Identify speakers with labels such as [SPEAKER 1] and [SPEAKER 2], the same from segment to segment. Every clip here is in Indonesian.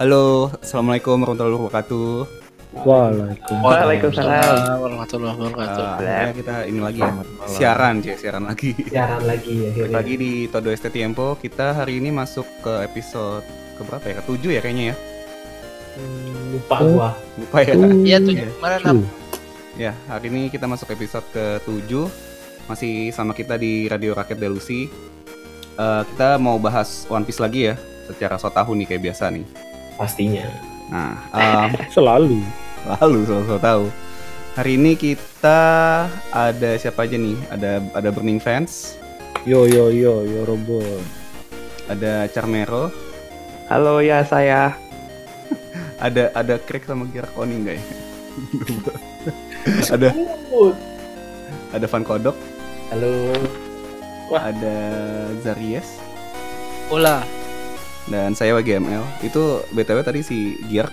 [SPEAKER 1] Halo, Assalamualaikum warahmatullahi wabarakatuh.
[SPEAKER 2] Waalaikumsalam.
[SPEAKER 3] Waalaikumsalam.
[SPEAKER 4] warahmatullahi wabarakatuh.
[SPEAKER 1] Eh, akhirnya kita ini lagi ya, siaran, cuy, siaran lagi.
[SPEAKER 2] Siaran lagi ya.
[SPEAKER 1] Balik lagi di Todo ST Tiempo, kita hari ini masuk ke episode ke berapa ya? Ketujuh ya kayaknya ya.
[SPEAKER 2] Lupa gua.
[SPEAKER 1] Lupa ya.
[SPEAKER 4] Iya tuh kemarin apa?
[SPEAKER 1] Ya, hari ini kita masuk episode ke-7 Masih sama kita di Radio Rakyat Delusi Eh, Kita mau bahas One Piece lagi ya Secara so tahu nih kayak biasa nih
[SPEAKER 2] Pastinya.
[SPEAKER 1] Nah, em,
[SPEAKER 2] Selalu.
[SPEAKER 1] lalu soal so tahu Hari ini kita ada siapa aja nih? Ada ada Burning Fans,
[SPEAKER 2] Yo yo yo yo robot.
[SPEAKER 1] ada Charmero,
[SPEAKER 3] Halo ya saya.
[SPEAKER 1] ada ada Craig sama Gear Koning nggak ya? ada ada Van Kodok,
[SPEAKER 2] Halo.
[SPEAKER 1] ada Zaries,
[SPEAKER 4] Ula.
[SPEAKER 1] dan saya WGML itu btw tadi si Gear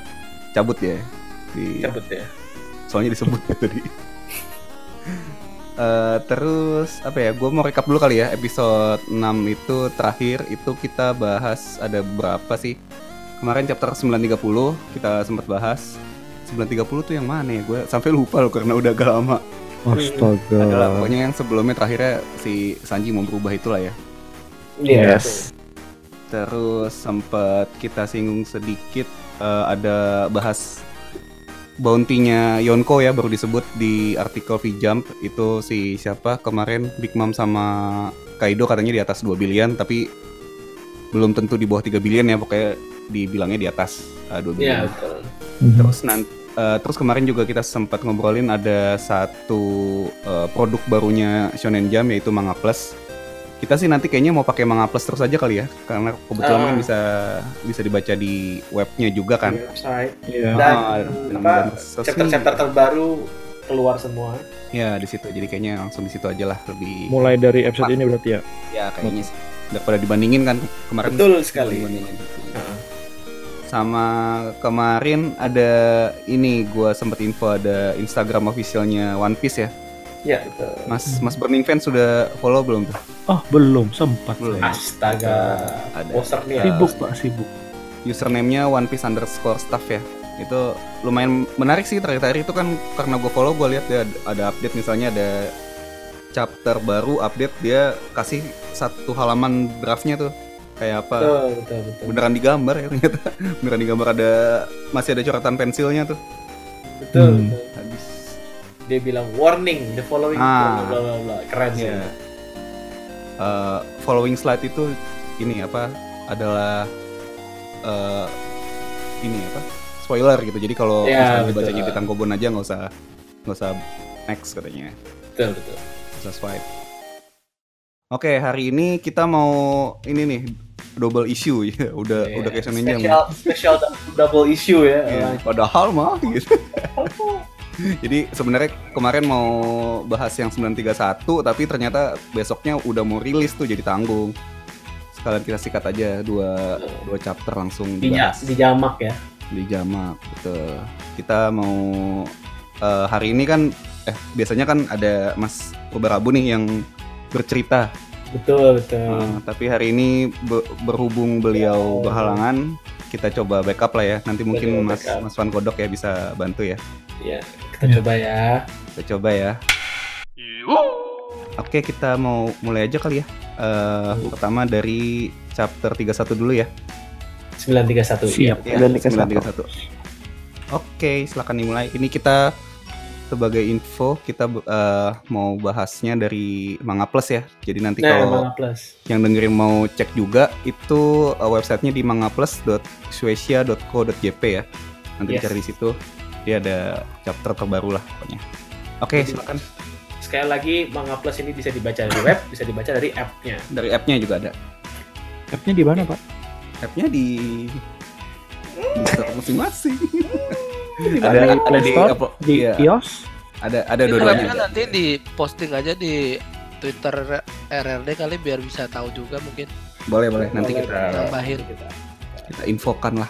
[SPEAKER 1] cabut ya di
[SPEAKER 5] cabut ya
[SPEAKER 1] soalnya disebut tadi Eh, terus apa ya gue mau recap dulu kali ya episode 6 itu terakhir itu kita bahas ada berapa sih kemarin chapter 930 kita sempat bahas 930 tuh yang mana ya gue sampai lupa loh karena udah agak lama adalah
[SPEAKER 2] Astaga.
[SPEAKER 1] pokoknya yang sebelumnya terakhirnya si Sanji mau berubah itulah ya
[SPEAKER 2] Iya.
[SPEAKER 1] Terus sempat kita singgung sedikit eh, ada bahas bounty-nya Yonko ya baru disebut di artikel V-Jump itu si siapa kemarin Big Mom sama Kaido katanya di atas 2 billion tapi belum tentu di bawah 3 billion ya pokoknya dibilangnya di atas eh,
[SPEAKER 4] Iya,
[SPEAKER 1] 2 billion.
[SPEAKER 5] betul
[SPEAKER 1] Terus nanti terus kemarin juga kita sempat ngobrolin ada satu eh, produk barunya Shonen Jump yaitu Manga Plus. Kita sih nanti kayaknya mau pakai Manga Plus terus aja kali ya karena kebetulan
[SPEAKER 5] Ah.
[SPEAKER 1] kan bisa bisa dibaca di webnya juga kan.
[SPEAKER 5] Di website
[SPEAKER 2] Iya.
[SPEAKER 5] Dan,
[SPEAKER 1] Ah,
[SPEAKER 5] apa,
[SPEAKER 1] dan resmi.
[SPEAKER 5] chapter-chapter terbaru keluar semua
[SPEAKER 1] Ya di situ jadi kayaknya langsung di situ aja lah lebih
[SPEAKER 2] Mulai dari episode ini berarti ya.
[SPEAKER 1] ya kayaknya sih. daripada dibandingin kan kemarin
[SPEAKER 5] betul sekali
[SPEAKER 1] Dibandingin.
[SPEAKER 5] Heeh.
[SPEAKER 1] Sama kemarin ada ini gua sempet info ada Instagram officialnya One Piece ya.
[SPEAKER 5] ya betul
[SPEAKER 1] Mas Mas Burning Fan sudah follow belum tuh?
[SPEAKER 2] Ah belum sempat.
[SPEAKER 1] Belum.
[SPEAKER 2] saya.
[SPEAKER 5] astaga
[SPEAKER 1] Iya. Ada.
[SPEAKER 5] poster nih ya
[SPEAKER 2] Sibuk pak sibuk.
[SPEAKER 1] Username-nya One Piece underscore staff ya. Itu lumayan menarik sih terakhir-terakhir itu kan karena gue follow gue lihat dia ad- ada update misalnya ada chapter baru update dia kasih satu halaman draftnya tuh kayak apa
[SPEAKER 5] betul betul betul
[SPEAKER 1] beneran digambar ya ternyata beneran digambar ada masih ada coretan pensilnya tuh
[SPEAKER 5] betul,
[SPEAKER 2] Hmm.
[SPEAKER 5] betul.
[SPEAKER 1] habis
[SPEAKER 5] dia bilang warning the following
[SPEAKER 1] Ah.
[SPEAKER 5] bla bla bla bla keren sih
[SPEAKER 1] ya Eh, following slide itu ini apa adalah eh, ini apa spoiler gitu jadi kalau
[SPEAKER 5] Ya,
[SPEAKER 1] misalnya
[SPEAKER 5] betul.
[SPEAKER 1] bacanya di tangkobon aja nggak usah nggak usah next katanya
[SPEAKER 5] betul betul
[SPEAKER 1] nggak usah swipe oke hari ini kita mau ini nih double issue ya udah
[SPEAKER 5] Iya.
[SPEAKER 1] udah kayak Shonen Jump ya.
[SPEAKER 5] special special double issue ya
[SPEAKER 1] Iya, padahal mah gitu jadi sebenarnya kemarin mau bahas yang 931 tapi ternyata besoknya udah mau rilis tuh jadi tanggung sekalian kita sikat aja dua dua chapter langsung
[SPEAKER 5] di, ja-
[SPEAKER 1] dibahas.
[SPEAKER 5] di jamak ya
[SPEAKER 1] di jamak betul kita mau eh, hari ini kan eh biasanya kan ada Mas Ubarabu nih yang bercerita
[SPEAKER 5] betul betul
[SPEAKER 1] Eh, tapi hari ini be- berhubung beliau
[SPEAKER 5] Ya.
[SPEAKER 1] berhalangan kita coba backup lah ya nanti mungkin
[SPEAKER 5] Betul,
[SPEAKER 1] Mas
[SPEAKER 5] backup.
[SPEAKER 1] Mas Van Kodok ya bisa bantu ya
[SPEAKER 5] ya kita
[SPEAKER 2] Iya.
[SPEAKER 5] coba ya
[SPEAKER 1] Kita coba ya. Oke, kita mau mulai aja kali ya. Eh, pertama dari chapter 31 dulu ya.
[SPEAKER 5] 931
[SPEAKER 2] Siap.
[SPEAKER 5] Iya,
[SPEAKER 1] Ya, 931. Oke, silakan dimulai. Ini kita sebagai info kita eh, mau bahasnya dari Manga Plus ya. Jadi nanti
[SPEAKER 5] nah
[SPEAKER 1] kalau
[SPEAKER 5] Manga plus
[SPEAKER 1] yang dengerin mau cek juga itu eh, websitenya di mangaplus.suecia.co.jp ya. Nanti
[SPEAKER 5] Yes.
[SPEAKER 1] dicari di situ. Dia ada chapter terbaru lah pokoknya. Oke,
[SPEAKER 5] Jadi-
[SPEAKER 1] silakan.
[SPEAKER 5] sekali lagi Manga Plus ini bisa dibaca dari web, bisa dibaca dari app-nya.
[SPEAKER 1] Dari app-nya juga ada.
[SPEAKER 2] Appnya di mana pak?
[SPEAKER 1] App-nya di di store masing-masing.
[SPEAKER 2] Ada
[SPEAKER 1] Hmm. ada, ada di
[SPEAKER 2] Play Store,
[SPEAKER 1] Apple-
[SPEAKER 2] Di
[SPEAKER 1] iya,
[SPEAKER 2] kios?
[SPEAKER 1] ada ada
[SPEAKER 4] Ini
[SPEAKER 1] dua-duanya.
[SPEAKER 4] kan nanti di posting aja di Twitter RRD kali biar bisa tahu juga mungkin
[SPEAKER 1] Boleh boleh nanti
[SPEAKER 5] Boleh, Iya.
[SPEAKER 1] kita
[SPEAKER 5] boleh.
[SPEAKER 4] tambahin.
[SPEAKER 1] kita infokan lah.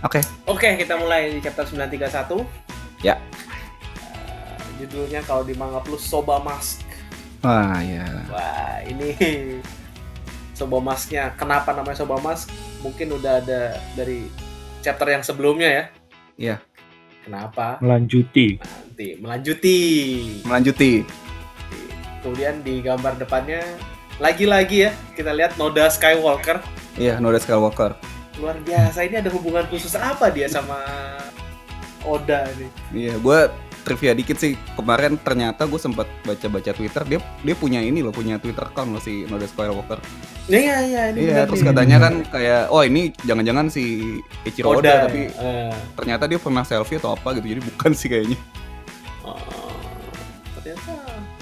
[SPEAKER 1] Oke,
[SPEAKER 5] Oke, kita mulai di chapter 931.
[SPEAKER 1] Ya.
[SPEAKER 5] Eh, judulnya kalau di Manga Plus Soba Mask.
[SPEAKER 1] wah ya.
[SPEAKER 5] Wah, ini Soba Mask-nya. Kenapa namanya Soba Mask? mungkin udah ada dari chapter yang sebelumnya ya.
[SPEAKER 1] Iya.
[SPEAKER 5] Kenapa?
[SPEAKER 2] melanjuti
[SPEAKER 5] Nanti melanjuti.
[SPEAKER 1] Melanjuti.
[SPEAKER 5] Kemudian di gambar depannya lagi-lagi ya kita lihat Noda Skywalker.
[SPEAKER 1] Iya, Noda Skywalker.
[SPEAKER 5] Luar biasa ini ada hubungan khusus apa dia sama Oda nih?
[SPEAKER 1] Iya, gua trivia dikit sih. Kemarin ternyata gue sempat baca-baca Twitter, dia dia punya ini loh, punya Twitter account loh si Noda Skywalker.
[SPEAKER 5] Iya iya ini
[SPEAKER 1] Iya,
[SPEAKER 5] benar
[SPEAKER 1] terus
[SPEAKER 5] nih.
[SPEAKER 1] katanya kan kayak oh ini jangan-jangan si Ichiro
[SPEAKER 5] Oda,
[SPEAKER 1] Oda, tapi
[SPEAKER 5] eh,
[SPEAKER 1] ternyata dia pernah selfie atau apa gitu. Jadi bukan sih kayaknya.
[SPEAKER 5] oh, ternyata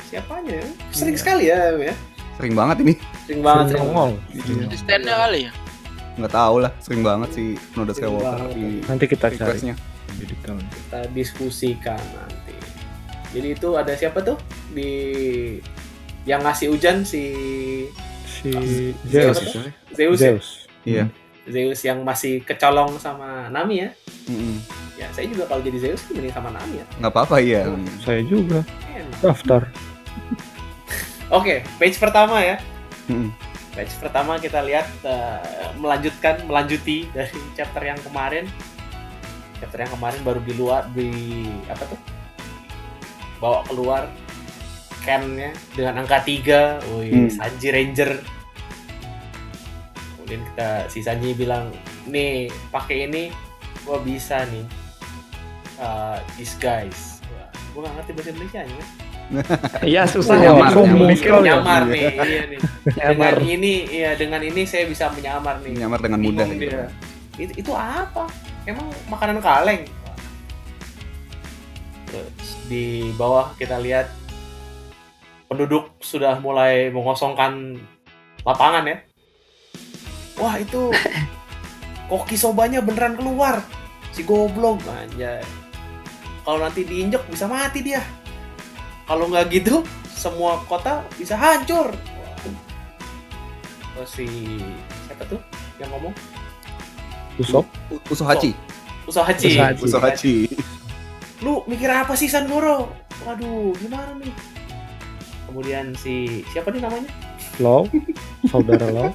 [SPEAKER 5] siapanya ya? Sering sekali ya, Em, ya.
[SPEAKER 1] Sering banget ini.
[SPEAKER 5] Sering banget.
[SPEAKER 2] Sering
[SPEAKER 5] sering
[SPEAKER 2] nongol.
[SPEAKER 1] Iya.
[SPEAKER 4] Di stand-nya kali ya?
[SPEAKER 1] Nggak tahu lah, sering banget si Noda
[SPEAKER 5] Sering
[SPEAKER 1] Skywalker
[SPEAKER 5] banget.
[SPEAKER 1] di
[SPEAKER 2] nanti kita cari
[SPEAKER 1] requestnya.
[SPEAKER 2] Jadi tahu.
[SPEAKER 5] kita diskusikan nanti. Jadi itu ada siapa tuh di yang ngasih hujan si
[SPEAKER 2] si
[SPEAKER 5] Zeus.
[SPEAKER 2] Zeus
[SPEAKER 5] Zeus, ya?
[SPEAKER 2] Zeus
[SPEAKER 1] Iya.
[SPEAKER 2] Hmm.
[SPEAKER 5] Zeus yang masih kecolong sama Nami ya.
[SPEAKER 1] Mm-mm.
[SPEAKER 5] Ya saya juga kalau jadi Zeus mending sama Nami ya.
[SPEAKER 1] Nggak apa-apa iya.
[SPEAKER 2] saya juga
[SPEAKER 5] Enak.
[SPEAKER 2] daftar
[SPEAKER 5] Oke, page pertama ya.
[SPEAKER 1] Mm-mm.
[SPEAKER 5] Page pertama kita lihat eh, melanjutkan melanjuti dari chapter yang kemarin. Chapter yang kemarin baru di luar di apa tuh? Bawa keluar Ken-nya dengan angka 3. Wih,
[SPEAKER 1] Hmm.
[SPEAKER 5] Sanji Ranger. Kemudian kita si Sanji bilang, "Nih, pakai ini gua bisa nih." Eh, disguise. Wah, Gua gak ngerti bahasa Indonesia nya.
[SPEAKER 3] Iya susah
[SPEAKER 1] Wah,
[SPEAKER 3] ya
[SPEAKER 1] nyamar,
[SPEAKER 3] Mas.
[SPEAKER 1] sombong
[SPEAKER 3] Mikir
[SPEAKER 2] sekali.
[SPEAKER 3] nyamar.
[SPEAKER 5] Nyamar nih, iya nih.
[SPEAKER 3] Nyamar.
[SPEAKER 5] dengan ini ya dengan ini saya bisa menyamar nih
[SPEAKER 1] Nyamar dengan mudah.
[SPEAKER 5] Bingung
[SPEAKER 1] gitu.
[SPEAKER 5] dia. itu, itu apa emang makanan kaleng terus di bawah kita lihat penduduk sudah mulai mengosongkan lapangan ya wah itu koki sobanya beneran keluar si goblok anjay kalau nanti diinjek bisa mati dia kalau nggak gitu semua kota bisa hancur terus si siapa tuh yang ngomong
[SPEAKER 2] Usop
[SPEAKER 1] U- iya. Usohachi.
[SPEAKER 5] Usahaji.
[SPEAKER 2] Usahaji.
[SPEAKER 1] Usohachi.
[SPEAKER 5] Lu mikir apa sih San Goro? Waduh, gimana nih? Kemudian si siapa nih namanya?
[SPEAKER 2] Law saudara Law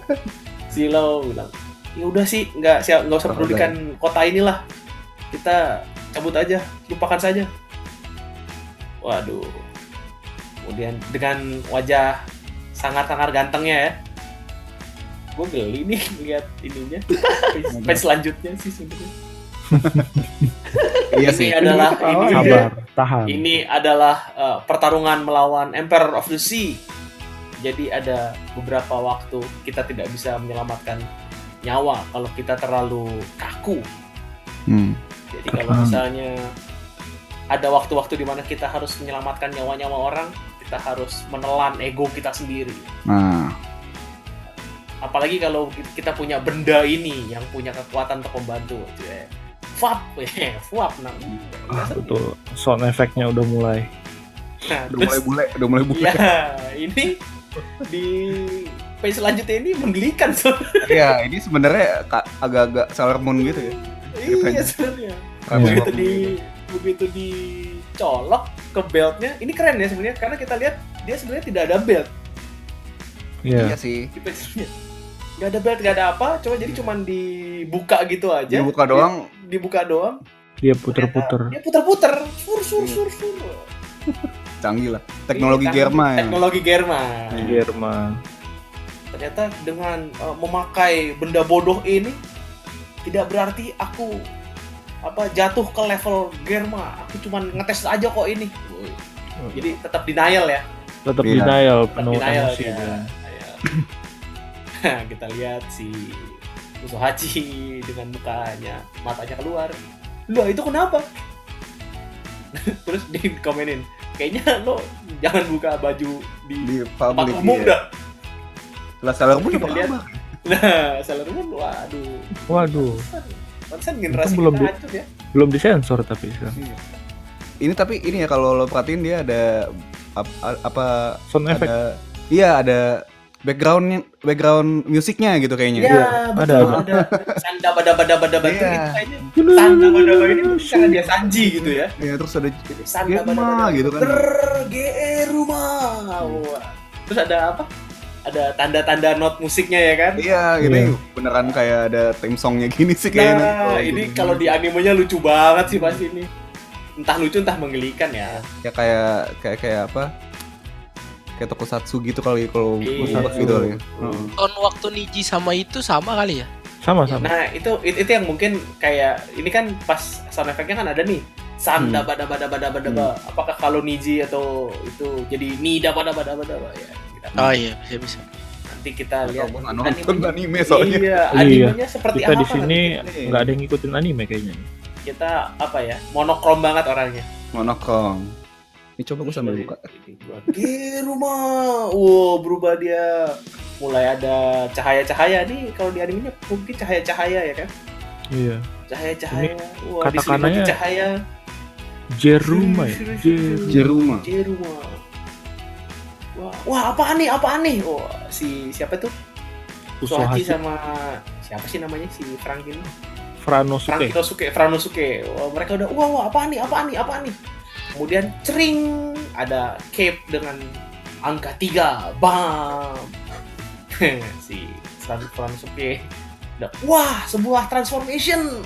[SPEAKER 5] Si Lau bilang, "Ya udah sih, nggak siap nggak usah
[SPEAKER 1] Terlalu
[SPEAKER 5] pedulikan kota inilah. Kita cabut aja, lupakan saja." Waduh. Kemudian dengan wajah sangar-sangar gantengnya ya. Gue geli nih lihat ininya. Page, page selanjutnya sih sebenarnya.
[SPEAKER 1] Iya
[SPEAKER 5] Ini
[SPEAKER 1] sih.
[SPEAKER 5] adalah ini
[SPEAKER 2] sabar tahan
[SPEAKER 5] Ini adalah uh, pertarungan melawan Emperor of the Sea. Jadi ada beberapa waktu kita tidak bisa menyelamatkan nyawa kalau kita terlalu kaku.
[SPEAKER 1] Hmm.
[SPEAKER 5] Jadi kalau
[SPEAKER 2] Hmm.
[SPEAKER 5] misalnya ada waktu-waktu di mana kita harus menyelamatkan nyawa-nyawa orang, kita harus menelan ego kita sendiri.
[SPEAKER 1] Nah,
[SPEAKER 5] Apalagi kalau kita punya benda ini yang punya kekuatan untuk membantu. Fuap, fuap, nah,
[SPEAKER 2] Ah, betul sound efeknya udah mulai
[SPEAKER 5] Nah,
[SPEAKER 1] udah
[SPEAKER 5] terus-
[SPEAKER 1] mulai bule, udah mulai bule.
[SPEAKER 5] Ya, ini di page selanjutnya ini menggelikan sebenarnya.
[SPEAKER 1] Iya, ini sebenarnya ka- agak-agak Sailor Moon gitu ya.
[SPEAKER 5] Iya, sebenarnya.
[SPEAKER 1] Sailor
[SPEAKER 2] Iya.
[SPEAKER 5] Begitu
[SPEAKER 1] Moon
[SPEAKER 5] di
[SPEAKER 1] gitu.
[SPEAKER 5] begitu dicolok ke beltnya, ini keren ya sebenarnya karena kita lihat dia sebenarnya tidak ada belt
[SPEAKER 1] Iya
[SPEAKER 2] Iya
[SPEAKER 1] sih.
[SPEAKER 5] di page selanjutnya. Nggak ada belt, nggak ada apa, coba jadi cuman dibuka gitu aja. Iya.
[SPEAKER 1] Dia buka doang.
[SPEAKER 5] Di- dibuka doang.
[SPEAKER 2] dia puter-puter
[SPEAKER 5] Dia puter-puter, sur sur sur sur.
[SPEAKER 1] canggih lah. Iya. Teknologi Iya.
[SPEAKER 5] Ini kan
[SPEAKER 1] Germa ya.
[SPEAKER 5] Teknologi German.
[SPEAKER 2] Jerman
[SPEAKER 5] ternyata dengan uh, memakai benda bodoh ini tidak berarti aku apa jatuh ke level Germa aku cuman ngetes aja kok ini jadi tetap denial ya
[SPEAKER 2] tetap
[SPEAKER 1] Iya.
[SPEAKER 2] denial
[SPEAKER 5] tetap
[SPEAKER 2] penuh
[SPEAKER 5] denial
[SPEAKER 2] emosi
[SPEAKER 5] ya.
[SPEAKER 2] dia.
[SPEAKER 5] Ya. Nah, kita lihat si Usohachi dengan mukanya matanya keluar lo itu kenapa terus di komenin kayaknya lo jangan buka baju di
[SPEAKER 1] Di
[SPEAKER 5] tempat
[SPEAKER 1] publik.
[SPEAKER 5] umum
[SPEAKER 1] iya.
[SPEAKER 5] dah
[SPEAKER 1] Lah Sailor Moon apa
[SPEAKER 5] Kita lihat.
[SPEAKER 1] kabar?
[SPEAKER 5] nah Sailor Moon waduh
[SPEAKER 2] waduh
[SPEAKER 5] Pantesan generasi
[SPEAKER 2] Itu belum
[SPEAKER 5] kita
[SPEAKER 2] di-
[SPEAKER 5] hancur ya.
[SPEAKER 2] belum disensor tapi sekarang.
[SPEAKER 1] Iya. Ini tapi ini ya kalau lo perhatiin dia ada ap- a- apa
[SPEAKER 2] sound efek
[SPEAKER 1] ada iya ada background background musiknya gitu kayaknya.
[SPEAKER 5] Iya,
[SPEAKER 2] ada,
[SPEAKER 5] betul, ada. Sanda bada bada bada bada
[SPEAKER 1] Iya.
[SPEAKER 5] itu kayaknya. Sanda bada bada ini mungkin karena dia Sanji gitu ya.
[SPEAKER 1] Iya, terus ada
[SPEAKER 5] Sanda bada
[SPEAKER 1] Germa
[SPEAKER 5] bada
[SPEAKER 1] gitu kan.
[SPEAKER 5] Ger rumah. Wah. Terus ada apa? ada tanda-tanda not musiknya ya kan?
[SPEAKER 1] Iya, ini beneran kayak ada theme songnya gini sih kayaknya. Oh, gitu.
[SPEAKER 5] Nah, ini kalau di animenya lucu banget sih pasti ini. Entah lucu entah menggelikan ya.
[SPEAKER 1] ya kayak kayak kayak apa? Kayak tokusatsu gitu kali kalau
[SPEAKER 5] Iya.
[SPEAKER 1] tokusatsu gitu kali. Heeh.
[SPEAKER 4] Tahun waktu Niji sama itu sama kali ya?
[SPEAKER 2] sama sama
[SPEAKER 5] Nah, itu it- itu yang mungkin kayak ini kan pas sound effect-nya kan ada nih. Sanda
[SPEAKER 1] Hmm.
[SPEAKER 5] pada pada pada pada apakah kalau Niji atau itu jadi Nida pada pada pada ya. Kita,
[SPEAKER 1] Ah.
[SPEAKER 4] Oh iya bisa bisa.
[SPEAKER 5] nanti kita lihat
[SPEAKER 1] Ataupun nggak nonton
[SPEAKER 5] animenya.
[SPEAKER 1] anime soalnya.
[SPEAKER 5] Iya,
[SPEAKER 2] Iya.
[SPEAKER 5] animenya seperti
[SPEAKER 2] kita
[SPEAKER 5] apa?
[SPEAKER 2] di sini
[SPEAKER 5] nanti?
[SPEAKER 2] nggak ada yang ngikutin anime kayaknya
[SPEAKER 5] kita apa ya? Monokrom banget orangnya.
[SPEAKER 1] Monokrom. Ini coba gue
[SPEAKER 5] Iya.
[SPEAKER 1] sambil buka.
[SPEAKER 5] Di rumah. Wow, berubah dia. Mulai ada cahaya-cahaya nih kalau di animenya mungkin cahaya-cahaya ya kan?
[SPEAKER 2] iya
[SPEAKER 5] Cahaya-cahaya.
[SPEAKER 2] katakananya-
[SPEAKER 5] Wah, diselimuti cahaya.
[SPEAKER 2] Jeruma ya Jer-
[SPEAKER 1] Jeruma.
[SPEAKER 5] Jeruma. Wah, wah apaan nih? Apaan nih? Wah, si siapa tuh?
[SPEAKER 2] Usohashi
[SPEAKER 5] Sohachi sama siapa sih namanya si Frankin?
[SPEAKER 2] Franosuke
[SPEAKER 5] Frankinosuke, Franosuke. Wah, mereka udah wah wah apaan nih? Apaan nih? Apaan nih? Kemudian cering ada cape dengan angka 3. Bam. si Fran- Franosuke. Udah, wah, sebuah transformation.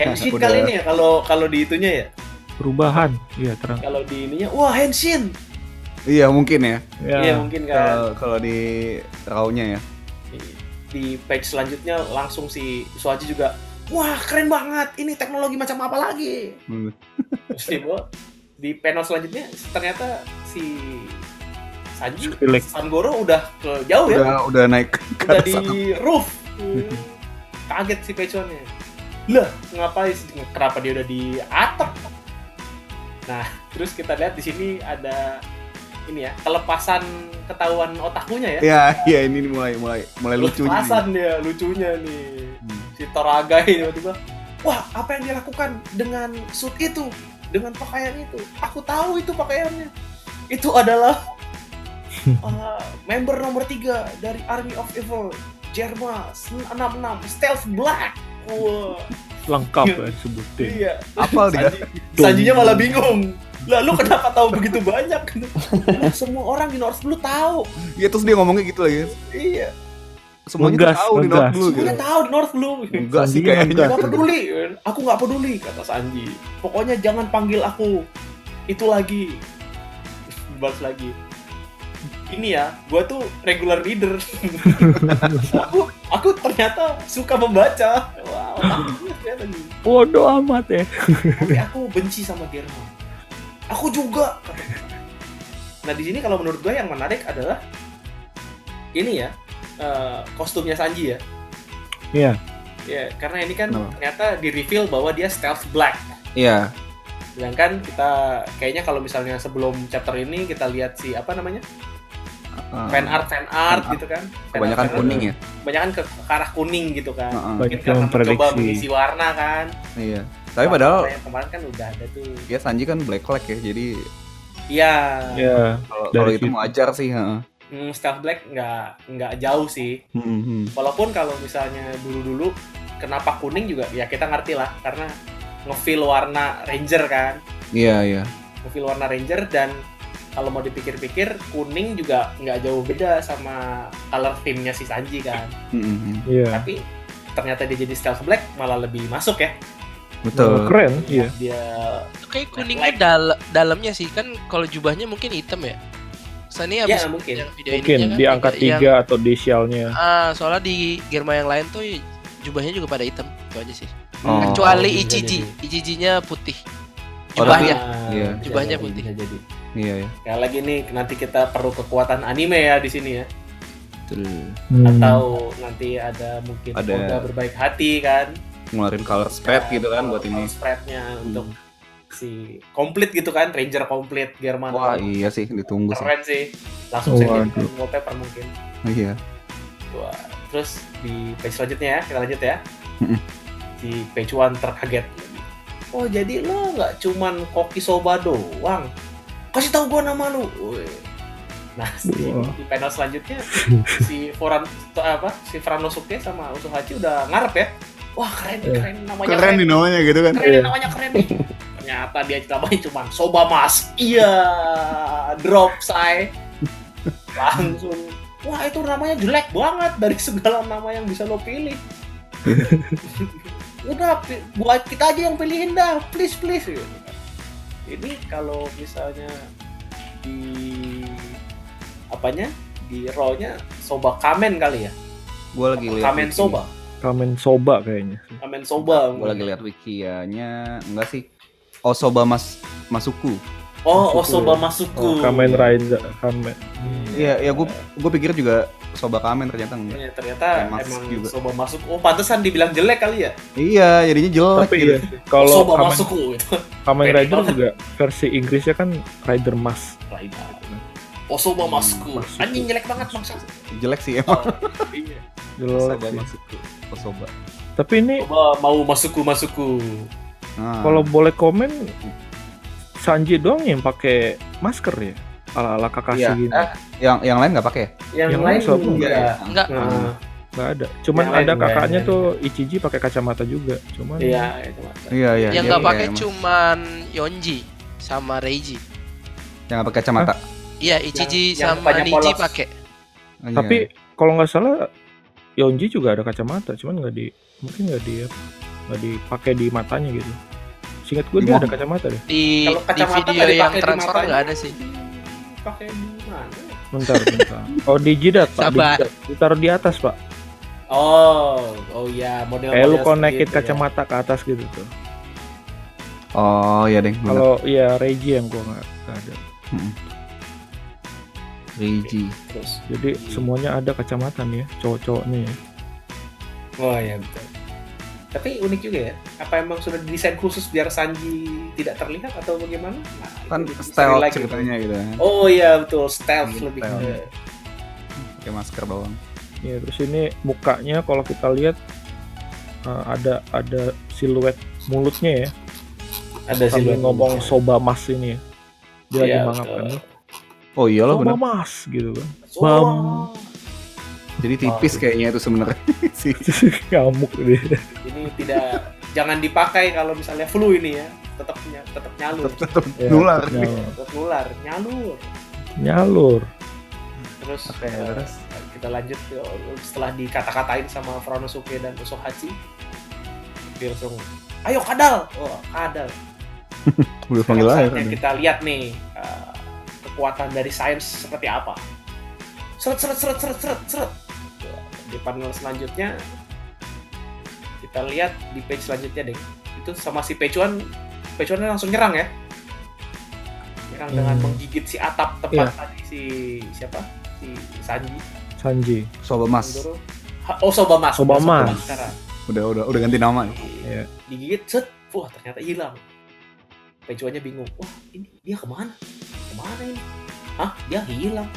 [SPEAKER 5] Henshin
[SPEAKER 1] Udah.
[SPEAKER 5] kali ini ya kalau kalau di itunya ya.
[SPEAKER 2] perubahan iya terang
[SPEAKER 5] Kalau di ininya wah Henshin.
[SPEAKER 1] Iya mungkin ya.
[SPEAKER 5] Iya,
[SPEAKER 2] ya
[SPEAKER 5] mungkin kan.
[SPEAKER 1] Kalau kalau di raw-nya ya.
[SPEAKER 5] di page selanjutnya langsung si Suhaji juga wah keren banget ini teknologi macam apa lagi
[SPEAKER 1] Hmm.
[SPEAKER 5] terus di bawah- di panel selanjutnya ternyata si Sanji
[SPEAKER 2] Skrillex.
[SPEAKER 5] Sangoro udah ke jauh ya
[SPEAKER 1] Udah udah naik ke
[SPEAKER 5] udah
[SPEAKER 1] atas
[SPEAKER 5] di
[SPEAKER 1] sana.
[SPEAKER 5] roof kaget si page one nya lah ngapain sih kenapa dia udah di atap nah terus kita lihat di sini ada ini ya kelepasan ketahuan otakunya ya
[SPEAKER 1] Iya, iya ini mulai mulai mulai Nah, lucunya. nih.
[SPEAKER 5] kelepasan dia lucunya nih
[SPEAKER 1] Hmm.
[SPEAKER 5] si Toraga ini tiba-tiba wah apa yang dilakukan dengan suit itu dengan pakaian itu aku tahu itu pakaiannya itu adalah uh, member nomor tiga dari Army of Evil Jerma 66 Stealth Black wah
[SPEAKER 2] lengkap ya disebutin
[SPEAKER 5] iya
[SPEAKER 1] Apal dia.
[SPEAKER 5] Sanji, Sanjinya malah bingung lalu kenapa tahu begitu banyak Lah, semua orang di North Blue tahu
[SPEAKER 1] Iya terus dia ngomongnya gitu lagi.
[SPEAKER 5] iya
[SPEAKER 1] Semuanya
[SPEAKER 2] Ngegas,
[SPEAKER 1] tahu di not
[SPEAKER 2] ngegas.
[SPEAKER 1] dulu gitu.
[SPEAKER 5] semuanya tahu di North Blue
[SPEAKER 1] Enggak sih
[SPEAKER 2] Sanji
[SPEAKER 1] kayaknya.
[SPEAKER 5] Gak Iya, peduli, aku gak peduli kata Sanji. Pokoknya jangan panggil aku. Itu lagi. Balas lagi. Ini ya, gua tuh regular reader. aku, aku ternyata suka membaca. Wow, ternyata gitu. nih.
[SPEAKER 2] bodoh amat ya
[SPEAKER 5] Tapi aku benci sama Germa. Aku juga. kata dia. Nah di sini kalau menurut gue yang menarik adalah ini ya eh, kostumnya Sanji ya.
[SPEAKER 2] Iya.
[SPEAKER 5] Ya karena ini kan
[SPEAKER 1] Kenapa?
[SPEAKER 5] ternyata di reveal bahwa dia stealth black.
[SPEAKER 1] Iya.
[SPEAKER 5] Sedangkan kita kayaknya kalau misalnya sebelum chapter ini kita lihat si apa namanya
[SPEAKER 1] Heeh.
[SPEAKER 5] fan art fan art
[SPEAKER 1] Ah. art.
[SPEAKER 5] gitu kan. Fan
[SPEAKER 1] Kebanyakan
[SPEAKER 5] art, fan art.
[SPEAKER 1] kuning Ah, ya.
[SPEAKER 5] Kebanyakan ke, ke arah kuning gitu kan.
[SPEAKER 1] Heeh.
[SPEAKER 5] Mungkin
[SPEAKER 2] Banyak yang
[SPEAKER 5] karena mencoba
[SPEAKER 2] memprediksi.
[SPEAKER 5] mengisi warna kan.
[SPEAKER 1] Iya. Tapi padahal
[SPEAKER 5] Warna yang kemarin kan udah ada tuh.
[SPEAKER 1] ya Sanji kan black flag ya. Jadi
[SPEAKER 5] Iya.
[SPEAKER 2] ya
[SPEAKER 1] kalau
[SPEAKER 2] Dari
[SPEAKER 1] kalau itu
[SPEAKER 2] situ.
[SPEAKER 1] mau ajar sih, heeh.
[SPEAKER 5] Hmm, Stealth Black nggak nggak jauh sih.
[SPEAKER 1] Hmm,
[SPEAKER 5] Walaupun kalau misalnya dulu-dulu kenapa kuning juga ya kita ngerti lah karena ngefeel warna ranger kan,
[SPEAKER 1] Iya, iya.
[SPEAKER 5] ngefeel warna ranger dan kalau mau dipikir-pikir kuning juga nggak jauh beda sama color theme-nya si Sanji kan.
[SPEAKER 1] Hmm, hmm.
[SPEAKER 2] iya
[SPEAKER 5] Tapi ternyata dia jadi Stealth Black malah lebih masuk ya.
[SPEAKER 1] Betul.
[SPEAKER 2] keren iya
[SPEAKER 5] Dia
[SPEAKER 4] Itu kayak kuningnya dal dalamnya sih kan kalau jubahnya mungkin hitam ya. Sani
[SPEAKER 5] ya
[SPEAKER 4] abis
[SPEAKER 5] mungkin.
[SPEAKER 4] yang video
[SPEAKER 2] mungkin
[SPEAKER 4] ininya kan
[SPEAKER 2] di angka
[SPEAKER 4] yang-
[SPEAKER 2] tiga atau di sialnya
[SPEAKER 4] Ah, soalnya di Germa yang lain tuh jubahnya juga pada hitam. Itu aja sih.
[SPEAKER 1] Oh.
[SPEAKER 4] Kecuali
[SPEAKER 5] bisa
[SPEAKER 4] Ichiji. Ichijinya putih.
[SPEAKER 1] Oh,
[SPEAKER 4] Jubahnya.
[SPEAKER 5] Nah,
[SPEAKER 1] Iya.
[SPEAKER 5] bisa
[SPEAKER 4] Jubahnya
[SPEAKER 5] jadi,
[SPEAKER 4] putih.
[SPEAKER 5] bisa jadi.
[SPEAKER 1] Iya, iya.
[SPEAKER 5] Ya lagi nih nanti kita perlu kekuatan anime ya di sini ya.
[SPEAKER 1] Betul. Hmm.
[SPEAKER 2] Hmm.
[SPEAKER 5] atau nanti ada mungkin
[SPEAKER 1] Ada-
[SPEAKER 5] Oda berbaik hati kan
[SPEAKER 1] Ngeluarin color spread gitu kan buat ini. Hmm.
[SPEAKER 5] spreadnya untuk si komplit gitu kan ranger komplit German
[SPEAKER 1] Wah, iya sih ditunggu sih.
[SPEAKER 5] keren sih langsung saya
[SPEAKER 2] Waduh.
[SPEAKER 5] jadikan wallpaper mungkin
[SPEAKER 1] Iya.
[SPEAKER 5] Wah. terus di page selanjutnya ya kita lanjut ya
[SPEAKER 1] Mm-mm.
[SPEAKER 5] di page one terkaget oh jadi lo nggak cuman koki soba doang kasih tahu gua nama lu Wih. nah si-
[SPEAKER 2] Wah.
[SPEAKER 5] di panel selanjutnya si Foran apa si Franosuke sama Usohachi udah ngarep ya wah keren nih,
[SPEAKER 2] Eh.
[SPEAKER 5] keren namanya
[SPEAKER 1] Keren nih namanya gitu kan.
[SPEAKER 5] keren
[SPEAKER 2] Iya.
[SPEAKER 5] namanya keren nih ternyata dia namanya cuma soba mas iya drop say langsung wah itu namanya jelek banget dari segala nama yang bisa lo pilih udah pi- buat kita aja yang pilihin dah please please gitu. ini kalau misalnya di apanya di rawnya soba kamen kali ya
[SPEAKER 1] Gue lagi lihat
[SPEAKER 5] kamen
[SPEAKER 1] wiki.
[SPEAKER 5] soba
[SPEAKER 2] Ramen soba kayaknya.
[SPEAKER 5] kamen soba
[SPEAKER 1] Gue lagi lihat wikianya. Enggak sih. Osoba Mas Masuku.
[SPEAKER 2] Masuku.
[SPEAKER 5] oh oh soba masuku
[SPEAKER 2] Oh, Kamen Rider, Kamen.
[SPEAKER 1] Iya, ya gue gue pikir juga Soba Kamen ternyata enggak.
[SPEAKER 5] Ya, ternyata
[SPEAKER 1] Kamen masuk
[SPEAKER 5] emang
[SPEAKER 1] juga.
[SPEAKER 5] soba masuk oh pantesan dibilang jelek kali ya
[SPEAKER 1] Iya, jadinya jelek
[SPEAKER 2] Tapi
[SPEAKER 1] gitu.
[SPEAKER 2] ya, kalau
[SPEAKER 5] soba
[SPEAKER 2] Kamen,
[SPEAKER 5] masuku gitu.
[SPEAKER 2] Kamen
[SPEAKER 5] Pede
[SPEAKER 2] Rider
[SPEAKER 5] banget.
[SPEAKER 2] juga versi Inggrisnya kan Rider Mas.
[SPEAKER 5] Rider. oh soba
[SPEAKER 1] Hmm,
[SPEAKER 5] masuku
[SPEAKER 2] Masuku.
[SPEAKER 5] anjing jelek banget maksud
[SPEAKER 1] Jelek sih emang.
[SPEAKER 5] Oh, iya.
[SPEAKER 2] Jelek
[SPEAKER 1] Soba
[SPEAKER 2] sih.
[SPEAKER 1] Masuku. Osoba.
[SPEAKER 2] Tapi ini
[SPEAKER 5] Coba mau masuku masuku.
[SPEAKER 1] Nah,
[SPEAKER 2] kalau boleh komen Sanji doang yang pakai masker ya? Ala-ala Kakashi gitu.
[SPEAKER 1] Iya.
[SPEAKER 2] gini.
[SPEAKER 1] Eh,
[SPEAKER 5] Ah.
[SPEAKER 1] yang yang lain nggak pakai ya?
[SPEAKER 2] Yang
[SPEAKER 5] Yang, lain
[SPEAKER 2] lain soba.
[SPEAKER 1] Iya,
[SPEAKER 5] enggak.
[SPEAKER 4] Enggak.
[SPEAKER 5] Nah,
[SPEAKER 2] Nggak ada. Cuman
[SPEAKER 5] Yang lain
[SPEAKER 2] ada
[SPEAKER 5] nggak
[SPEAKER 2] kakaknya
[SPEAKER 5] ada.
[SPEAKER 2] tuh Ichiji pakai kacamata juga. Cuman
[SPEAKER 5] Iya, itu mata.
[SPEAKER 1] Iya, iya.
[SPEAKER 4] yang
[SPEAKER 1] iya,
[SPEAKER 4] nggak
[SPEAKER 1] iya,
[SPEAKER 4] pakai
[SPEAKER 1] emang.
[SPEAKER 4] cuman Yonji sama Reiji.
[SPEAKER 1] Yang nggak pakai kacamata.
[SPEAKER 4] Iya, Ichiji
[SPEAKER 5] yang
[SPEAKER 4] sama
[SPEAKER 5] banyak
[SPEAKER 4] Niji
[SPEAKER 5] polos.
[SPEAKER 4] pakai.
[SPEAKER 1] Iya.
[SPEAKER 2] Tapi kalau nggak salah Yonji juga ada kacamata, cuman nggak di mungkin nggak di nggak dipakai di matanya gitu. Singkat gue
[SPEAKER 1] Di
[SPEAKER 2] dia
[SPEAKER 1] mana?
[SPEAKER 2] ada kacamata deh.
[SPEAKER 4] Di,
[SPEAKER 5] Kalau
[SPEAKER 4] di
[SPEAKER 5] kacamata
[SPEAKER 4] video
[SPEAKER 5] nggak dipakai
[SPEAKER 4] yang
[SPEAKER 5] di ya?
[SPEAKER 4] transfer
[SPEAKER 5] matanya.
[SPEAKER 4] nggak ada sih.
[SPEAKER 5] Pakai di mana?
[SPEAKER 2] Bentar, bentar. Oh di jidat pak, di
[SPEAKER 4] Sabar.
[SPEAKER 2] jidat. ditaruh di atas pak.
[SPEAKER 5] Oh, oh iya, model
[SPEAKER 2] Kayak lu konekin
[SPEAKER 5] ya.
[SPEAKER 2] kacamata ke atas gitu tuh.
[SPEAKER 1] Oh iya deng. bener.
[SPEAKER 2] Kalau ya Reji yang gua nggak nggak ada.
[SPEAKER 1] Reiji.
[SPEAKER 5] Terus.
[SPEAKER 2] Jadi semuanya ada kacamata nih ya, cowok-cowoknya ya.
[SPEAKER 5] Oh iya betul. Tapi unik juga ya. Apa emang sudah didesain khusus biar Sanji tidak terlihat atau bagaimana? Nah, itu
[SPEAKER 1] Kan
[SPEAKER 5] lebih
[SPEAKER 1] style
[SPEAKER 5] misteri lagi.
[SPEAKER 1] ceritanya gitu. kan.
[SPEAKER 5] Oh iya betul, stealth
[SPEAKER 1] Iya,
[SPEAKER 5] lebih.
[SPEAKER 1] stealth.
[SPEAKER 5] ke-
[SPEAKER 1] Pakai masker bawang.
[SPEAKER 2] Ya terus ini mukanya kalau kita lihat eh, ada ada siluet mulutnya ya.
[SPEAKER 5] Ada sih
[SPEAKER 2] Sambil ngomong soba mas ini ya. Dia lagi
[SPEAKER 5] Iya,
[SPEAKER 2] mangap
[SPEAKER 5] betul.
[SPEAKER 2] kan.
[SPEAKER 1] Oh iya loh
[SPEAKER 2] Soba
[SPEAKER 1] bener.
[SPEAKER 2] mas gitu kan.
[SPEAKER 5] Wah.
[SPEAKER 1] Jadi tipis
[SPEAKER 5] Oh.
[SPEAKER 1] kayaknya itu sebenarnya sih.
[SPEAKER 2] Ngamuk dia.
[SPEAKER 5] Ini tidak jangan dipakai kalau misalnya flu ini ya. Tetap ny- tetap nyalur.
[SPEAKER 1] Tetep
[SPEAKER 2] Ya,
[SPEAKER 1] nular.
[SPEAKER 2] nyalur.
[SPEAKER 5] Tetap nular, nyalur.
[SPEAKER 2] Nyalur.
[SPEAKER 5] Terus,
[SPEAKER 1] Oke,
[SPEAKER 5] eh,
[SPEAKER 1] terus.
[SPEAKER 5] kita lanjut ke- setelah dikata-katain sama Fronosuke dan Usohachi dia langsung ayo kadal oh kadal
[SPEAKER 1] Udah panggil
[SPEAKER 5] Sekarang
[SPEAKER 1] aja.
[SPEAKER 5] saatnya
[SPEAKER 1] kan.
[SPEAKER 5] kita lihat nih eh, kekuatan dari sains seperti apa seret seret seret seret seret seret di panel selanjutnya kita lihat di page selanjutnya deh itu sama si Pecuan Pecuannya langsung nyerang ya nyerang dengan
[SPEAKER 2] Hmm.
[SPEAKER 5] menggigit si atap
[SPEAKER 1] Iya.
[SPEAKER 5] tempat tadi si siapa si Sanji
[SPEAKER 2] Sanji.
[SPEAKER 1] Soba Mas.
[SPEAKER 5] Sindoro. Ha- Oh Soba Mas.
[SPEAKER 2] Soba Mas.
[SPEAKER 5] sekarang.
[SPEAKER 1] Udah udah udah ganti nama. nih.
[SPEAKER 2] Iya.
[SPEAKER 5] Digigit set, wah ternyata hilang. Pecuannya bingung. Wah ini dia kemana? Kemana ini? Hah dia hilang.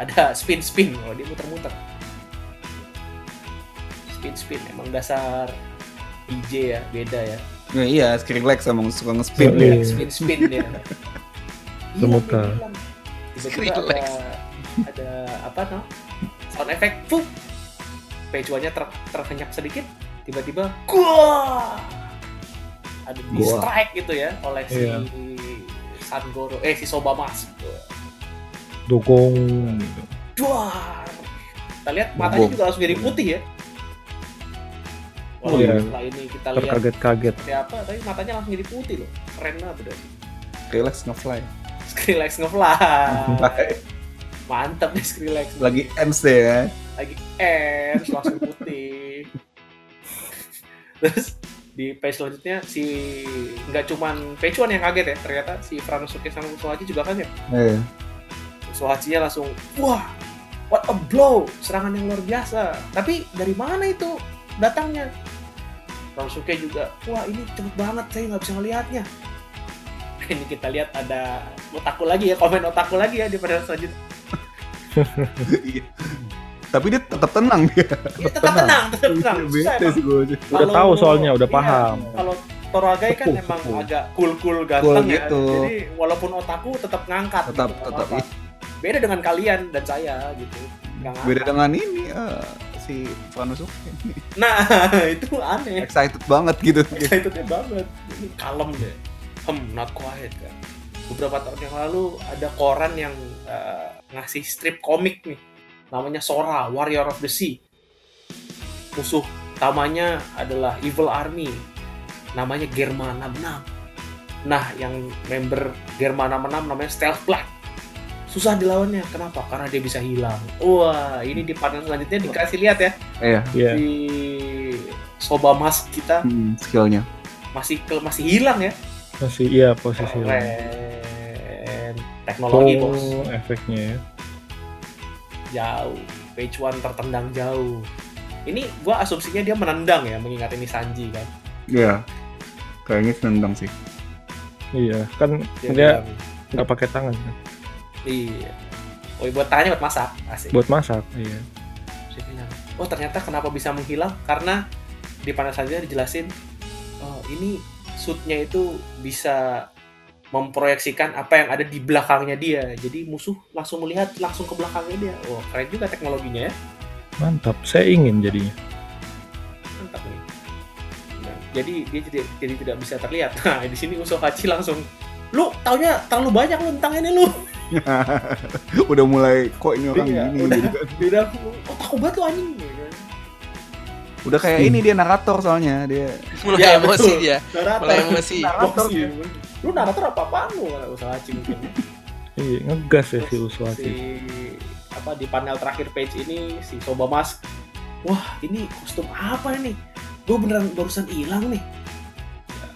[SPEAKER 5] Ada spin spin, oh, dia muter-muter. Spin spin emang dasar DJ ya beda ya.
[SPEAKER 1] Ya, iya, Skrillex emang suka nge-spin.
[SPEAKER 2] Iya.
[SPEAKER 1] dia.
[SPEAKER 5] Spin spin dia.
[SPEAKER 2] Muter.
[SPEAKER 5] Hilang, hilang. Tiba-tiba ada,
[SPEAKER 4] Skrillex.
[SPEAKER 5] ada apa no? Sound effect, pup. Pecuannya ter terkenyak sedikit, tiba-tiba gua ada di
[SPEAKER 1] Gua.
[SPEAKER 5] strike gitu ya oleh si
[SPEAKER 2] Iya.
[SPEAKER 5] Sangoro eh si Soba Mas.
[SPEAKER 2] Dukung. gitu.
[SPEAKER 5] Duar. Kita lihat
[SPEAKER 1] Bogong.
[SPEAKER 5] matanya juga langsung jadi putih ya.
[SPEAKER 2] Oh,
[SPEAKER 5] Walaupun
[SPEAKER 2] iya.
[SPEAKER 5] setelah ini kita lihat
[SPEAKER 2] Terkaget-kaget.
[SPEAKER 5] seperti apa, tapi matanya langsung jadi putih loh. Keren banget udah.
[SPEAKER 1] Skrillex nge-fly.
[SPEAKER 5] Skrillex ngefly. Mantap nih Skrillex.
[SPEAKER 1] Lagi ends deh ya.
[SPEAKER 5] lagi M langsung putih terus di page selanjutnya si nggak cuman page one yang kaget ya ternyata si Franosuke sama Usohachi juga kan ya
[SPEAKER 1] Eh,
[SPEAKER 5] Usohachinya langsung wah what a blow serangan yang luar biasa tapi dari mana itu datangnya Franosuke juga wah ini cepet banget saya nggak bisa ngelihatnya ini kita lihat ada otaku lagi ya komen otaku lagi ya di panel selanjutnya
[SPEAKER 1] iya. Tapi dia tetap tenang dia.
[SPEAKER 5] Ini Iya, tetap tenang tetap tenang Susah
[SPEAKER 1] Bete
[SPEAKER 5] emang.
[SPEAKER 1] Iya, sih gua aja.
[SPEAKER 2] Udah
[SPEAKER 5] Kalau-
[SPEAKER 2] tahu soalnya, udah
[SPEAKER 5] iya,
[SPEAKER 2] paham.
[SPEAKER 5] Kalau Toragai kan
[SPEAKER 1] Cool,
[SPEAKER 5] emang
[SPEAKER 1] cool.
[SPEAKER 5] agak cool-cool ganteng
[SPEAKER 1] Cool gitu.
[SPEAKER 5] ya. Jadi walaupun otaku tetap ngangkat.
[SPEAKER 1] Tetap,
[SPEAKER 5] gitu,
[SPEAKER 1] tetap. iya.
[SPEAKER 5] apa-apa. Beda dengan kalian dan saya gitu. Nggak ngangkat.
[SPEAKER 1] Beda dengan ini eh, si Franosuke.
[SPEAKER 5] Nah, itu aneh.
[SPEAKER 1] Excited banget gitu.
[SPEAKER 5] Excitednya banget. Ini kalem deh. Hmm, not quiet kan. Beberapa tahun yang lalu ada koran yang eh, ngasih strip komik nih namanya Sora, Warrior of the Sea. Musuh utamanya adalah Evil Army, namanya Germana 6. Nah, yang member Germana 6 namanya Stealth Black. Susah dilawannya, kenapa? Karena dia bisa hilang. Wah, ini di panel selanjutnya dikasih lihat ya
[SPEAKER 1] Iya.
[SPEAKER 2] Iya.
[SPEAKER 5] di Soba Mas kita
[SPEAKER 1] Hmm, skillnya.
[SPEAKER 5] masih ke- masih hilang ya.
[SPEAKER 2] Masih iya posisi hilang.
[SPEAKER 5] Keren. Teknologi bos
[SPEAKER 2] Oh, efeknya ya.
[SPEAKER 5] jauh. Page one tertendang jauh. Ini gua asumsinya dia menendang ya mengingat ini Sanji kan.
[SPEAKER 1] Iya. Kayaknya senendang sih.
[SPEAKER 2] Iya, kan
[SPEAKER 5] Dia
[SPEAKER 2] dia
[SPEAKER 5] bilang,
[SPEAKER 2] nggak pakai tangan kan.
[SPEAKER 5] iya. Oh, buat tanya buat masak. Asik.
[SPEAKER 2] Buat masak, iya.
[SPEAKER 5] Dia bilang, oh ternyata kenapa bisa menghilang karena di panel saja dijelasin oh ini suitnya itu bisa memproyeksikan apa yang ada di belakangnya dia jadi musuh langsung melihat langsung ke belakangnya dia wah keren juga teknologinya ya
[SPEAKER 2] Mantap. Saya ingin jadinya.
[SPEAKER 5] mantap nih Nah, jadi dia jadi, jadi tidak bisa terlihat nah di sini Usohachi langsung lu taunya terlalu banyak lu tentang ini lu
[SPEAKER 1] udah mulai kok ini orang
[SPEAKER 5] Iya,
[SPEAKER 1] gini
[SPEAKER 5] udah.
[SPEAKER 1] gitu kan.
[SPEAKER 5] dia udah otak obat lu anjing Gitu kan.
[SPEAKER 1] Udah kayak ini dia narator soalnya dia.
[SPEAKER 4] mulai
[SPEAKER 5] Ya,
[SPEAKER 4] emosi
[SPEAKER 5] betul.
[SPEAKER 4] dia
[SPEAKER 5] narator
[SPEAKER 4] mulai emosi
[SPEAKER 5] narator lu narator apa apaan lu Usohachi mungkin
[SPEAKER 2] Iya, ngegas ya
[SPEAKER 5] Terus
[SPEAKER 2] si Uswati.
[SPEAKER 5] si- apa di panel terakhir page ini si Soba Mask. Wah, ini kostum apa ini? Gue beneran barusan hilang nih. Ya.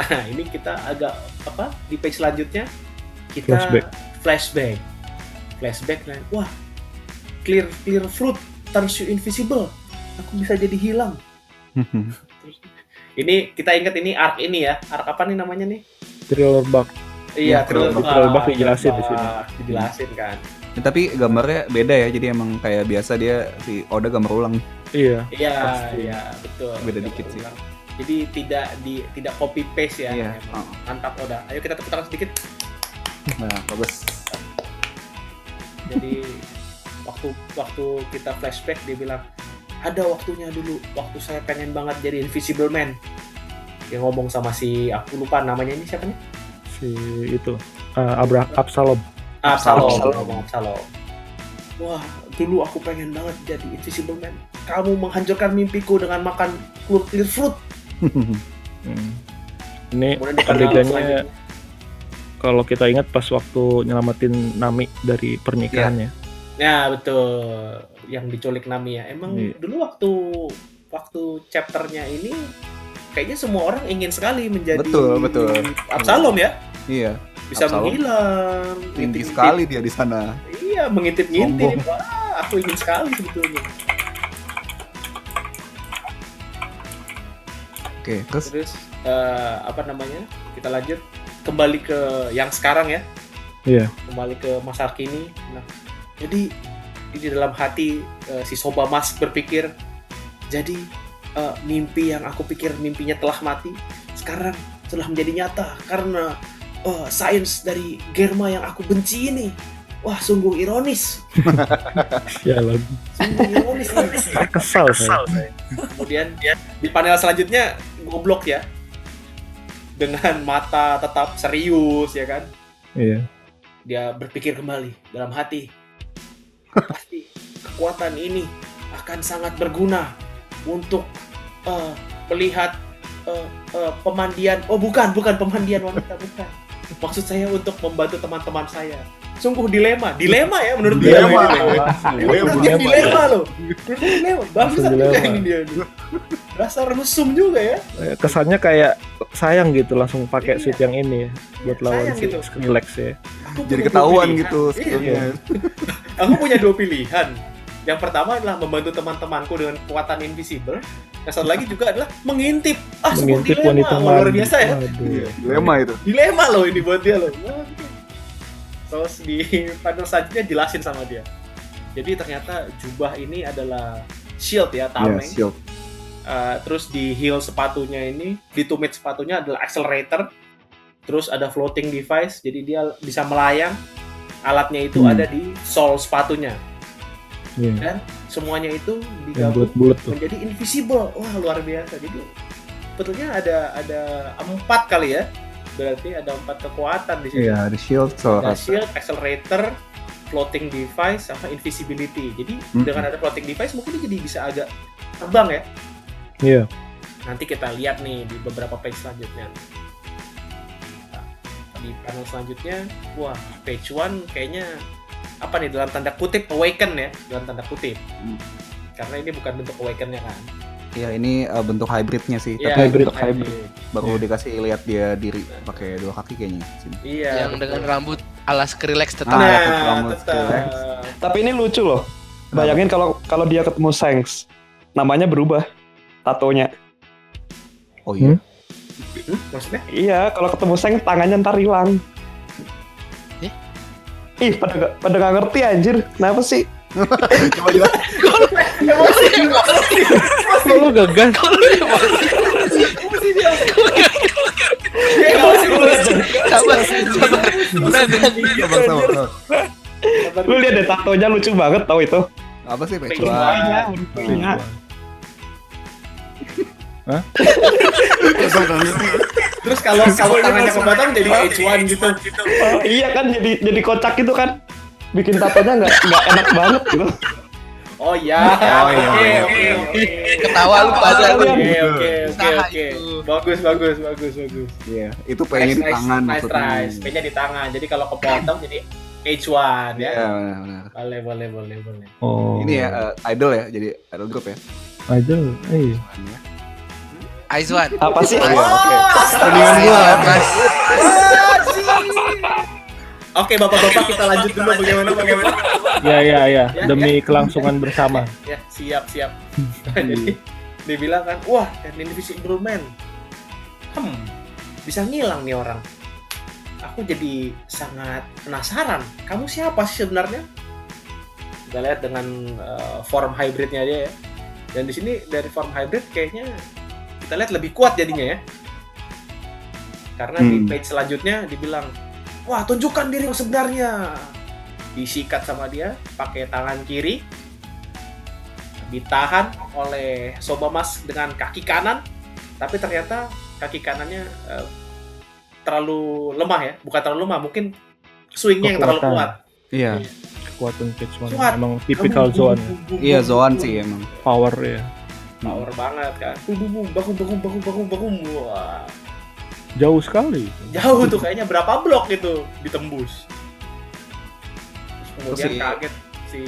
[SPEAKER 5] Nah, ini kita agak apa di page selanjutnya kita
[SPEAKER 2] Flashback.
[SPEAKER 5] flashback. Flashback nah, wah. Clear clear fruit turns you invisible. Aku bisa jadi hilang. Terus, ini kita ingat ini arc ini ya. Arc apa nih namanya nih?
[SPEAKER 2] Thriller bug.
[SPEAKER 5] Iya,
[SPEAKER 1] Thriller
[SPEAKER 5] Thriller
[SPEAKER 2] Bug. Thriller Bug
[SPEAKER 5] Bug.
[SPEAKER 2] dijelasin di sini.
[SPEAKER 5] Dijelasin kan.
[SPEAKER 1] Ya, tapi gambarnya beda ya, jadi emang kayak biasa dia si Oda gambar ulang.
[SPEAKER 2] Iya,
[SPEAKER 5] Iya,
[SPEAKER 2] Pasti.
[SPEAKER 5] iya, betul.
[SPEAKER 1] Beda
[SPEAKER 5] Betul,
[SPEAKER 1] dikit sih.
[SPEAKER 5] ulang. Jadi tidak di tidak copy paste ya.
[SPEAKER 1] Iya.
[SPEAKER 5] emang. Mantap Oda. Ayo kita tepuk tangan sedikit.
[SPEAKER 1] Nah, bagus.
[SPEAKER 5] Jadi waktu waktu kita flashback dia bilang ada waktunya dulu waktu saya pengen banget jadi invisible man. Dia ngomong sama si aku lupa namanya ini siapa nih?
[SPEAKER 2] si itu. Ah, Abra Absalom.
[SPEAKER 5] Ah, Absalom.
[SPEAKER 1] Absalom.
[SPEAKER 5] Ngomong Absalom. Wah, dulu aku pengen banget jadi invisible man. Kamu menghancurkan mimpiku dengan makan clear fruit.
[SPEAKER 1] Iya,
[SPEAKER 2] Hmm.
[SPEAKER 1] Eh,
[SPEAKER 2] Ini
[SPEAKER 5] Kemudian di panel
[SPEAKER 2] adegannya
[SPEAKER 5] selanjutnya,
[SPEAKER 2] kalau kita ingat pas waktu nyelamatin Nami dari pernikahannya.
[SPEAKER 5] Ya betul, yang diculik Nami ya. Emang
[SPEAKER 2] Iya.
[SPEAKER 5] dulu waktu waktu chapternya ini kayaknya semua orang ingin sekali menjadi
[SPEAKER 1] Betul, betul.
[SPEAKER 5] Absalom ya,
[SPEAKER 1] Iya,
[SPEAKER 5] bisa
[SPEAKER 1] Absalom.
[SPEAKER 5] menghilang,
[SPEAKER 1] tinggi
[SPEAKER 5] ngintip-ngintip.
[SPEAKER 1] sekali dia di sana.
[SPEAKER 5] Iya, mengintip-ngintip.
[SPEAKER 1] Sombong.
[SPEAKER 5] Wah, aku ingin sekali sebetulnya.
[SPEAKER 1] Oke, terus
[SPEAKER 5] Terus eh, apa namanya? Kita lanjut kembali ke yang sekarang ya.
[SPEAKER 2] Iya.
[SPEAKER 5] Kembali ke masa kini. Nah, jadi di dalam hati eh, si Soba Mas berpikir, jadi eh, mimpi yang aku pikir mimpinya telah mati, sekarang telah menjadi nyata karena eh, sains dari Germa yang aku benci ini. Wah, sungguh ironis.
[SPEAKER 2] Ya, lagi.
[SPEAKER 5] Sungguh ironis. ironis.
[SPEAKER 2] Saya kesal saya.
[SPEAKER 5] Kemudian di panel selanjutnya goblok ya. Dengan mata tetap serius ya kan.
[SPEAKER 2] Iya.
[SPEAKER 5] Dia berpikir kembali dalam hati. Pasti kekuatan ini akan sangat berguna untuk eh, melihat eh, eh, pemandian. Oh bukan, bukan pemandian wanita, bukan. Maksud saya untuk membantu teman-teman saya. Sungguh dilema, dilema ya menurut dia.
[SPEAKER 2] Dilema.
[SPEAKER 5] Ini
[SPEAKER 1] Iya,
[SPEAKER 5] dilema,
[SPEAKER 2] Dilema.
[SPEAKER 5] dilema loh. Dia dilema. Bangsat
[SPEAKER 2] Langsung
[SPEAKER 5] juga
[SPEAKER 2] dilema.
[SPEAKER 5] ini dia. gitu. Dasar mesum juga ya.
[SPEAKER 2] Eh, kesannya kayak sayang gitu langsung pakai
[SPEAKER 5] Iya.
[SPEAKER 2] suit yang ini ya, buat lawan
[SPEAKER 5] Sayang
[SPEAKER 2] si
[SPEAKER 5] gitu.
[SPEAKER 2] Skrillex ya.
[SPEAKER 5] Aku
[SPEAKER 1] jadi
[SPEAKER 5] punya
[SPEAKER 1] ketahuan
[SPEAKER 5] dua
[SPEAKER 1] gitu
[SPEAKER 5] pilihan.
[SPEAKER 1] skillnya.
[SPEAKER 5] Iya, aku punya dua pilihan. Yang pertama adalah membantu teman-temanku dengan kekuatan invisible. Yang satu lagi juga adalah mengintip. Ah,
[SPEAKER 2] Mengintip
[SPEAKER 5] sebuah dilema.
[SPEAKER 2] wanita
[SPEAKER 5] Wah, luar
[SPEAKER 2] mandi.
[SPEAKER 5] biasa ya.
[SPEAKER 2] Waduh.
[SPEAKER 1] Iya, dilema itu.
[SPEAKER 5] Dilema loh ini buat dia loh. Wah, oke. Terus di panel selanjutnya jelasin sama dia. Jadi ternyata jubah ini adalah shield ya, tameng.
[SPEAKER 1] Iya, shield.
[SPEAKER 5] Uh, terus di heel sepatunya ini, di tumit sepatunya adalah accelerator. Terus ada floating device, jadi dia bisa melayang. Alatnya itu
[SPEAKER 2] Hmm.
[SPEAKER 5] ada di sole sepatunya.
[SPEAKER 2] Iya.
[SPEAKER 5] Semuanya itu
[SPEAKER 2] Yang
[SPEAKER 5] digabung
[SPEAKER 2] bulat-bulat tuh.
[SPEAKER 5] menjadi invisible. Wah, luar biasa. Jadi betulnya ada ada empat kali ya. Berarti ada empat kekuatan di sini.
[SPEAKER 1] Iya, ada shield, soal
[SPEAKER 5] Ada shield, accelerator, floating device sama invisibility. Jadi
[SPEAKER 2] Hmm.
[SPEAKER 1] Mm-mm.
[SPEAKER 5] dengan ada floating device mungkin dia jadi bisa agak terbang ya.
[SPEAKER 2] Iya.
[SPEAKER 5] Nanti kita lihat nih di beberapa page selanjutnya. Nah, Di panel selanjutnya, wah page one kayaknya apa nih dalam tanda kutip awaken ya, dalam tanda kutip.
[SPEAKER 2] Hmm.
[SPEAKER 1] Mm.
[SPEAKER 5] Karena ini bukan bentuk awakennya kan.
[SPEAKER 1] Ya ini eh, bentuk hybridnya sih,
[SPEAKER 5] Iya,
[SPEAKER 1] tapi
[SPEAKER 2] hybrid,
[SPEAKER 5] bentuk
[SPEAKER 2] hybrid.
[SPEAKER 1] baru dikasih lihat dia diri pakai dua kaki kayaknya. Sini.
[SPEAKER 5] Iya.
[SPEAKER 4] yang
[SPEAKER 5] betul.
[SPEAKER 4] dengan rambut alas krillex tetap
[SPEAKER 1] Ah,
[SPEAKER 5] Nah,
[SPEAKER 1] ya, Kutramu,
[SPEAKER 5] tetap.
[SPEAKER 3] Tapi ini lucu loh. Bayangin kalau kalau dia ketemu Sengs, namanya berubah tatonya.
[SPEAKER 1] Oh iya.
[SPEAKER 5] Hmm, maksudnya?
[SPEAKER 3] Iya, kalau ketemu Sengs tangannya ntar hilang.
[SPEAKER 4] Eh?
[SPEAKER 3] Ih, pada nggak- pada nggak ngerti anjir. Kenapa sih?
[SPEAKER 1] Coba jelas.
[SPEAKER 5] Emosi, emosi.
[SPEAKER 2] Kalau gagal.
[SPEAKER 5] Emosi, emosi.
[SPEAKER 4] sabar sabar
[SPEAKER 1] Sabar, sabar, sabar.
[SPEAKER 3] Lu lihat deh tatonya lucu banget tau itu.
[SPEAKER 1] Apa sih
[SPEAKER 5] Pengen
[SPEAKER 1] pecuan?
[SPEAKER 3] Iya, lucunya.
[SPEAKER 5] Terus kalau kalau tangannya kepotong jadi H1 gitu.
[SPEAKER 3] Iya kan jadi jadi kocak gitu kan. Bikin tatonya nggak nggak enak banget gitu.
[SPEAKER 5] Oh ya.
[SPEAKER 1] Oh, iya,
[SPEAKER 5] Oke,
[SPEAKER 1] iya.
[SPEAKER 5] oke, oke.
[SPEAKER 4] ketawa lu pasar
[SPEAKER 3] Ketawa
[SPEAKER 5] Oke,
[SPEAKER 3] lu.
[SPEAKER 5] oke, oke,
[SPEAKER 4] Usaha
[SPEAKER 5] oke.
[SPEAKER 4] itu.
[SPEAKER 5] Bagus, bagus, bagus, bagus.
[SPEAKER 1] Iya, itu pengen di
[SPEAKER 5] Nice, nice,
[SPEAKER 1] tangan
[SPEAKER 5] nice
[SPEAKER 1] maksudnya.
[SPEAKER 5] try. P-nya di tangan. Jadi kalau kepotong jadi H1 ya.
[SPEAKER 1] Iya, benar, benar.
[SPEAKER 5] Boleh, boleh, boleh, boleh.
[SPEAKER 2] Oh.
[SPEAKER 1] Ini ya eh, idol ya, jadi idol group ya.
[SPEAKER 2] Idol. Eh.
[SPEAKER 4] Aizwan
[SPEAKER 3] Apa sih?
[SPEAKER 1] Iya, oke.
[SPEAKER 4] Aizwan, Mas.
[SPEAKER 5] Oke, bapak-bapak kita lanjut dulu bagaimana bagaimana.
[SPEAKER 2] Ya ya ya.
[SPEAKER 5] Ya,
[SPEAKER 2] Demi kelangsungan bersama.
[SPEAKER 5] ya siap siap jadi dibilang kan wah dan divisi improvement hmm bisa ngilang nih orang aku jadi sangat penasaran kamu siapa sih sebenarnya kita lihat dengan eh, form hybridnya aja ya dan di sini dari form hybrid kayaknya kita lihat lebih kuat jadinya ya karena di
[SPEAKER 1] Hmm.
[SPEAKER 5] page selanjutnya dibilang wah tunjukkan diri yang sebenarnya disikat sama dia pakai tangan kiri ditahan oleh Soba Mas dengan kaki kanan tapi ternyata kaki kanannya eh, terlalu lemah ya bukan terlalu lemah mungkin swingnya yang terlalu
[SPEAKER 2] Kekuatan.
[SPEAKER 5] kuat
[SPEAKER 1] Iya,
[SPEAKER 2] Kekuatan pitch one.
[SPEAKER 5] Kuat.
[SPEAKER 2] Emang tipikal
[SPEAKER 5] Kamu bung,
[SPEAKER 2] zone.
[SPEAKER 5] bung, bung,
[SPEAKER 1] iya
[SPEAKER 5] bung,
[SPEAKER 1] Zoan
[SPEAKER 5] bung,
[SPEAKER 1] sih emang.
[SPEAKER 2] Power ya.
[SPEAKER 5] bung. power banget kan bum bum bum bakum bakum bakum bakum bakum Wah,
[SPEAKER 2] Jauh sekali.
[SPEAKER 5] jauh tuh kayaknya berapa blok gitu ditembus Terus kemudian
[SPEAKER 1] Terus si-
[SPEAKER 5] kaget si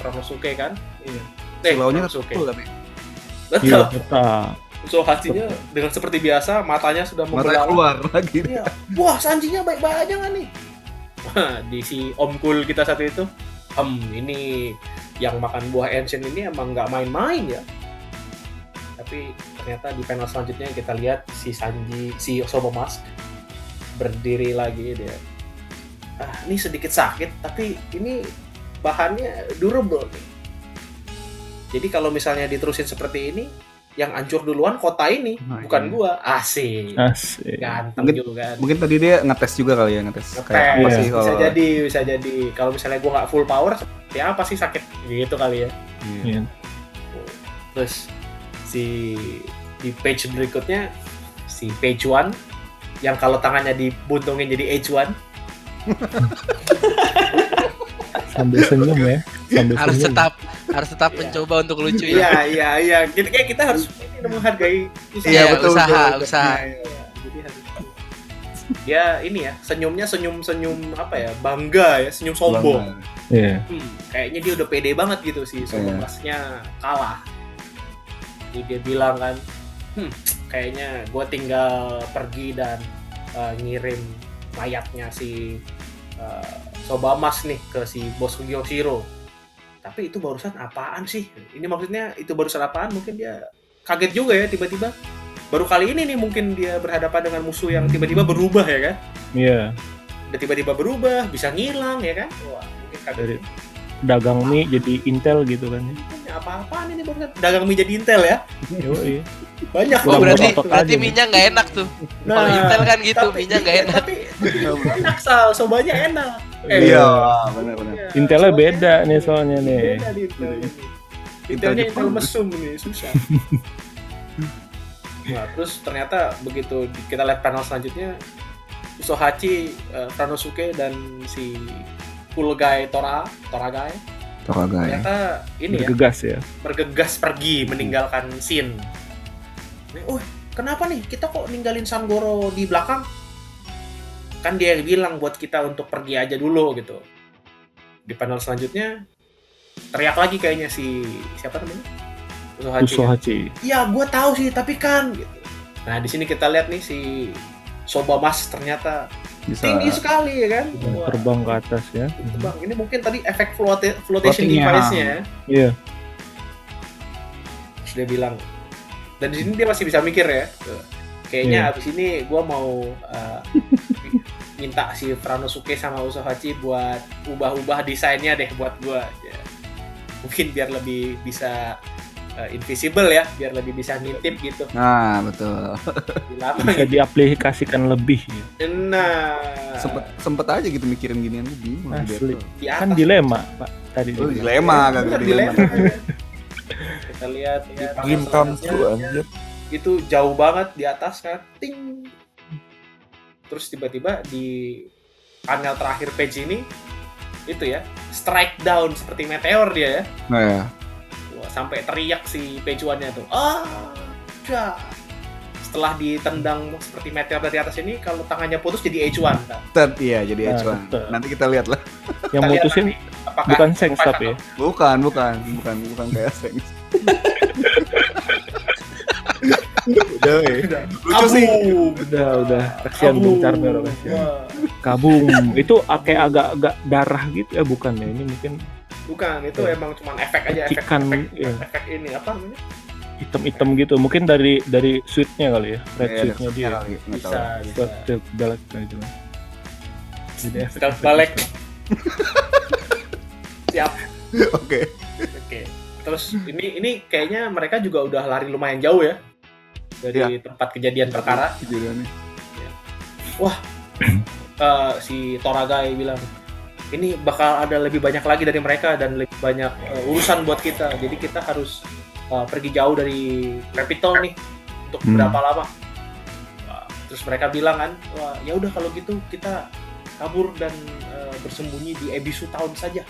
[SPEAKER 5] Framosuke kan iya
[SPEAKER 1] Silaunya
[SPEAKER 5] Framosuke.
[SPEAKER 1] tertutup tapi
[SPEAKER 5] betul
[SPEAKER 2] Iya, kita.
[SPEAKER 5] so hatinya dengan seperti biasa matanya sudah
[SPEAKER 1] matanya
[SPEAKER 5] membelalak
[SPEAKER 1] keluar lagi.
[SPEAKER 5] Iya. Wah, sanjinya baik-baik aja nggak nih? Wah, di si Om Kul kita satu itu, em ini yang makan buah ancient ini emang nggak main-main ya. Tapi ternyata di panel selanjutnya kita lihat si Sanji, si Sobo Mask berdiri lagi dia. Ah, ini sedikit sakit, tapi ini bahannya durable nih. Jadi kalau misalnya diterusin seperti ini, yang hancur duluan kota ini,
[SPEAKER 1] Nah,
[SPEAKER 5] bukan
[SPEAKER 1] iya.
[SPEAKER 5] gua. Asik
[SPEAKER 2] Asik.
[SPEAKER 5] ganteng
[SPEAKER 1] Mungkin-
[SPEAKER 5] juga kan.
[SPEAKER 1] Mungkin tadi dia ngetes juga kali ya ngetes.
[SPEAKER 5] Ngetes,
[SPEAKER 1] Kayak apa
[SPEAKER 2] Iya.
[SPEAKER 1] sih
[SPEAKER 5] bisa
[SPEAKER 1] kalau
[SPEAKER 5] jadi bisa jadi kalau misalnya gua nggak full power seperti apa sih sakit gitu kali ya
[SPEAKER 1] Iya.
[SPEAKER 2] Iya.
[SPEAKER 5] terus si di page berikutnya si page one yang kalau tangannya dibuntungin jadi H1
[SPEAKER 2] Sambil senyum ya. Sambil
[SPEAKER 4] harus
[SPEAKER 2] senyum.
[SPEAKER 4] tetap harus tetap
[SPEAKER 5] Iya.
[SPEAKER 4] mencoba untuk lucu ya
[SPEAKER 5] iya iya iya kita kayak kita harus ini dong, menghargai usaha.
[SPEAKER 4] Iya, usaha, usaha.
[SPEAKER 5] Iya, iya. jadi harus dia ini ya senyumnya senyum senyum apa ya bangga ya senyum sombong
[SPEAKER 1] Bangga.
[SPEAKER 2] Iya.
[SPEAKER 5] Hmm, kayaknya dia udah pede banget gitu sih
[SPEAKER 1] Iya.
[SPEAKER 5] Sobomasnya kalah jadi dia bilang kan hmm, kayaknya gue tinggal pergi dan eh, ngirim mayatnya si eh, Sobamas nih ke si bos Kyoshiro tapi itu barusan apaan sih ini maksudnya itu barusan apaan mungkin dia kaget juga ya tiba-tiba baru kali ini nih mungkin dia berhadapan dengan musuh yang tiba-tiba berubah ya kan
[SPEAKER 2] Iya.
[SPEAKER 5] udah tiba-tiba berubah bisa ngilang ya kan wah mungkin kaget
[SPEAKER 2] Dari- Dagang mie jadi intel gitu kan. ya.
[SPEAKER 5] Ini apa-apaan ini barusan dagang mie jadi intel ya
[SPEAKER 2] Yoi.
[SPEAKER 5] banyak
[SPEAKER 4] oh,
[SPEAKER 5] Nah,
[SPEAKER 2] Kurang
[SPEAKER 4] berarti
[SPEAKER 2] botak
[SPEAKER 4] berarti
[SPEAKER 2] aja.
[SPEAKER 4] minyak nggak enak tuh kalau intel kan gitu minyak nggak enak
[SPEAKER 5] tapi enak sal sobanya enak
[SPEAKER 1] Iya, benar-benar.
[SPEAKER 5] Iya,
[SPEAKER 2] Intelnya
[SPEAKER 5] sobanya
[SPEAKER 2] beda
[SPEAKER 5] enak.
[SPEAKER 2] nih soalnya nih.
[SPEAKER 5] beda di intel ini.
[SPEAKER 1] Intel
[SPEAKER 5] intelnya
[SPEAKER 1] Jepang.
[SPEAKER 5] intel mesum nih susah nah terus ternyata begitu di- kita lihat panel selanjutnya Usohachi, eh, Ranosuke dan si cool guy Tora, Tora guy,
[SPEAKER 1] Toragai.
[SPEAKER 5] ternyata ini ya,
[SPEAKER 2] Bergegas ya.
[SPEAKER 5] bergegas pergi meninggalkan Shin. Nih, uh, kenapa nih kita kok ninggalin Sangoro di belakang? Kan dia yang bilang buat kita untuk pergi aja dulu gitu. Di panel selanjutnya teriak lagi kayaknya si siapa namanya? Usohachi. ya?
[SPEAKER 2] Usohachi.
[SPEAKER 5] ya gue tahu sih tapi kan gitu nah di sini kita lihat nih si Soba Mas ternyata
[SPEAKER 1] Bisa
[SPEAKER 5] tinggi sekali ya kan Wah,
[SPEAKER 2] Terbang ke atas ya.
[SPEAKER 5] terbang. ini mungkin tadi efek float- flotation
[SPEAKER 1] Floatingnya.
[SPEAKER 5] device-nya ya.
[SPEAKER 2] Iya.
[SPEAKER 5] terus dia bilang dan di sini dia masih bisa mikir ya Tuh. kayaknya
[SPEAKER 2] Iya.
[SPEAKER 5] abis ini gue mau uh, minta si Franosuke sama Usohachi buat ubah-ubah desainnya deh buat gue mungkin biar lebih bisa uh, invisible ya biar lebih bisa nitip gitu
[SPEAKER 1] Nah, betul.
[SPEAKER 5] di lama
[SPEAKER 2] Bisa diaplikasikan lebih. Ya.
[SPEAKER 5] Nah,
[SPEAKER 1] Sempet, sempet aja gitu mikirin ginian gue bingung di
[SPEAKER 2] Asli.
[SPEAKER 1] Battle.
[SPEAKER 5] di
[SPEAKER 2] Kan dilema, Pak. Tadi
[SPEAKER 1] Lu
[SPEAKER 5] Oh, iya.
[SPEAKER 2] dibilang.
[SPEAKER 1] dilema
[SPEAKER 5] Bener,
[SPEAKER 1] gak ada
[SPEAKER 5] dilema.
[SPEAKER 1] dilema.
[SPEAKER 5] Kita lihat, lihat
[SPEAKER 6] Dream
[SPEAKER 5] Nah,
[SPEAKER 6] come
[SPEAKER 5] selanjutnya
[SPEAKER 6] true anjir.
[SPEAKER 5] Itu jauh banget di atas kan, ting. Terus tiba-tiba di panel terakhir page ini itu ya strike down seperti meteor dia ya.
[SPEAKER 1] Nah, ya.
[SPEAKER 5] Wah, sampai teriak si page one-nya tuh. Ah, jah. Setelah ditendang seperti meteor dari atas ini, kalau tangannya putus jadi H1. Nah,
[SPEAKER 1] Tet, iya jadi
[SPEAKER 2] Nah,
[SPEAKER 1] acuan.
[SPEAKER 2] tetep.
[SPEAKER 1] Nanti kita lihat lah.
[SPEAKER 2] Yang
[SPEAKER 5] kita lihat
[SPEAKER 2] mutusin
[SPEAKER 5] nanti apakah
[SPEAKER 2] bukan Sengs
[SPEAKER 5] five
[SPEAKER 2] tapi ya.
[SPEAKER 1] Bukan, bukan, bukan, bukan kayak seng. Udah, ya. Lucu sih.
[SPEAKER 5] Kabum.
[SPEAKER 2] Udah, udah. Kasihan Bung Charmer, kasihan.
[SPEAKER 5] Wah.
[SPEAKER 2] Kabum. Itu kayak agak-agak darah gitu ya bukan ya. Ini mungkin
[SPEAKER 5] Bukan, itu
[SPEAKER 2] Ya.
[SPEAKER 5] emang cuman efek aja, efek,
[SPEAKER 2] Petikan,
[SPEAKER 5] efek,
[SPEAKER 2] ya.
[SPEAKER 5] efek ini apa namanya?
[SPEAKER 2] hitam-hitam gitu. Mungkin dari dari suitnya kali ya. Red
[SPEAKER 1] Iya,
[SPEAKER 2] suitnya dia.
[SPEAKER 1] kali, nggak tahu.
[SPEAKER 5] Bisa, bisa.
[SPEAKER 2] Balik, balik, gitu. Jadi efek-
[SPEAKER 5] Kita balik. Siap.
[SPEAKER 1] Oke.
[SPEAKER 5] Oke. Terus ini ini kayaknya mereka juga udah lari lumayan jauh ya dari
[SPEAKER 1] Ya.
[SPEAKER 2] Iya.
[SPEAKER 5] tempat kejadian perkara.
[SPEAKER 1] Kejadiannya.
[SPEAKER 5] Eh, si Toragai bilang ini bakal ada lebih banyak lagi dari mereka dan lebih banyak eh, urusan buat kita. Jadi kita harus eh, pergi jauh dari capital nih untuk
[SPEAKER 1] Hmm.
[SPEAKER 5] berapa lama? Wah, Terus mereka bilang kan, wah ya udah kalau gitu kita kabur dan eh, bersembunyi di Ebisu Town saja.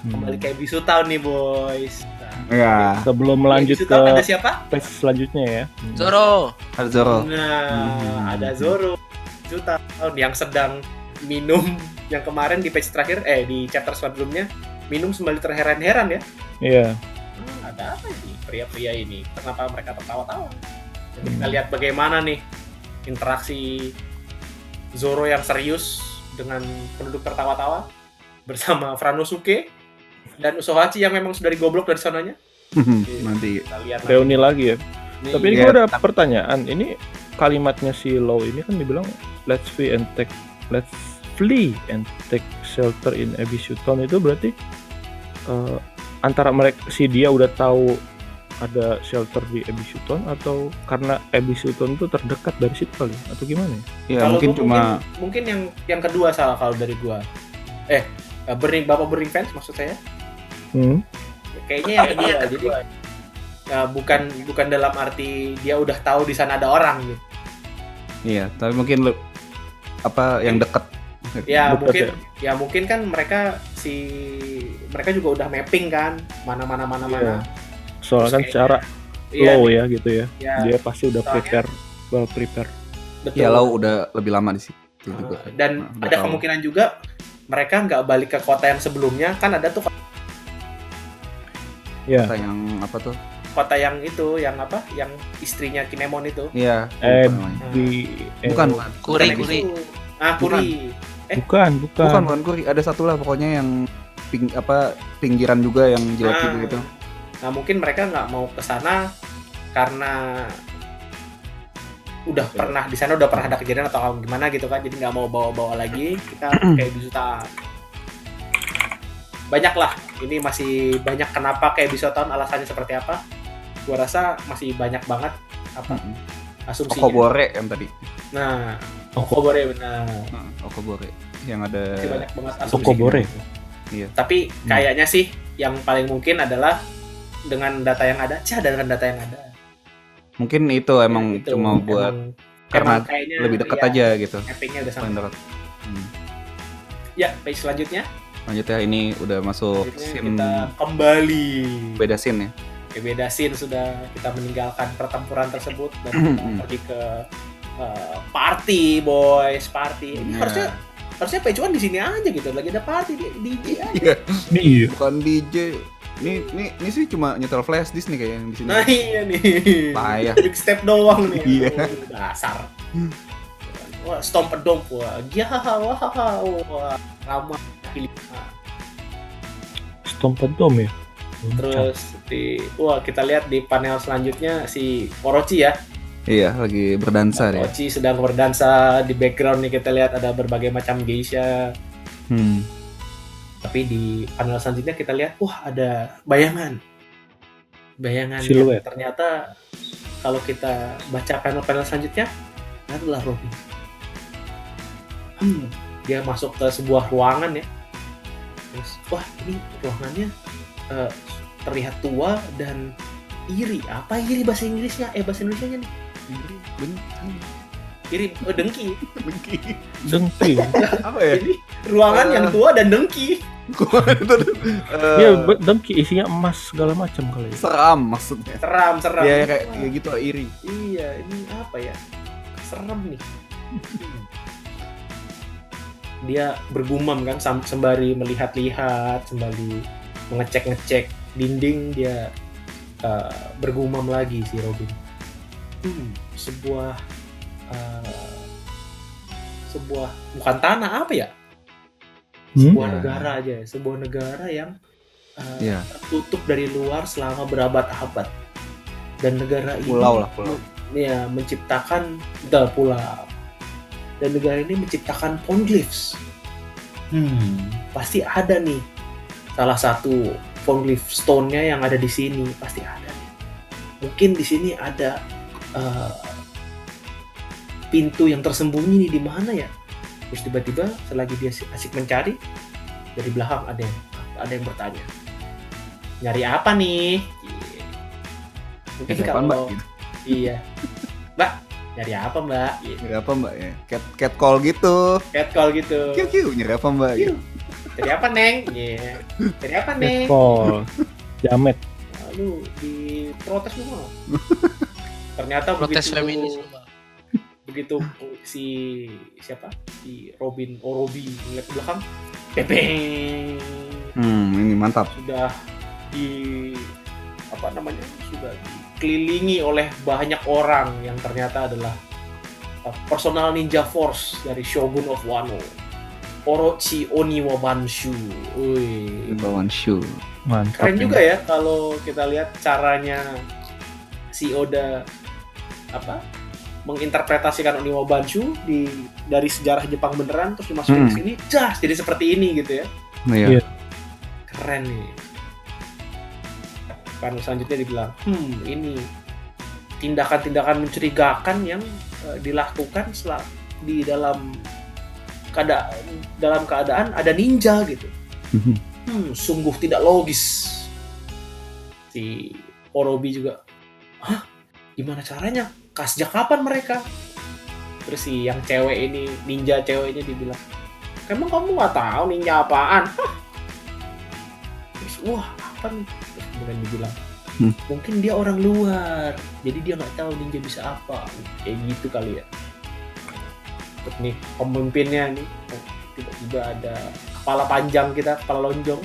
[SPEAKER 5] Kembali ke Ebisu Town nih boys. Nah,
[SPEAKER 1] Iya.
[SPEAKER 2] Sebelum
[SPEAKER 5] di
[SPEAKER 2] melanjut
[SPEAKER 5] Ebisu
[SPEAKER 2] ke
[SPEAKER 5] Town ada siapa?
[SPEAKER 2] page selanjutnya ya. Hmm.
[SPEAKER 4] Zoro.
[SPEAKER 1] Ada Zoro.
[SPEAKER 5] Nah,
[SPEAKER 2] Hmm.
[SPEAKER 5] ada Zoro juta yang sedang minum yang kemarin di page terakhir eh di chapter sebelumnya minum sembari terheran-heran ya.
[SPEAKER 2] Iya.
[SPEAKER 5] Hmm, ada apa ini pria-pria ini? Kenapa mereka tertawa-tawa? Jadi
[SPEAKER 2] Hmm.
[SPEAKER 5] kita lihat bagaimana nih interaksi Zoro yang serius dengan penduduk tertawa-tawa bersama Franosuke dan Usohachi yang memang sudah digoblok dari sananya.
[SPEAKER 1] Nanti.
[SPEAKER 5] Kita lihat nanti.
[SPEAKER 2] Reuni lagi ya.
[SPEAKER 5] Nih,
[SPEAKER 2] Tapi ini
[SPEAKER 1] Iya.
[SPEAKER 2] gue ada pertanyaan. Ini kalimatnya si Law ini kan dibilang let's flee and take let's flee and take shelter in Abyss Town itu berarti eh, antara mereka si dia udah tahu ada shelter di Abyss Town atau karena Abyss Town itu terdekat dari situ kali atau gimana ya?
[SPEAKER 1] Ya
[SPEAKER 5] Kalau
[SPEAKER 1] mungkin
[SPEAKER 5] gua
[SPEAKER 1] cuma
[SPEAKER 5] mungkin, mungkin yang yang kedua salah kalau dari gua. Eh, eh, burning bapak burning fans maksud saya.
[SPEAKER 2] Hmm.
[SPEAKER 5] Kayaknya Iya, yang kedua. jadi eh, bukan bukan dalam arti dia udah tahu di sana ada orang gitu.
[SPEAKER 1] iya, tapi mungkin lu- apa yang dekat.
[SPEAKER 5] Ya
[SPEAKER 2] Dekat
[SPEAKER 5] mungkin ya. mungkin kan mereka si mereka juga udah mapping kan mana-mana mana-mana.
[SPEAKER 2] Soalnya kan
[SPEAKER 5] Terus
[SPEAKER 2] cara
[SPEAKER 5] Iya,
[SPEAKER 2] Law ya gitu ya.
[SPEAKER 1] Iya.
[SPEAKER 5] ya,
[SPEAKER 2] Dia pasti udah
[SPEAKER 5] Soalnya-
[SPEAKER 2] prepare well prepare.
[SPEAKER 5] betul.
[SPEAKER 1] Ya lo udah lebih lama di situ juga.
[SPEAKER 5] Eh, Dan
[SPEAKER 1] Nah, udah
[SPEAKER 5] ada
[SPEAKER 1] tahu.
[SPEAKER 5] kemungkinan juga mereka nggak balik ke kota yang sebelumnya kan ada tuh
[SPEAKER 2] Ya.
[SPEAKER 5] Ah,
[SPEAKER 1] Kata yang apa tuh?
[SPEAKER 5] kota yang itu yang apa yang istrinya Kinemon itu.
[SPEAKER 1] Iya. bukan
[SPEAKER 2] Eh,
[SPEAKER 1] namanya.
[SPEAKER 2] Di eh,
[SPEAKER 1] bukan.
[SPEAKER 4] Kuri,
[SPEAKER 1] Bukan.
[SPEAKER 4] kuri.
[SPEAKER 5] Ah, Kuri. Eh?
[SPEAKER 2] bukan, bukan.
[SPEAKER 1] Bukan, bukan kuri. Ada satu lah pokoknya yang ping, apa pinggiran juga yang jelek
[SPEAKER 5] Ah.
[SPEAKER 1] gitu gitu.
[SPEAKER 5] Nah mungkin mereka nggak mau ke sana karena udah pernah di sana udah pernah ada kejadian atau gimana gitu kan jadi nggak mau bawa-bawa lagi kita kayak bisutan banyak lah ini masih banyak kenapa kayak bisutan alasannya seperti apa gua rasa masih banyak banget apa
[SPEAKER 1] Mm-mm.
[SPEAKER 5] asumsinya
[SPEAKER 1] Okobore yang tadi.
[SPEAKER 5] nah
[SPEAKER 2] Oko-
[SPEAKER 5] okobore benar
[SPEAKER 1] Heeh, Okobore yang ada
[SPEAKER 5] masih banyak banget asumsinya
[SPEAKER 2] Okobore.
[SPEAKER 5] gitu.
[SPEAKER 1] Iya.
[SPEAKER 5] tapi kayaknya sih yang paling mungkin adalah dengan data yang ada cah dengan data yang ada
[SPEAKER 1] mungkin itu emang
[SPEAKER 5] Gitu.
[SPEAKER 1] cuma buat
[SPEAKER 5] Emang-
[SPEAKER 1] karena
[SPEAKER 5] emang kayaknya,
[SPEAKER 1] lebih dekat
[SPEAKER 5] iya,
[SPEAKER 1] aja gitu.
[SPEAKER 5] mappingnya udah sama
[SPEAKER 1] Paling dekat. Hmm.
[SPEAKER 5] ya page selanjutnya
[SPEAKER 1] Lanjut ya ini udah masuk
[SPEAKER 5] Akhirnya
[SPEAKER 1] scene
[SPEAKER 5] kita kembali
[SPEAKER 1] beda scene ya.
[SPEAKER 5] Ya, beda scene sudah kita meninggalkan pertempuran tersebut dan
[SPEAKER 1] Hmm,
[SPEAKER 5] kita pergi ke eh, party boys party ini
[SPEAKER 1] Ya.
[SPEAKER 5] harusnya harusnya Page One di sini aja gitu lagi ada party di DJ aja
[SPEAKER 2] Iya.
[SPEAKER 1] Bukan DJ. Ini ini ini sih cuma nyetel flash disk nih kayaknya di sini.
[SPEAKER 5] nah iya nih
[SPEAKER 1] Payah.
[SPEAKER 5] big step doang nih
[SPEAKER 1] Iya.
[SPEAKER 5] Aduh, dasar wah stomp a domp wah dia wah wah ramah Pilih.
[SPEAKER 2] Stompet dom ya. Terus.
[SPEAKER 5] terus di wah kita lihat di panel selanjutnya si Orochi ya
[SPEAKER 1] Iya, lagi berdansa ya.
[SPEAKER 5] Oci sedang berdansa di background nih kita lihat ada berbagai macam geisha.
[SPEAKER 1] Hmm.
[SPEAKER 5] Tapi di panel selanjutnya kita lihat, wah ada bayangan, bayangan. yang
[SPEAKER 2] Siluet.
[SPEAKER 5] Ternyata kalau kita baca panel-panel selanjutnya, adalah Robin. Hmm, dia masuk ke sebuah ruangan ya. Terus, wah ini ruangannya eh, terlihat tua dan iri. Apa iri bahasa Inggrisnya? Eh bahasa Indonesia nih? Iri, oh, dengki.
[SPEAKER 2] Dengki.
[SPEAKER 1] Apa ya?
[SPEAKER 5] Jadi ruangan yang tua dan dengki.
[SPEAKER 2] Iya, be- dengki isinya emas segala macam kali
[SPEAKER 1] eh,
[SPEAKER 2] ya.
[SPEAKER 1] seram maksudnya.
[SPEAKER 5] Seram, seram.
[SPEAKER 1] Iya kayak
[SPEAKER 5] Wah,
[SPEAKER 1] ya gitu iri.
[SPEAKER 5] Iya, ini apa ya? Serem nih. Dia bergumam kan sam- sembari melihat-lihat, sembari mengecek-ngecek dinding dia eh, bergumam lagi si Robin. Hmm, sebuah eh, sebuah bukan tanah apa ya?
[SPEAKER 2] Hmm?
[SPEAKER 5] Sebuah
[SPEAKER 1] Ya.
[SPEAKER 5] negara aja ya, sebuah negara yang eh,
[SPEAKER 1] Iya.
[SPEAKER 5] tertutup dari luar selama berabad-abad. Dan negara ini
[SPEAKER 1] Pulau lah, pulau.
[SPEAKER 5] ya menciptakan betul pulau. Dan negara ini menciptakan poneglyphs. Hmm, pasti ada nih salah satu poneglyph stone-nya yang ada di sini, pasti ada nih. Mungkin di sini ada eh, pintu yang tersembunyi nih di mana ya? Terus tiba-tiba selagi dia asik mencari dari belakang ada yang ada yang bertanya nyari apa nih? Gitu. Mungkin
[SPEAKER 1] Kayak apa
[SPEAKER 5] kalau
[SPEAKER 1] mbak? Gitu.
[SPEAKER 5] iya, mbak nyari apa mbak? Gitu.
[SPEAKER 1] Nyari apa mbak ya? Cat cat call gitu.
[SPEAKER 5] Cat call gitu.
[SPEAKER 1] Kiu kiu nyari apa mbak?
[SPEAKER 5] Iya.
[SPEAKER 1] Gitu.
[SPEAKER 5] Nyari apa neng? Iya. Nyari apa neng?
[SPEAKER 2] Netball. Jamet.
[SPEAKER 5] Lalu diprotes semua. Ternyata
[SPEAKER 4] protes
[SPEAKER 5] begitu
[SPEAKER 4] feminis semua.
[SPEAKER 5] begitu si siapa si Robin oh Robi ngeliat ke belakang, bebeng.
[SPEAKER 1] Hmm ini mantap.
[SPEAKER 5] sudah di apa namanya sudah dikelilingi oleh banyak orang yang ternyata adalah uh, personal ninja force dari Shogun of Wano Orochi Oniwa Banshu Wih,
[SPEAKER 1] Bawaan shoe.
[SPEAKER 2] Mantap.
[SPEAKER 5] keren
[SPEAKER 2] ini.
[SPEAKER 5] juga ya kalau kita lihat caranya si Oda apa menginterpretasikan Oniwa Banshu di dari sejarah Jepang beneran terus
[SPEAKER 1] Hmm.
[SPEAKER 5] dimasukin ke sini jas jadi seperti ini gitu ya
[SPEAKER 1] Iya.
[SPEAKER 2] Iya.
[SPEAKER 5] keren nih kan selanjutnya dibilang hmm ini tindakan-tindakan mencurigakan yang eh, dilakukan setelah di dalam keadaan dalam keadaan ada ninja gitu hmm sungguh tidak logis si Orobi juga hah gimana caranya Kas sejak kapan mereka terus si yang cewek ini ninja cewek ini dibilang emang kamu nggak tahu ninja apaan terus wah apa nih terus kemudian dibilang
[SPEAKER 1] Hmm.
[SPEAKER 5] mungkin dia orang luar jadi dia nggak tahu ninja bisa apa kayak gitu kali ya terus nih pemimpinnya nih oh, tiba-tiba ada kepala panjang kita kepala lonjong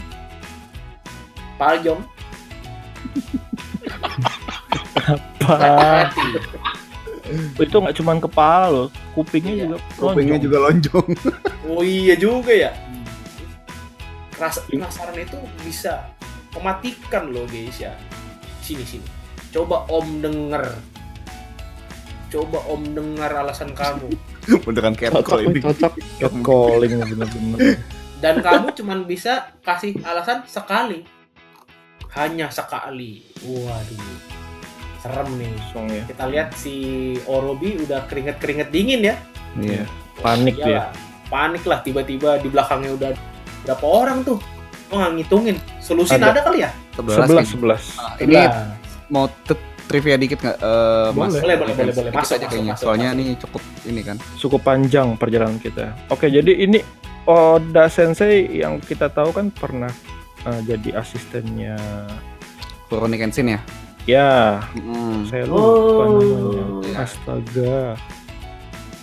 [SPEAKER 5] paljong
[SPEAKER 2] Apa? Itu nggak cuman kepala loh, kupingnya
[SPEAKER 5] Iya.
[SPEAKER 2] juga.
[SPEAKER 1] Kupingnya
[SPEAKER 2] lonjong.
[SPEAKER 1] juga lonjong.
[SPEAKER 5] oh iya juga ya Keras, penasaran itu bisa mematikan loh guys ya sini sini coba om denger coba om dengar alasan kamu
[SPEAKER 1] Beneran cat
[SPEAKER 3] Cocok,
[SPEAKER 1] call ini.
[SPEAKER 3] cocok.
[SPEAKER 2] Cat calling bener-bener.
[SPEAKER 5] dan kamu cuman bisa kasih alasan sekali hanya sekali waduh serem nih
[SPEAKER 2] Langsung ya.
[SPEAKER 5] kita lihat si Orobi udah keringet-keringet dingin ya
[SPEAKER 1] Iya.
[SPEAKER 2] Panik dia.
[SPEAKER 5] Iyalah, panik lah tiba-tiba di belakangnya udah berapa orang tuh Gua nggak ngitungin solusi
[SPEAKER 2] Ada.
[SPEAKER 5] ada. kali ya
[SPEAKER 2] Sebelas,
[SPEAKER 1] Sebelas. nih.
[SPEAKER 2] sebelas.
[SPEAKER 1] Nah, Ini
[SPEAKER 5] Nah,
[SPEAKER 1] mau te- trivia dikit nggak, eh, Mas?
[SPEAKER 2] Boleh.
[SPEAKER 5] Boleh, boleh, boleh, boleh.
[SPEAKER 1] Dikit
[SPEAKER 5] Masuk,
[SPEAKER 1] aja
[SPEAKER 5] masuk,
[SPEAKER 1] kayaknya.
[SPEAKER 5] masuk,
[SPEAKER 1] Soalnya
[SPEAKER 5] masuk.
[SPEAKER 1] ini cukup ini kan.
[SPEAKER 2] Cukup panjang perjalanan kita. Oke, jadi ini Oda Sensei yang kita tahu kan pernah eh, jadi asistennya
[SPEAKER 1] Kurone Kenshin ya.
[SPEAKER 2] ya
[SPEAKER 1] Mm.
[SPEAKER 2] saya lupa namanya
[SPEAKER 5] Oh.
[SPEAKER 2] astaga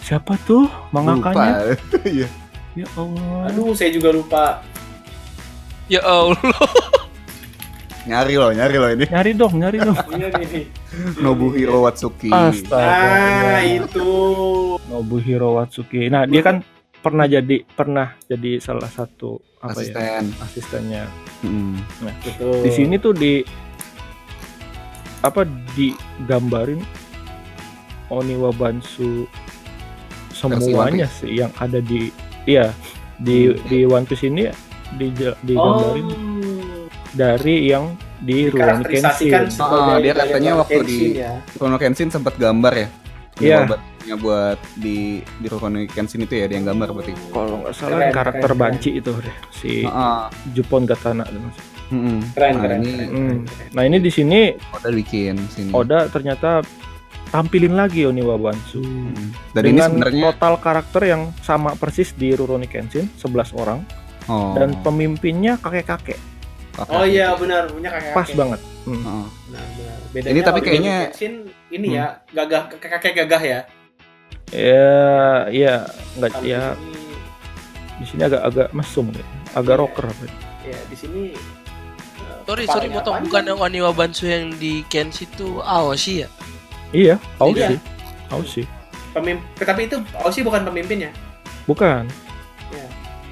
[SPEAKER 2] siapa tuh mangakanya
[SPEAKER 1] Iya.
[SPEAKER 2] ya Allah
[SPEAKER 5] Aduh, saya juga lupa.
[SPEAKER 4] Ya Allah.
[SPEAKER 1] nyari loh, nyari loh ini.
[SPEAKER 2] nyari dong nyari dong
[SPEAKER 5] Iya nih.
[SPEAKER 1] Nobuhiro Watsuki.
[SPEAKER 2] astaga
[SPEAKER 5] Nah, itu.
[SPEAKER 2] Nobuhiro Watsuki nah dia kan pernah jadi pernah jadi salah satu apa ya
[SPEAKER 1] Asisten.
[SPEAKER 2] asistennya
[SPEAKER 1] Mm.
[SPEAKER 5] Betul.
[SPEAKER 2] di sini tuh di apa digambarin Oniwa Bansu semuanya sih yang ada di iya di di One Piece ini di, digambarin
[SPEAKER 5] Oh.
[SPEAKER 2] dari yang di ruang
[SPEAKER 5] Dikarakterisasikan
[SPEAKER 2] Kenshin
[SPEAKER 5] sebagai
[SPEAKER 1] Ah, dia
[SPEAKER 5] Dragon
[SPEAKER 1] katanya
[SPEAKER 5] Ball
[SPEAKER 1] waktu di-
[SPEAKER 5] Kenshin ya.
[SPEAKER 1] Kurone Kenshin sempat gambar ya.
[SPEAKER 2] Iya.
[SPEAKER 1] Obatnya buat di di Kurone Kenshin itu ya dia yang gambar berarti.
[SPEAKER 2] kalau nggak salah
[SPEAKER 5] Keren,
[SPEAKER 2] karakter
[SPEAKER 5] keren,
[SPEAKER 2] banci itu deh si
[SPEAKER 1] Heeh.
[SPEAKER 2] Jupon Gatana itu.
[SPEAKER 1] Mm-mm.
[SPEAKER 5] Keren,
[SPEAKER 1] Nah,
[SPEAKER 5] keren,
[SPEAKER 1] ini
[SPEAKER 5] keren,
[SPEAKER 2] Hmm.
[SPEAKER 5] keren.
[SPEAKER 2] nah ini di sini
[SPEAKER 1] Oda bikin sini.
[SPEAKER 2] Oda ternyata tampilin lagi Oniwa Bansu
[SPEAKER 1] Mm. Dan ini
[SPEAKER 2] dengan
[SPEAKER 1] sebenarnya
[SPEAKER 2] total karakter yang sama persis di Rurouni Kenshin 11 orang
[SPEAKER 1] oh,
[SPEAKER 2] dan pemimpinnya kakek-kakek
[SPEAKER 1] kakak. gitu.
[SPEAKER 5] Oh iya benar punya kakek.
[SPEAKER 2] pas banget
[SPEAKER 1] Heeh.
[SPEAKER 5] Benar, benar. Bedanya
[SPEAKER 1] Ini tapi
[SPEAKER 5] kalau di
[SPEAKER 1] kayaknya-
[SPEAKER 5] Kenshin ini
[SPEAKER 2] Hmm.
[SPEAKER 5] ya gagah kakek gagah ya.
[SPEAKER 2] ya ya nggak
[SPEAKER 5] Kalau
[SPEAKER 2] ya
[SPEAKER 5] di sini
[SPEAKER 2] di sini agak agak mesum deh.
[SPEAKER 5] Iya.
[SPEAKER 2] agak rocker apa ya.
[SPEAKER 5] ya di sini eh,
[SPEAKER 4] Sorry, sorry
[SPEAKER 5] kepalanya
[SPEAKER 4] motong.
[SPEAKER 5] apaan?
[SPEAKER 4] Bukan yang Waniwa Bansu yang di Kenshi itu Aoshi ya?
[SPEAKER 2] iya aus
[SPEAKER 5] Iya.
[SPEAKER 2] sih aus sih
[SPEAKER 5] Pemimpin, tapi itu Aussie bukan ya? pemimpinnya.
[SPEAKER 2] bukan
[SPEAKER 5] Iya.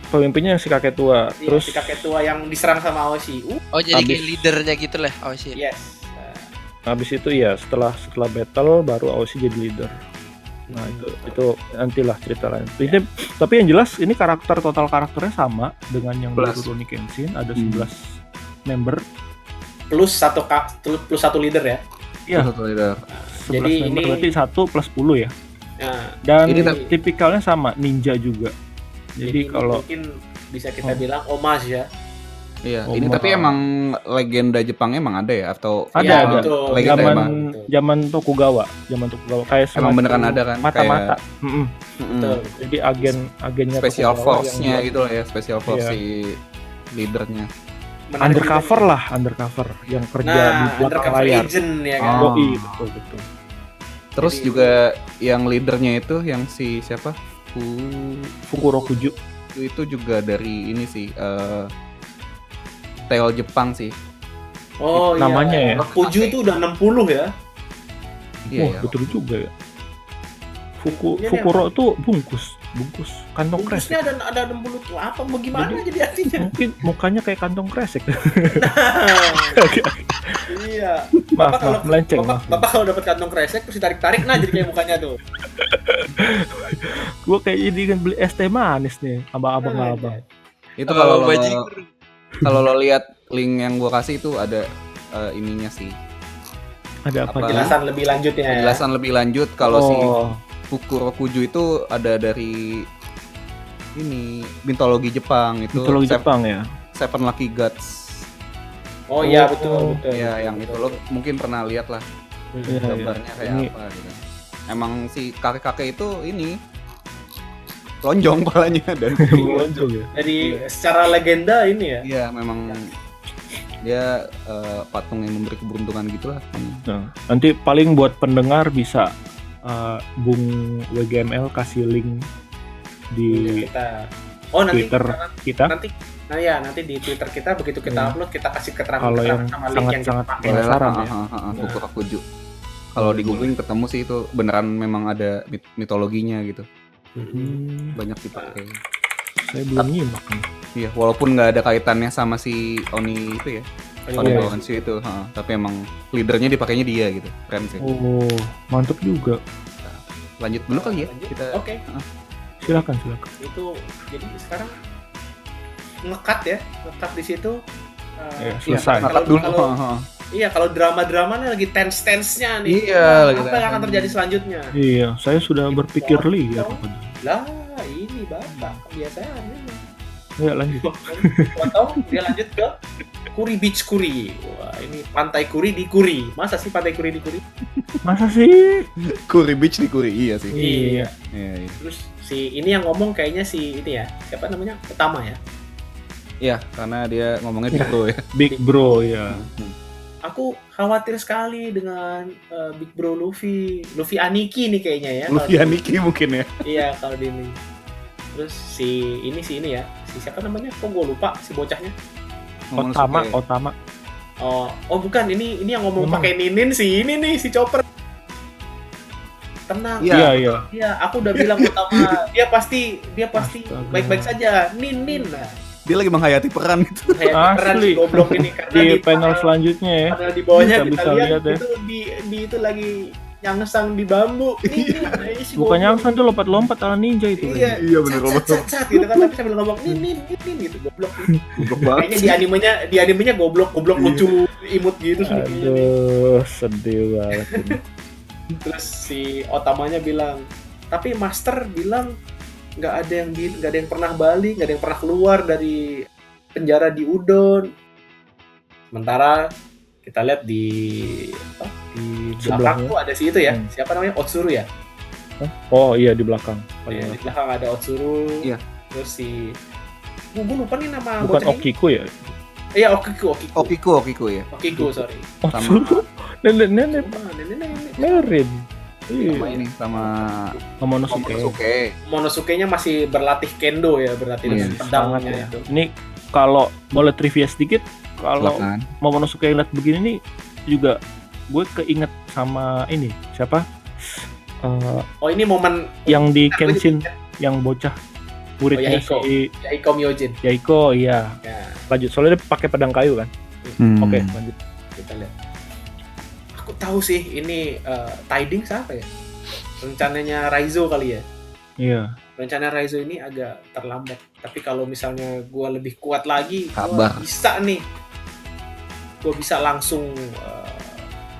[SPEAKER 2] pemimpinnya yang si kakek tua
[SPEAKER 5] Iya,
[SPEAKER 2] terus
[SPEAKER 5] si kakek tua yang diserang sama Aussie. Uh,
[SPEAKER 4] Oh, jadi
[SPEAKER 2] Habis.
[SPEAKER 4] kayak leadernya gitu lah Aoshi.
[SPEAKER 5] yes. Eh,
[SPEAKER 2] habis itu ya setelah setelah battle baru Aoshi jadi leader nah itu
[SPEAKER 1] Hmm.
[SPEAKER 2] itu nantilah cerita lain Ini- tapi yang jelas ini karakter total karakternya sama dengan yang di
[SPEAKER 1] Plus.
[SPEAKER 2] Rurouni Kenshin ada
[SPEAKER 1] Hmm.
[SPEAKER 2] 11 member
[SPEAKER 5] Plus satu ka- plus satu leader ya.
[SPEAKER 2] Iya.
[SPEAKER 1] Satu leader.
[SPEAKER 2] 11
[SPEAKER 5] Jadi
[SPEAKER 2] member
[SPEAKER 5] ini-
[SPEAKER 2] berarti 1 plus 10 ya
[SPEAKER 5] Nah,
[SPEAKER 2] dan
[SPEAKER 1] Ini
[SPEAKER 5] tak-
[SPEAKER 2] tipikalnya sama ninja juga jadi
[SPEAKER 5] ini
[SPEAKER 2] kalau
[SPEAKER 5] mungkin bisa
[SPEAKER 2] Oh.
[SPEAKER 5] kita bilang homage ya.
[SPEAKER 1] Iya,
[SPEAKER 2] Oh,
[SPEAKER 1] ini
[SPEAKER 2] ma-
[SPEAKER 1] tapi emang legenda Jepang emang ada ya atau
[SPEAKER 2] Ada,
[SPEAKER 5] Iya,
[SPEAKER 2] ada.
[SPEAKER 5] betul.
[SPEAKER 1] Legenda
[SPEAKER 2] zaman
[SPEAKER 1] emang.
[SPEAKER 2] zaman Tokugawa zaman Tokugawa kayak
[SPEAKER 1] Emang
[SPEAKER 2] semacam
[SPEAKER 1] beneran ada kan?
[SPEAKER 2] mata-mata
[SPEAKER 1] Kayak,
[SPEAKER 2] Mm-mm.
[SPEAKER 1] mm,
[SPEAKER 5] Betul.
[SPEAKER 2] jadi agen agennya
[SPEAKER 1] special
[SPEAKER 2] Tokugawa
[SPEAKER 1] force-nya
[SPEAKER 2] yang- Iya.
[SPEAKER 1] gitu lah ya, special force si leadernya.
[SPEAKER 5] Menarik
[SPEAKER 2] undercover
[SPEAKER 5] juga.
[SPEAKER 2] lah undercover yang kerja di
[SPEAKER 5] Nah,
[SPEAKER 2] belakang
[SPEAKER 5] undercover
[SPEAKER 2] layar
[SPEAKER 5] agent ya kan.
[SPEAKER 1] Oh.
[SPEAKER 2] Yoi, Iya, betul betul
[SPEAKER 1] Terus
[SPEAKER 5] Jadi-
[SPEAKER 1] juga yang leadernya itu yang si siapa? Fu
[SPEAKER 2] Fukurokuju
[SPEAKER 1] itu juga dari ini sih eh Tail Jepang sih.
[SPEAKER 5] Oh, iya.
[SPEAKER 2] namanya ya?
[SPEAKER 5] Puju tuh udah 60 ya.
[SPEAKER 1] Iya
[SPEAKER 2] wah
[SPEAKER 1] ya.
[SPEAKER 2] betul juga ya Fuku,
[SPEAKER 5] Ini
[SPEAKER 2] Fukuro tuh bungkus bungkus kantong
[SPEAKER 5] Iya, Bungkusnya
[SPEAKER 2] kresek
[SPEAKER 5] ada ada 60 tuh apa bagaimana
[SPEAKER 2] Jadi-
[SPEAKER 5] jadi, artinya?
[SPEAKER 2] mungkin mukanya kayak kantong kresek
[SPEAKER 5] iya.
[SPEAKER 2] maaf
[SPEAKER 5] kalau-
[SPEAKER 2] maaf melenceng
[SPEAKER 5] Bapak,
[SPEAKER 2] maaf
[SPEAKER 5] bapak kalau dapat kantong kresek terus ditarik-tarik nah jadi kayak mukanya tuh.
[SPEAKER 2] gue kayak jadi ingin beli es teh manis nih
[SPEAKER 5] Iya,
[SPEAKER 2] abang-abang-abang
[SPEAKER 1] Itu kalau
[SPEAKER 4] Oh,
[SPEAKER 1] lo-
[SPEAKER 4] bajingan.
[SPEAKER 1] kalau lo lihat link yang gua kasih itu ada eh, ininya sih.
[SPEAKER 2] ada apa,
[SPEAKER 1] Apa?
[SPEAKER 2] aja?
[SPEAKER 5] Penjelasan lebih lanjutnya ya.
[SPEAKER 1] Penjelasan lebih lanjut kalau si
[SPEAKER 2] Oh,
[SPEAKER 1] Fukurokuju itu ada dari ini mitologi Jepang itu
[SPEAKER 2] mitologi
[SPEAKER 1] Sev-
[SPEAKER 2] Jepang ya
[SPEAKER 1] Seven Lucky Gods
[SPEAKER 5] Oh
[SPEAKER 2] Oh.
[SPEAKER 5] iya betul betul.
[SPEAKER 1] ya yang itu lo mungkin pernah lihat lah
[SPEAKER 2] Iya, iya.
[SPEAKER 1] gambarnya kayak
[SPEAKER 2] Ini-
[SPEAKER 1] apa gitu emang si kakek-kakek itu ini lonjong palanya dan
[SPEAKER 2] Lonjong ya?
[SPEAKER 5] Jadi secara legenda ini ya.
[SPEAKER 1] iya memang dia eh, patung yang memberi keberuntungan gitulah
[SPEAKER 2] Nah, nanti paling buat pendengar bisa eh, Bung WGML kasih link
[SPEAKER 1] Iya.
[SPEAKER 2] di
[SPEAKER 5] Kita Oh nanti
[SPEAKER 2] Twitter kita
[SPEAKER 5] nanti nah ya nanti di Twitter kita begitu
[SPEAKER 2] Iya.
[SPEAKER 5] kita upload kita kasih keterangan
[SPEAKER 2] kalau yang
[SPEAKER 5] sama link yang kita
[SPEAKER 2] sangat-sangat
[SPEAKER 5] pakai.
[SPEAKER 1] Boleh lah,
[SPEAKER 2] penasaran
[SPEAKER 1] ah,
[SPEAKER 2] ya
[SPEAKER 1] ah, ah, ah, Fukurokuju kalau di googling ketemu sih itu beneran memang ada mit- mitologinya gitu
[SPEAKER 2] Hmm,
[SPEAKER 1] banyak dipakai
[SPEAKER 2] saya belum nyimak nih.
[SPEAKER 1] Iya, walaupun nggak ada kaitannya sama si Oni itu ya, Oni
[SPEAKER 5] Iya.
[SPEAKER 1] Bawansu itu, ha, tapi emang leadernya dipakainya dia gitu, keren sih.
[SPEAKER 2] Oh, mantap juga.
[SPEAKER 1] Lanjut dulu kali ya,
[SPEAKER 5] Lanjut. Oh,
[SPEAKER 1] kita
[SPEAKER 5] Oke,
[SPEAKER 2] Silakan, silakan.
[SPEAKER 5] itu jadi sekarang ngekat ya, ngekat di situ. Uh,
[SPEAKER 2] Ya,
[SPEAKER 5] iya,
[SPEAKER 2] selesai.
[SPEAKER 5] kalau-
[SPEAKER 1] angkat dulu.
[SPEAKER 5] kalau-
[SPEAKER 1] ha, ha.
[SPEAKER 5] Iya, kalau drama-dramanya lagi tense-tensenya nih.
[SPEAKER 1] Iya,
[SPEAKER 5] Nah,
[SPEAKER 1] lagi
[SPEAKER 5] Apa yang akan
[SPEAKER 1] tense.
[SPEAKER 5] terjadi selanjutnya?
[SPEAKER 2] Iya, saya sudah berpikir liar.
[SPEAKER 5] Lah, ini Bapak, kebiasaannya.
[SPEAKER 2] Ya lanjut.
[SPEAKER 5] Atau dia lanjut ke Kuri Beach Kuri. Wah, ini pantai Kuri di Kuri. Masa sih pantai Kuri di Kuri?
[SPEAKER 2] Masa sih?
[SPEAKER 1] Kuri Beach di Kuri iya sih.
[SPEAKER 5] Iya.
[SPEAKER 1] Iya, iya.
[SPEAKER 5] Terus si ini yang ngomong kayaknya si ini ya. Siapa namanya? Pertama ya.
[SPEAKER 1] Iya, karena dia ngomongnya di pro ya.
[SPEAKER 2] Big Bro ya.
[SPEAKER 5] Aku khawatir sekali dengan eh, Big Bro Luffy. Luffy Aniki nih kayaknya ya.
[SPEAKER 1] Luffy Aniki mungkin ya.
[SPEAKER 5] Iya, kalau di ini. Terus si ini si ini ya. Si siapa namanya? Kok gue lupa si bocahnya.
[SPEAKER 2] Otama,
[SPEAKER 1] Momonosuke.
[SPEAKER 2] Otama.
[SPEAKER 5] Oh, oh bukan ini ini yang ngomong
[SPEAKER 2] Memang.
[SPEAKER 5] pakai Ninin si ini nih si Chopper. Tenang.
[SPEAKER 1] Iya.
[SPEAKER 2] Iya, iya.
[SPEAKER 5] Iya, aku udah bilang pertama dia pasti dia pasti
[SPEAKER 2] Astaga.
[SPEAKER 5] baik-baik saja. Nin nin lah.
[SPEAKER 1] Dia lagi menghayati peran gitu. itu.
[SPEAKER 5] Kayak
[SPEAKER 2] Asli.
[SPEAKER 5] beneran si goblok ini karena
[SPEAKER 2] Di panel
[SPEAKER 5] panel-
[SPEAKER 2] selanjutnya ya.
[SPEAKER 5] panel di bawahnya
[SPEAKER 2] Bisa-
[SPEAKER 5] kita,
[SPEAKER 2] bisa
[SPEAKER 5] lihat,
[SPEAKER 2] lihat ya.
[SPEAKER 5] itu di, di itu lagi nyangsang di bambu. Nin nin nah, ini si
[SPEAKER 2] Bukannya
[SPEAKER 5] goblok.
[SPEAKER 2] Amsan tuh lompat-lompat ala ninja itu.
[SPEAKER 5] Iya,
[SPEAKER 1] Iya, bener,
[SPEAKER 5] Sat, sat, sat, sat, gitu kan tapi sambil ngomong nin nin nin, nin gitu goblok.
[SPEAKER 1] Goblok
[SPEAKER 5] Kayaknya di animenya di animenya goblok goblok
[SPEAKER 1] Iya.
[SPEAKER 5] lucu imut gitu sih.
[SPEAKER 2] Aduh, sedih banget. ini.
[SPEAKER 5] terus si otamanya bilang tapi master bilang nggak ada yang di- nggak ada yang pernah balik nggak ada yang pernah keluar dari penjara di udon sementara kita lihat di apa, di belakang
[SPEAKER 2] Sebelahnya.
[SPEAKER 5] tuh ada si itu ya
[SPEAKER 2] Hmm.
[SPEAKER 5] siapa namanya Otsuru ya
[SPEAKER 2] Oh iya di belakang. Oh,
[SPEAKER 5] Ya,
[SPEAKER 2] iya.
[SPEAKER 5] di belakang ada Otsuru
[SPEAKER 1] Iya.
[SPEAKER 5] terus si gue lupa nih
[SPEAKER 2] Bukan
[SPEAKER 5] nama Ah, bocah ini.
[SPEAKER 2] Okiku ya?
[SPEAKER 5] iya Okiku Okiku
[SPEAKER 1] Okiko, Okiko ya.
[SPEAKER 5] Okiku sorry
[SPEAKER 1] Sama
[SPEAKER 2] Oh, Nenek nenek
[SPEAKER 5] Mana, nenek, nenek.
[SPEAKER 2] Merin.
[SPEAKER 1] sama
[SPEAKER 2] Iya.
[SPEAKER 1] ini sama
[SPEAKER 2] Momonosuke.
[SPEAKER 1] Momonosuke.
[SPEAKER 5] Monosuke-nya masih berlatih kendo ya berlatih
[SPEAKER 1] Iya.
[SPEAKER 5] dengan
[SPEAKER 2] Sangat
[SPEAKER 5] pedangnya
[SPEAKER 2] ya.
[SPEAKER 5] itu
[SPEAKER 2] Ini kalau boleh trivia sedikit, kalau
[SPEAKER 1] Silakan.
[SPEAKER 2] Momonosuke lihat begini nih juga gue keinget sama ini siapa Eh,
[SPEAKER 5] oh ini momen
[SPEAKER 2] yang di
[SPEAKER 5] Aku jadi-
[SPEAKER 2] Kenshin yang bocah muridnya
[SPEAKER 5] Oh, Yaiko.
[SPEAKER 2] si
[SPEAKER 5] Yaiko Myojin.
[SPEAKER 2] Yaiko iya
[SPEAKER 5] Ya,
[SPEAKER 2] lanjut soalnya dia pakai pedang kayu kan
[SPEAKER 1] Hmm.
[SPEAKER 2] oke lanjut
[SPEAKER 5] kita lihat. Aku tahu sih ini eh, tidings apa ya? Rencananya Raizo kali ya.
[SPEAKER 2] iya
[SPEAKER 5] Rencana Raizo ini agak terlambat. Tapi kalau misalnya gua lebih kuat lagi,
[SPEAKER 1] Kabar.
[SPEAKER 5] gua bisa nih. Gua bisa langsung eh,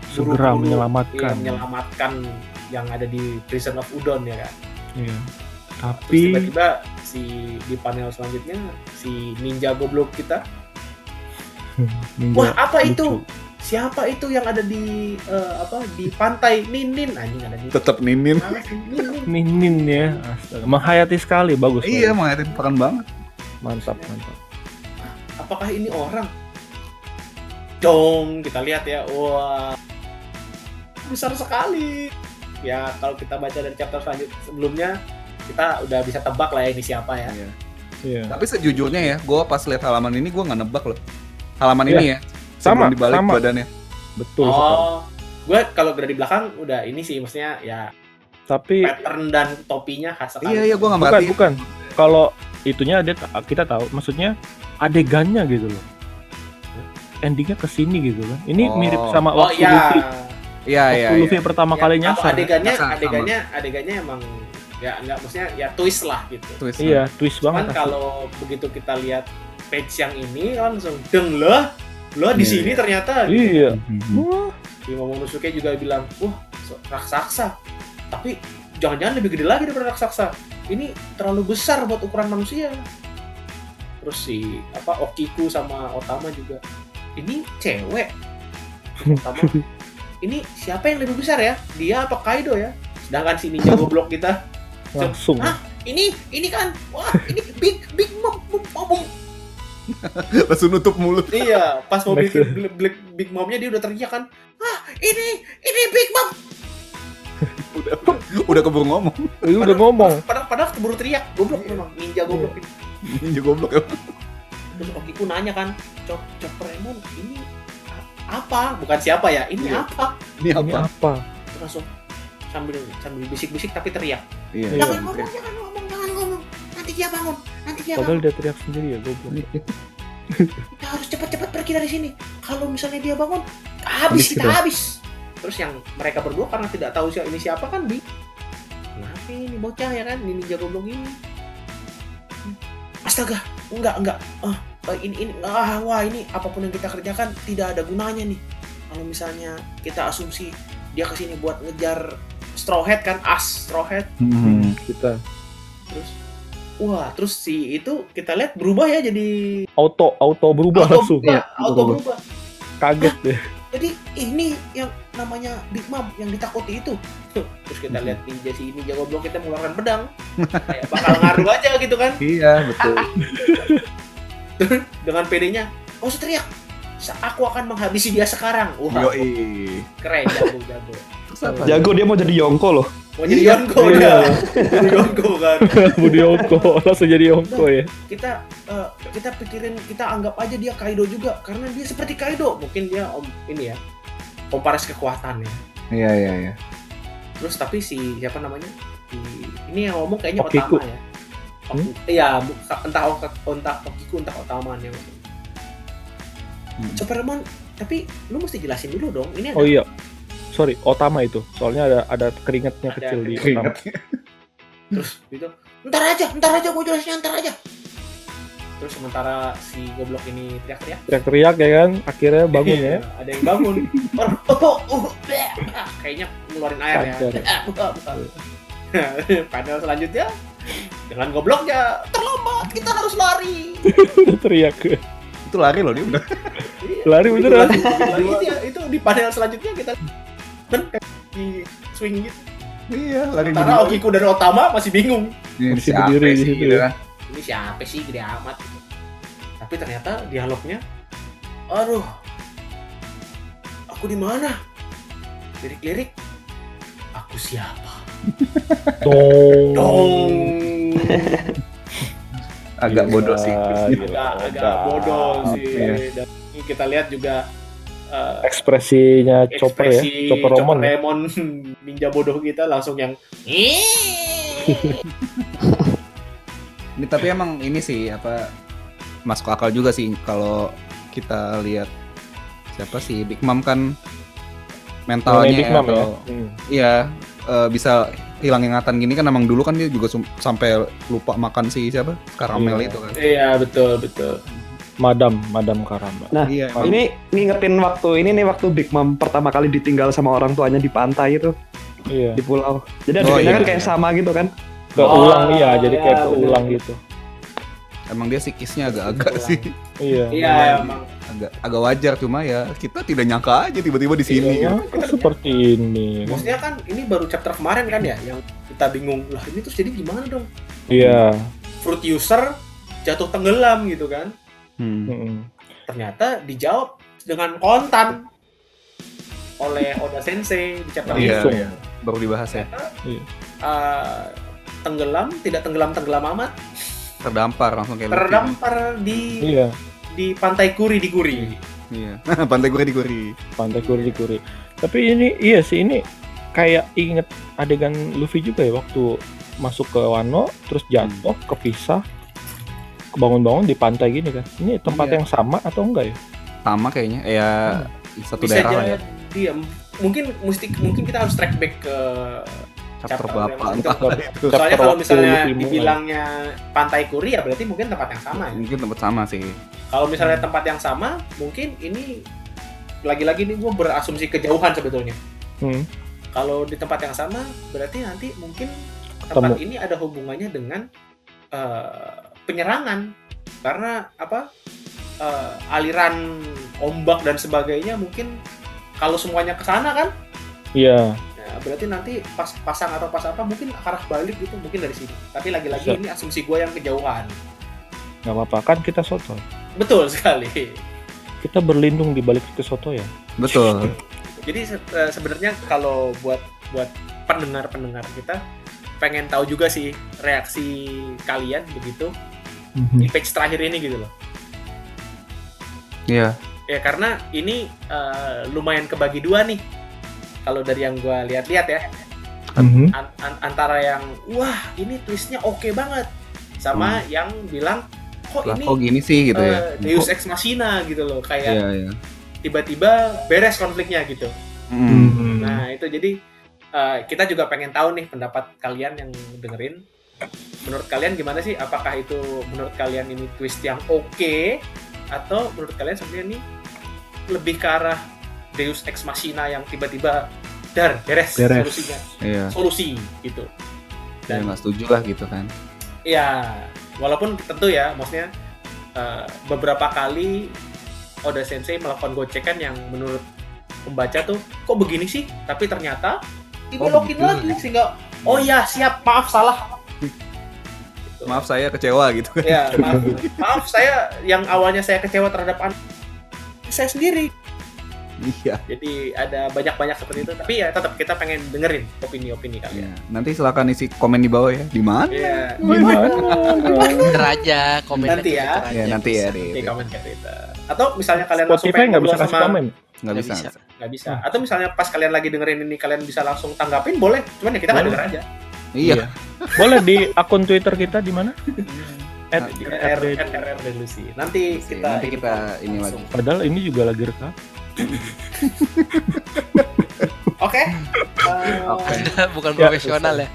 [SPEAKER 2] segera
[SPEAKER 5] buru-buru,
[SPEAKER 2] menyelamatkan
[SPEAKER 5] iya, menyelamatkan yang ada di Prison of Udon ya kan.
[SPEAKER 2] Iya.
[SPEAKER 5] Terus
[SPEAKER 2] tapi
[SPEAKER 5] tiba-tiba si di panel selanjutnya si ninja goblok kita,
[SPEAKER 2] Ninja
[SPEAKER 5] wah apa itu?
[SPEAKER 2] lucu.
[SPEAKER 5] siapa itu yang ada di eh, apa di pantai Ninin anjing ada di
[SPEAKER 1] Tetap Ninin.
[SPEAKER 5] Mana sih? Ninin
[SPEAKER 2] Ninin ya astaga menghayati sekali bagus
[SPEAKER 1] Iya,
[SPEAKER 2] bagus.
[SPEAKER 1] menghayati peran banget.
[SPEAKER 2] mantap mantap
[SPEAKER 5] apakah ini orang dong kita lihat ya wah besar sekali ya kalau kita baca dari chapter selanjut sebelumnya kita udah bisa tebak lah ya ini siapa ya
[SPEAKER 1] Iya.
[SPEAKER 2] iya
[SPEAKER 1] Tapi sejujurnya ya, gue pas lihat halaman ini gue nggak nebak loh. Halaman
[SPEAKER 2] Iya.
[SPEAKER 1] ini ya,
[SPEAKER 2] Sama,
[SPEAKER 1] sebelum dibalik
[SPEAKER 2] sama.
[SPEAKER 1] badannya.
[SPEAKER 2] betul sekali.
[SPEAKER 5] oh gue kalau dari belakang udah ini sih maksudnya ya
[SPEAKER 2] tapi
[SPEAKER 5] pattern dan topinya khas sekali
[SPEAKER 1] Iya iya, gue nggak
[SPEAKER 2] bukan
[SPEAKER 1] merhatiin.
[SPEAKER 2] bukan kalau itunya ada kita tahu maksudnya adegannya gitu loh endingnya ke sini gitu kan ini
[SPEAKER 1] Oh.
[SPEAKER 2] mirip sama
[SPEAKER 5] oh
[SPEAKER 2] waktu Luffy
[SPEAKER 5] iya
[SPEAKER 1] Iya
[SPEAKER 2] waktu
[SPEAKER 1] iya.
[SPEAKER 2] Luffy
[SPEAKER 1] iya.
[SPEAKER 2] pertama
[SPEAKER 5] Ya,
[SPEAKER 2] kali
[SPEAKER 5] kalau
[SPEAKER 2] nyasar
[SPEAKER 5] adegannya
[SPEAKER 1] Nyasar, sama.
[SPEAKER 5] adegannya adegannya emang ya nggak maksudnya ya twist lah gitu
[SPEAKER 1] Twist.
[SPEAKER 2] iya twist
[SPEAKER 5] Cuman
[SPEAKER 2] banget
[SPEAKER 5] kalau begitu kita lihat page yang ini kan langsung deng lah lo di
[SPEAKER 1] Iya,
[SPEAKER 5] sini
[SPEAKER 1] iya.
[SPEAKER 5] ternyata
[SPEAKER 2] iya
[SPEAKER 1] Mhm.
[SPEAKER 5] di Momonosuke juga bilang wah so- raksasa tapi jangan-jangan lebih gede lagi daripada raksasa ini terlalu besar buat ukuran manusia terus si apa Okiku sama Otama juga ini cewek Otama ini siapa yang lebih besar ya dia apa Kaido ya sedangkan si ninja goblok kita
[SPEAKER 2] langsung
[SPEAKER 5] Hah? ini ini kan wah ini big big mom mom mom
[SPEAKER 1] Langsung nutup mulut.
[SPEAKER 5] iya pas mau
[SPEAKER 2] Back
[SPEAKER 5] bikin bl- bl- big momnya dia udah teriak kan ah ini ini big mom
[SPEAKER 1] Udah keburu ngomong.
[SPEAKER 2] Ini udah ngomong
[SPEAKER 5] padahal padahal keburu teriak goblok memang ninja goblok ini
[SPEAKER 1] Ninja goblok ya.
[SPEAKER 5] terus Okiku nanya kan cok cok Doraemon, ini a- apa bukan siapa ya ini
[SPEAKER 1] Iya.
[SPEAKER 5] apa
[SPEAKER 1] Ini
[SPEAKER 2] ini
[SPEAKER 1] apa?
[SPEAKER 2] apa
[SPEAKER 5] Terus langsung sambil sambil bisik-bisik tapi teriak
[SPEAKER 1] Iya.
[SPEAKER 2] Iya.
[SPEAKER 5] jangan ngomong jangan ngomong jangan ngomong nanti dia bangun nanti dia
[SPEAKER 2] padahal
[SPEAKER 5] bangun
[SPEAKER 2] dia teriak sendiri ya goblok
[SPEAKER 5] kita harus cepat-cepat pergi dari sini kalau misalnya dia bangun habis
[SPEAKER 2] Habis
[SPEAKER 5] kita
[SPEAKER 2] kita.
[SPEAKER 5] habis terus yang mereka berdua karena tidak tahu siapa ini siapa kan bingung kenapa ini bocah ya kan ini jago goblok ini astaga enggak enggak ah eh, ini ini ah wah ini apapun yang kita kerjakan tidak ada gunanya nih kalau misalnya kita asumsi dia kesini buat ngejar straw hat kan as straw hat
[SPEAKER 1] Mhm.
[SPEAKER 2] kita
[SPEAKER 5] terus Wah, terus si itu kita lihat berubah ya jadi
[SPEAKER 2] Auto auto berubah
[SPEAKER 5] auto
[SPEAKER 2] langsung.
[SPEAKER 5] berubah,
[SPEAKER 3] Iya,
[SPEAKER 5] auto berubah.
[SPEAKER 3] berubah.
[SPEAKER 2] Kaget deh.
[SPEAKER 5] Jadi ini yang namanya Big Mom yang ditakuti itu. Terus kita lihat ninja si ini jago blok kita mengeluarkan pedang. Kayak bakal ngaruh aja gitu kan
[SPEAKER 1] Iya, betul.
[SPEAKER 5] dengan PD-nya. Oh, teriak. "Sa- Aku akan menghabisi dia sekarang. Wah,
[SPEAKER 1] Yoi.
[SPEAKER 5] keren jago-jago.
[SPEAKER 1] Terus apa?
[SPEAKER 3] Jago dia mau jadi Yonko loh.
[SPEAKER 5] Mau jadi Yonko
[SPEAKER 2] Iya.
[SPEAKER 5] dia. Jadi Yonko kan.
[SPEAKER 2] Budi Yonko langsung jadi Yonko ya.
[SPEAKER 5] kita eh, kita pikirin kita anggap aja dia Kaido juga karena dia seperti Kaido mungkin dia om ini ya om paras kekuatannya
[SPEAKER 1] Iya, iya, iya.
[SPEAKER 5] terus tapi si siapa namanya si- ini yang ngomong kayaknya
[SPEAKER 2] Okiku.
[SPEAKER 5] Otama ya
[SPEAKER 2] Hmm?
[SPEAKER 5] Ok- iya bu- entah Oka- entah Okiku entah ya. Otama nih
[SPEAKER 1] Hmm.
[SPEAKER 5] Superman tapi lu mesti jelasin dulu dong ini ada,
[SPEAKER 2] Oh iya. Sorry, Otama itu. Soalnya ada ada keringatnya
[SPEAKER 5] Ada
[SPEAKER 2] kecil di
[SPEAKER 5] keringat.
[SPEAKER 2] Otama.
[SPEAKER 5] terus gitu ntar aja ntar aja gue jelasin ntar aja terus sementara si goblok ini teriak-teriak
[SPEAKER 2] Teriak-teriak ya kan, akhirnya bangun ya.
[SPEAKER 5] Iya, Ada yang bangun. Orang, oh, oh, bleh. Ah, kayaknya ngeluarin air ya.
[SPEAKER 2] Sadar.
[SPEAKER 5] Ah, buka, buka. Panel selanjutnya dengan gobloknya terlambat kita harus lari.
[SPEAKER 2] Udah teriak.
[SPEAKER 1] Itu lari loh dia udah.
[SPEAKER 5] Iya.
[SPEAKER 2] Lari beneran.
[SPEAKER 5] Itu lagi, itu ya, itu di panel selanjutnya kita dan kayak di swing gitu.
[SPEAKER 1] Iya, lari
[SPEAKER 2] gitu.
[SPEAKER 5] Karena Okiku dan Otama masih bingung.
[SPEAKER 1] Iya,
[SPEAKER 2] Masih
[SPEAKER 1] siapa
[SPEAKER 2] berdiri di
[SPEAKER 1] sih,
[SPEAKER 2] situ
[SPEAKER 1] gitu
[SPEAKER 2] ya.
[SPEAKER 1] kan.
[SPEAKER 5] Ini siapa sih gede amat? gitu. Tapi ternyata dialognya, aduh, aku di mana? Lirik-lirik, aku siapa?
[SPEAKER 2] Dong.
[SPEAKER 5] dong
[SPEAKER 1] Agak
[SPEAKER 2] Gila,
[SPEAKER 1] bodoh sih.
[SPEAKER 2] Ah, gila,
[SPEAKER 5] agak agak
[SPEAKER 2] udah.
[SPEAKER 5] bodoh sih
[SPEAKER 1] Iya.
[SPEAKER 5] dan kita lihat juga eh,
[SPEAKER 2] Ekspresinya Chopper ya,
[SPEAKER 5] ekspresi
[SPEAKER 2] Chopper Roman. ya.
[SPEAKER 5] Raymon ninja bodoh kita langsung yang
[SPEAKER 1] Ini tapi emang ini sih apa masuk akal juga sih kalau kita lihat siapa sih Big Mom kan mentalnya
[SPEAKER 2] Mengenai Big
[SPEAKER 1] ya,
[SPEAKER 2] Mom ya.
[SPEAKER 1] kalau-
[SPEAKER 2] Hmm.
[SPEAKER 1] Iya, eh, bisa hilang ingatan gini kan emang dulu kan dia juga sum- sampai lupa makan si siapa karamel
[SPEAKER 2] Iya.
[SPEAKER 1] itu kan.
[SPEAKER 5] iya betul betul
[SPEAKER 2] Madam, Madam Karamba.
[SPEAKER 3] Nah,
[SPEAKER 1] Iya, emang.
[SPEAKER 3] Ini ngingetin waktu ini nih waktu Big Mom pertama kali ditinggal sama orang tuanya di pantai itu
[SPEAKER 2] Iya.
[SPEAKER 3] di pulau. Jadi
[SPEAKER 1] Oh,
[SPEAKER 3] adegannya
[SPEAKER 1] iya,
[SPEAKER 3] kan kayak
[SPEAKER 1] iya.
[SPEAKER 3] sama gitu kan.
[SPEAKER 2] Keulang
[SPEAKER 5] Oh,
[SPEAKER 2] iya, jadi kayak
[SPEAKER 5] iya,
[SPEAKER 2] keulang
[SPEAKER 5] bener.
[SPEAKER 2] gitu.
[SPEAKER 1] emang dia psikisnya agak-agak
[SPEAKER 5] Pulang.
[SPEAKER 1] sih
[SPEAKER 2] Iya.
[SPEAKER 5] iya emang
[SPEAKER 1] agak agak wajar cuma ya kita tidak nyangka aja tiba-tiba di sini
[SPEAKER 2] Iya,
[SPEAKER 1] gitu.
[SPEAKER 2] kok seperti ini.
[SPEAKER 5] maksudnya kan ini baru chapter kemarin kan ya yang kita bingung lah ini terus jadi gimana dong
[SPEAKER 2] Iya.
[SPEAKER 5] fruit user jatuh tenggelam gitu kan
[SPEAKER 1] Hmm.
[SPEAKER 2] Mm-mm.
[SPEAKER 5] ternyata dijawab dengan kontan oleh Oda Sensei di chapter
[SPEAKER 1] Iya,
[SPEAKER 2] Langsung.
[SPEAKER 1] iya. Baru dibahas ya.
[SPEAKER 5] eh, tenggelam tidak tenggelam tenggelam amat
[SPEAKER 1] Terdampar langsung kayak Luffy.
[SPEAKER 5] terdampar di
[SPEAKER 2] Iya.
[SPEAKER 5] di pantai Kuri di Kuri
[SPEAKER 1] Iya. Pantai gue di Gori.
[SPEAKER 2] pantai kuri kuri tapi ini iya sih ini kayak inget adegan Luffy juga ya waktu masuk ke Wano terus jatuh kepisah kebangun-bangun di pantai gini kan ini tempat
[SPEAKER 1] Iya.
[SPEAKER 2] yang sama atau enggak ya
[SPEAKER 1] Sama kayaknya. Ya satu
[SPEAKER 5] Hmm. bisa
[SPEAKER 1] daerah lah
[SPEAKER 5] jadi
[SPEAKER 1] ya.
[SPEAKER 5] dia mungkin mesti mungkin kita harus track back ke
[SPEAKER 1] Chapter
[SPEAKER 5] chapter
[SPEAKER 1] bapak
[SPEAKER 5] memang
[SPEAKER 1] entah
[SPEAKER 5] itu.
[SPEAKER 1] lah itu.
[SPEAKER 5] soalnya kalau
[SPEAKER 2] waktu
[SPEAKER 5] misalnya
[SPEAKER 2] Luffy mulai.
[SPEAKER 5] dibilangnya pantai Kuri ya berarti mungkin tempat yang sama ya
[SPEAKER 1] Mungkin tempat sama sih.
[SPEAKER 5] kalau misalnya
[SPEAKER 2] Hmm.
[SPEAKER 5] tempat yang sama mungkin ini lagi-lagi ini gue berasumsi kejauhan sebetulnya
[SPEAKER 2] Hmm.
[SPEAKER 5] kalau di tempat yang sama berarti nanti mungkin tempat ini ada hubungannya dengan eh, penyerangan karena apa eh, aliran ombak dan sebagainya mungkin kalau semuanya ke sana kan
[SPEAKER 2] iya
[SPEAKER 5] nah, berarti nanti pas pasang atau pas apa mungkin arah balik gitu mungkin dari sini tapi
[SPEAKER 2] Bisa.
[SPEAKER 5] lagi-lagi ini asumsi gue yang kejauhan
[SPEAKER 2] nggak apa-apa kan kita soto
[SPEAKER 5] betul sekali
[SPEAKER 2] kita berlindung di balik kesoto ya
[SPEAKER 1] Betul.
[SPEAKER 5] Jadi se- eh, sebenarnya kalau buat buat pendengar-pendengar kita pengen tahu juga sih reaksi kalian begitu
[SPEAKER 2] Mm-hmm.
[SPEAKER 5] di
[SPEAKER 1] Hmm.
[SPEAKER 5] page terakhir ini gitu loh.
[SPEAKER 1] Iya.
[SPEAKER 5] Ya karena ini eh, lumayan kebagi dua nih. Kalau dari yang gua lihat-lihat ya
[SPEAKER 2] Mhm.
[SPEAKER 5] an- an- antara yang wah ini twistnya oke banget sama yang bilang kok
[SPEAKER 1] Hmm. Lah
[SPEAKER 5] ini
[SPEAKER 1] kok gini sih gitu
[SPEAKER 5] eh,
[SPEAKER 1] ya.
[SPEAKER 5] Deus
[SPEAKER 1] Kok-
[SPEAKER 5] ex machina gitu loh kayak
[SPEAKER 1] Iya, iya.
[SPEAKER 5] tiba-tiba beres konfliknya gitu.
[SPEAKER 1] Mm.
[SPEAKER 2] Mm-hmm.
[SPEAKER 5] Nah, itu jadi eh, kita juga pengen tahu nih pendapat kalian yang dengerin. Menurut kalian gimana sih? Apakah itu menurut kalian ini twist yang oke atau menurut kalian sebenarnya ini lebih ke arah Deus ex machina yang tiba-tiba dar beres,
[SPEAKER 2] beres
[SPEAKER 5] solusinya.
[SPEAKER 1] Iya.
[SPEAKER 5] Solusi gitu.
[SPEAKER 1] Dan
[SPEAKER 5] Dan
[SPEAKER 1] nggak setuju lah gitu kan.
[SPEAKER 5] ya walaupun tentu ya maksudnya eh, beberapa kali Oda Sensei melakukan gocekan yang menurut pembaca tuh kok begini sih tapi ternyata dibelokin
[SPEAKER 1] begini.
[SPEAKER 5] lagi sehingga oh ya siap maaf salah
[SPEAKER 1] Maaf saya kecewa gitu kan.
[SPEAKER 5] ya maaf maaf saya yang awalnya saya kecewa terhadap anak saya sendiri
[SPEAKER 1] Iya.
[SPEAKER 5] jadi ada banyak-banyak seperti itu tapi ya tetap kita pengen dengerin opini-opini
[SPEAKER 1] Iya.
[SPEAKER 5] kalian
[SPEAKER 1] Nanti silakan isi komen di bawah ya. Di mana?
[SPEAKER 5] Iya,
[SPEAKER 2] Gimana, bro?
[SPEAKER 4] Twitter aja, komen aja
[SPEAKER 5] Nanti ya.
[SPEAKER 4] Twitter
[SPEAKER 1] Ya
[SPEAKER 4] aja,
[SPEAKER 1] nanti ya
[SPEAKER 4] bisa.
[SPEAKER 1] di
[SPEAKER 5] di komen ke kita. Atau misalnya kalian langsung
[SPEAKER 2] Spotify
[SPEAKER 5] pengen
[SPEAKER 2] nggak bisa
[SPEAKER 5] ngobrol
[SPEAKER 2] kasih
[SPEAKER 5] sama-
[SPEAKER 2] komen.
[SPEAKER 1] nggak
[SPEAKER 4] Nggak
[SPEAKER 1] bisa.
[SPEAKER 4] bisa.
[SPEAKER 5] nggak bisa.
[SPEAKER 1] Hmm.
[SPEAKER 5] Atau misalnya pas kalian lagi dengerin ini kalian bisa langsung tanggapin boleh. Cuman ya kita nggak
[SPEAKER 2] Boleh.
[SPEAKER 5] denger aja.
[SPEAKER 1] Iya.
[SPEAKER 2] Iya. Boleh di akun Twitter kita di mana? At,
[SPEAKER 5] Nah, R
[SPEAKER 2] at-
[SPEAKER 5] R- R- R- Lucy. Nanti
[SPEAKER 1] Sih,
[SPEAKER 5] kita
[SPEAKER 1] nanti kita ini
[SPEAKER 5] langsung.
[SPEAKER 2] Padahal ini juga lagi rekam.
[SPEAKER 5] Oke. Eh,
[SPEAKER 1] Oke.
[SPEAKER 4] Anda bukan
[SPEAKER 2] Ya,
[SPEAKER 4] profesional ya.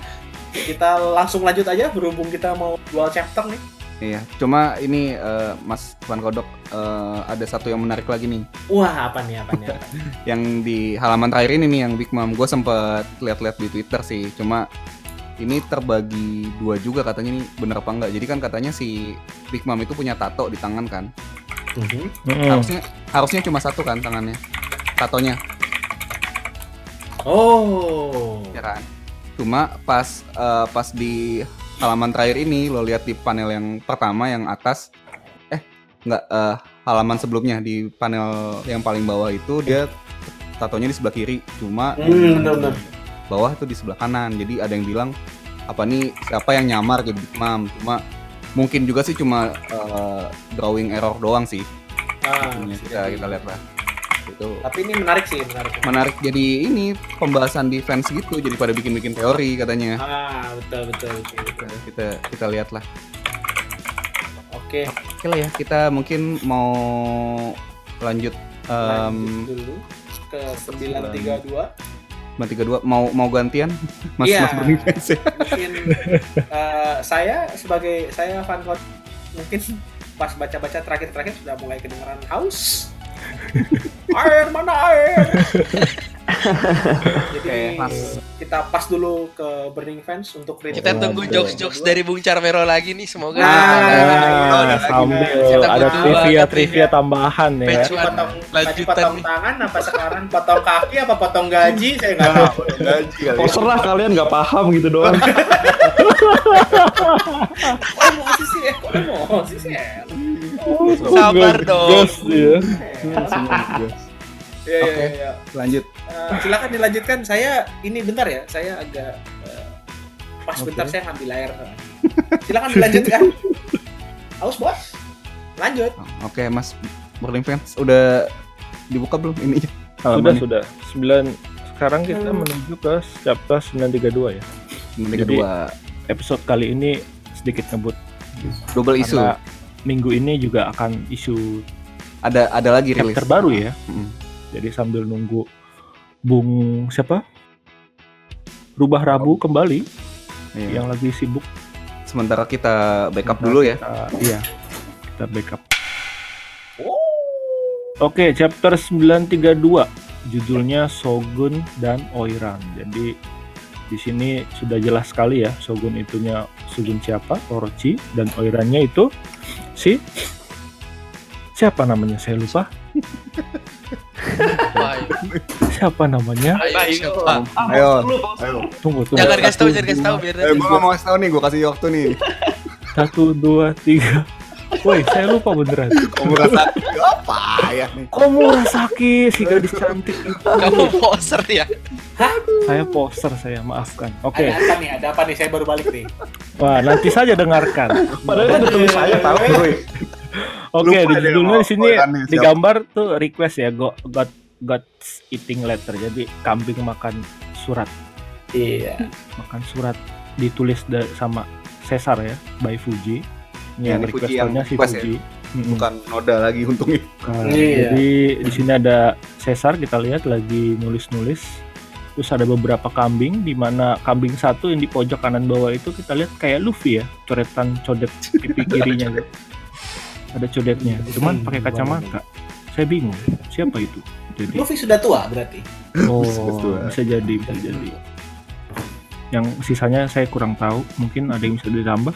[SPEAKER 5] Kita langsung lanjut aja berhubung kita mau dual chapter nih.
[SPEAKER 1] Iya. Cuma ini eh, Mas Van Kodok eh, ada satu yang menarik lagi nih.
[SPEAKER 5] Wah, apa nih apa nih? apa nih?
[SPEAKER 1] Yang di halaman terakhir ini nih yang Big Mom. Gue sempet lihat-lihat di Twitter sih. Cuma ini terbagi dua juga katanya nih bener apa enggak. Jadi kan katanya si Big Mom itu punya tato di tangan kan.
[SPEAKER 5] Mhm.
[SPEAKER 2] Nah,
[SPEAKER 1] Harusnya harusnya cuma satu kan tangannya. Tatonya.
[SPEAKER 5] Oh.
[SPEAKER 1] ya kan? Cuma pas eh, pas di halaman terakhir ini lo lihat di panel yang pertama yang atas eh nggak eh, halaman sebelumnya di panel yang paling bawah itu dia tatonya di sebelah kiri cuma
[SPEAKER 5] Hmm, benar-benar.
[SPEAKER 1] bawah tuh di sebelah kanan jadi ada yang bilang apa nih siapa yang nyamar jadi Big Mom cuma mungkin juga sih cuma eh, drawing error doang sih
[SPEAKER 5] Ah,
[SPEAKER 1] kita kita lihat lah itu
[SPEAKER 5] Tapi ini menarik sih, menarik.
[SPEAKER 1] menarik jadi ini pembahasan di fans gitu jadi pada bikin-bikin teori katanya
[SPEAKER 5] Ah, betul betul betul. betul.
[SPEAKER 1] kita kita lihatlah
[SPEAKER 5] Oke,
[SPEAKER 1] oke lah ya kita mungkin mau lanjut
[SPEAKER 5] lanjut
[SPEAKER 1] em
[SPEAKER 5] dulu ke 932.
[SPEAKER 1] 32 mau mau gantian mas
[SPEAKER 5] Iya.
[SPEAKER 1] mas Berni guys ya.
[SPEAKER 5] mungkin eh, saya sebagai saya fan God mungkin pas baca-baca terakhir-terakhir sudah mulai kedengeran haus air mana air jadi
[SPEAKER 1] Oke, pas.
[SPEAKER 5] kita pas dulu ke Burning Fans untuk read
[SPEAKER 4] Kita tunggu jokes-jokes dari Bung Carmelo lagi nih semoga.
[SPEAKER 5] Nah,
[SPEAKER 2] Nah, sambil
[SPEAKER 5] Kita
[SPEAKER 2] ada
[SPEAKER 4] butuh
[SPEAKER 2] trivia
[SPEAKER 4] banget
[SPEAKER 2] trivia tambahan ya.
[SPEAKER 4] Patch
[SPEAKER 5] Tadi potong, tadi
[SPEAKER 4] Lanjutan
[SPEAKER 5] potong
[SPEAKER 4] nih.
[SPEAKER 5] tangan apa sekarang potong kaki apa potong gaji saya nggak tahu
[SPEAKER 3] Terserah Oh, kalian nggak paham gitu doang.
[SPEAKER 5] Kok emosi sih eh kok emosi sih eh?
[SPEAKER 4] Sabar dong.
[SPEAKER 2] Gas, ya.
[SPEAKER 5] Iya, iya,
[SPEAKER 1] Oke.
[SPEAKER 5] iya.
[SPEAKER 1] lanjut
[SPEAKER 5] Eh, silakan dilanjutkan. Saya ini bentar ya. Saya agak eh, pas bentar saya ngambil air. silakan dilanjutkan. Aus bos. Lanjut.
[SPEAKER 1] oke mas Berni fans udah dibuka belum ini
[SPEAKER 2] Sudah
[SPEAKER 1] halaman
[SPEAKER 2] sudah. 9 sekarang kita
[SPEAKER 5] Hmm.
[SPEAKER 2] menuju ke chapter 932 ya.
[SPEAKER 1] 32
[SPEAKER 2] Episode kali ini sedikit ngebut
[SPEAKER 1] double isu
[SPEAKER 2] karena minggu ini juga akan isu
[SPEAKER 1] ada ada lagi rilis
[SPEAKER 2] chapter baru ya.
[SPEAKER 1] Mm-mm.
[SPEAKER 2] Jadi sambil nunggu Bung siapa? Rubah Rabu kembali
[SPEAKER 1] Iya.
[SPEAKER 2] yang lagi sibuk
[SPEAKER 1] sementara kita backup dulu ya
[SPEAKER 2] Kita- iya. Kita backup.
[SPEAKER 5] Oh.
[SPEAKER 2] Oke, chapter 932. Judulnya Shogun dan Oiran. Jadi di sini sudah jelas sekali ya Shogun itunya Shogun siapa? Orochi dan Oirannya itu si siapa namanya saya lupa.
[SPEAKER 4] Baik.
[SPEAKER 2] Siapa namanya?
[SPEAKER 4] Baik, siapa?
[SPEAKER 1] ayo ayo
[SPEAKER 2] Tunggu tunggu.
[SPEAKER 4] Jangan kasih tahu,
[SPEAKER 2] Satu,
[SPEAKER 4] jangan kasih tahu biar
[SPEAKER 1] eh,
[SPEAKER 4] nanti.
[SPEAKER 1] gua nggak mau kasih tau nih gua kasih waktu nih
[SPEAKER 2] Satu dua tiga. Woi, saya lupa beneran.
[SPEAKER 1] kamu rasa apa ya nih
[SPEAKER 2] Komurasaki si gadis cantik itu.
[SPEAKER 4] Kamu poser ya.
[SPEAKER 2] Saya poster saya maafkan.
[SPEAKER 5] Ada
[SPEAKER 2] Oke.
[SPEAKER 5] apa nih? Ada apa nih? Saya baru balik nih.
[SPEAKER 2] Wah, nanti saja dengarkan.
[SPEAKER 3] Padahal kan ada tulisannya tahu, Roy.
[SPEAKER 1] Lupa
[SPEAKER 2] Oke, di
[SPEAKER 1] deh
[SPEAKER 2] judulnya
[SPEAKER 1] sama
[SPEAKER 2] di sini
[SPEAKER 1] koreannya, siap.
[SPEAKER 2] digambar tuh request ya, go, got God's eating letter. Jadi kambing makan surat,
[SPEAKER 5] Iya.
[SPEAKER 2] makan surat ditulis da- sama Caesar ya, by Fuji. Ini
[SPEAKER 1] Ya,
[SPEAKER 2] yang
[SPEAKER 1] ini Fuji
[SPEAKER 2] request
[SPEAKER 1] yang
[SPEAKER 2] requestnya si
[SPEAKER 1] request ya?
[SPEAKER 2] Fuji. Mm-mm.
[SPEAKER 1] bukan noda lagi untungnya
[SPEAKER 2] Nah,
[SPEAKER 5] Iya.
[SPEAKER 2] Jadi di sini ada Caesar kita lihat lagi nulis-nulis. Terus ada beberapa kambing di mana kambing satu yang di pojok kanan bawah itu kita lihat kayak Luffy ya, coretan codet pipi kirinya gitu. Ada codetnya, cuman pakai kacamata. Saya bingung, siapa itu? Jadi
[SPEAKER 5] Luffy sudah tua berarti.
[SPEAKER 2] oh, bisa jadi, bisa jadi. Yang sisanya saya kurang tahu, mungkin ada yang bisa ditambah.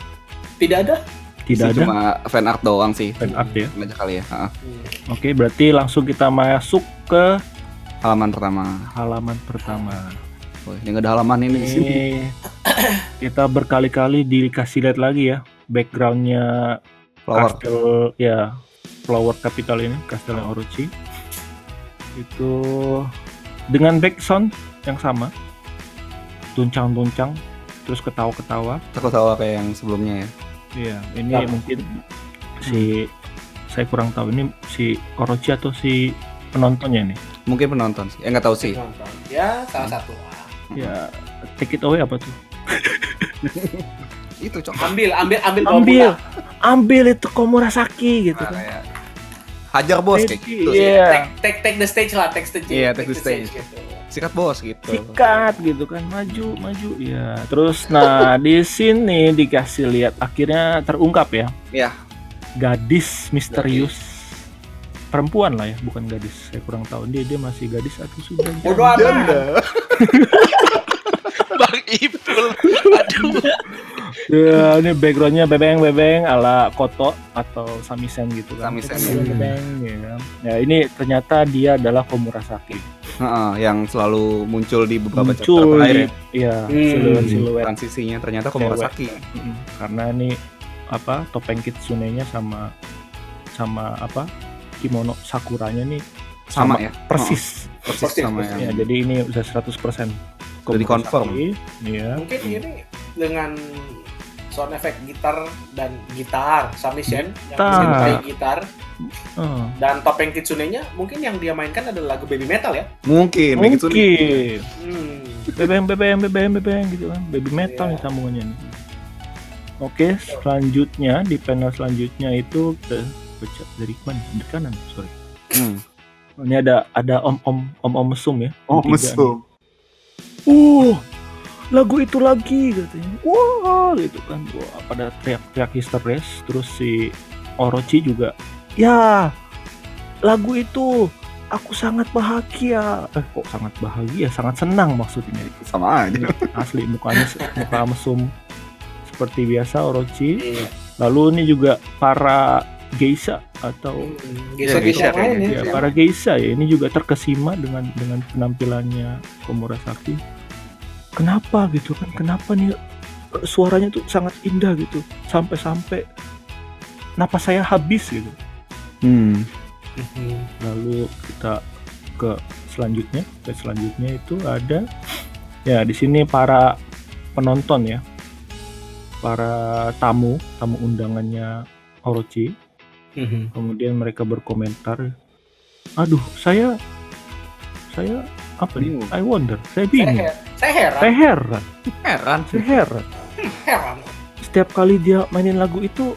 [SPEAKER 5] Tidak ada.
[SPEAKER 1] Itu
[SPEAKER 2] Tidak ada
[SPEAKER 1] cuma fan art doang sih.
[SPEAKER 2] fan art ya.
[SPEAKER 1] Aja kali ya. Ha,
[SPEAKER 2] Oke, berarti langsung kita masuk ke
[SPEAKER 1] halaman pertama.
[SPEAKER 2] halaman pertama.
[SPEAKER 1] Wih, ini nggak ada halaman ini di sini.
[SPEAKER 2] Ini kita berkali-kali dikasih lihat lagi ya backgroundnya
[SPEAKER 1] Flower.
[SPEAKER 2] Castle ya Flower Capital ini Castle Orochi itu dengan background yang sama tuncang-tuncang terus ketawa-ketawa
[SPEAKER 1] Aku tahu kayak yang sebelumnya ya.
[SPEAKER 2] Iya, ini Hmm.
[SPEAKER 5] Nah.
[SPEAKER 2] mungkin si saya kurang tahu ini si Orochi atau si penontonnya nih
[SPEAKER 1] Mungkin penonton sih. Eh nggak tahu sih.
[SPEAKER 5] Nonton. Ya, salah satu. Ah.
[SPEAKER 2] ya take it away apa tuh
[SPEAKER 1] Itu cok.
[SPEAKER 5] Ambil, ambil, ambil. bawang
[SPEAKER 2] ambil iya.
[SPEAKER 5] putih.
[SPEAKER 2] ambil itu Komurasaki gitu
[SPEAKER 1] Nah,
[SPEAKER 2] kan
[SPEAKER 1] kayak hajar bos kayak gitu sih.
[SPEAKER 5] Take,
[SPEAKER 2] iya
[SPEAKER 5] take, take the stage lah, take stage.
[SPEAKER 1] Iya, take the stage.
[SPEAKER 5] gitu.
[SPEAKER 1] Sikat bos gitu.
[SPEAKER 2] sikat gitu kan maju maju ya terus nah di sini dikasih lihat akhirnya terungkap ya
[SPEAKER 1] Iya.
[SPEAKER 2] gadis misterius perempuan lah ya bukan gadis saya kurang tahu dia dia masih gadis atau sudah
[SPEAKER 5] Bodoh
[SPEAKER 2] janda?
[SPEAKER 5] amat.
[SPEAKER 4] Bang Ipul. Aduh.
[SPEAKER 2] Ya, ini backgroundnya bebeng bebeng ala koto atau samisen gitu kan.
[SPEAKER 1] Samisen,
[SPEAKER 2] Bebeng,
[SPEAKER 3] ya.
[SPEAKER 2] bebeng, ya. Ya, ini ternyata dia adalah Komurasaki.
[SPEAKER 1] Heeh, yang selalu muncul di beberapa chapter
[SPEAKER 2] Muncul
[SPEAKER 1] terakhir
[SPEAKER 2] di,
[SPEAKER 1] ya.
[SPEAKER 2] ya,
[SPEAKER 5] Hmm.
[SPEAKER 2] siluet-siluet.
[SPEAKER 1] Transisinya ternyata Komurasaki.
[SPEAKER 2] Mm-mm. Karena ini apa topeng kitsunenya sama sama apa kimono sakuranya nih
[SPEAKER 1] Sama, ya. Oh, Iya.
[SPEAKER 2] persis.
[SPEAKER 1] Persis,
[SPEAKER 5] Persis,
[SPEAKER 1] sama
[SPEAKER 5] persis.
[SPEAKER 2] Ya,
[SPEAKER 1] yang
[SPEAKER 2] jadi ini udah 100%
[SPEAKER 1] Udah di-confirm.
[SPEAKER 2] Komurasaki. Iya.
[SPEAKER 5] Mungkin ini dengan sound effect gitar dan gitar, submission yang
[SPEAKER 2] Gitar.
[SPEAKER 5] bisa pakai gitar
[SPEAKER 2] Oh,
[SPEAKER 5] dan topeng kitsunenya mungkin yang dia mainkan adalah lagu baby metal ya.
[SPEAKER 1] mungkin begitu gitu nih.
[SPEAKER 2] Mungkin.
[SPEAKER 5] Hmm.
[SPEAKER 2] BBM BBM BBM BBM gitu kan baby metal
[SPEAKER 5] Iya.
[SPEAKER 2] nih sambungannya nih. oke selanjutnya di panel selanjutnya itu ke pecah dari mana dari kanan sorry
[SPEAKER 1] Hmm.
[SPEAKER 2] ini ada ada om om om om mesum ya
[SPEAKER 1] Oh,
[SPEAKER 2] Bertiga nih. uh lagu itu lagi katanya wah gitu kan wah pada teriak-teriak histeris terus si Orochi juga ya lagu itu aku sangat bahagia eh kok sangat bahagia sangat senang maksudnya
[SPEAKER 1] Sama aja.
[SPEAKER 2] asli mukanya se- muka mesum seperti biasa Orochi
[SPEAKER 5] Iya.
[SPEAKER 2] lalu ini juga para geisha atau
[SPEAKER 5] Hmm.
[SPEAKER 1] Iya, gesek
[SPEAKER 5] Gesek-gesek lain
[SPEAKER 1] kayaknya.
[SPEAKER 5] ya.
[SPEAKER 2] ya, para geisha ya ini juga terkesima dengan dengan penampilannya Komurasaki kenapa gitu kan kenapa nih eh, suaranya tuh sangat indah gitu sampai-sampai napas saya habis gitu
[SPEAKER 1] Hmm.
[SPEAKER 5] Mhm.
[SPEAKER 2] lalu kita ke selanjutnya ke selanjutnya itu ada ya di sini para penonton ya para tamu tamu undangannya Orochi
[SPEAKER 5] Mhm.
[SPEAKER 2] kemudian mereka berkomentar aduh saya saya apa nih
[SPEAKER 1] Bingung.
[SPEAKER 2] I wonder saya
[SPEAKER 5] Saya,
[SPEAKER 2] bingung
[SPEAKER 5] her- saya heran,
[SPEAKER 2] saya heran
[SPEAKER 1] Heran.
[SPEAKER 2] saya heran
[SPEAKER 5] heran.
[SPEAKER 2] setiap kali dia mainin lagu itu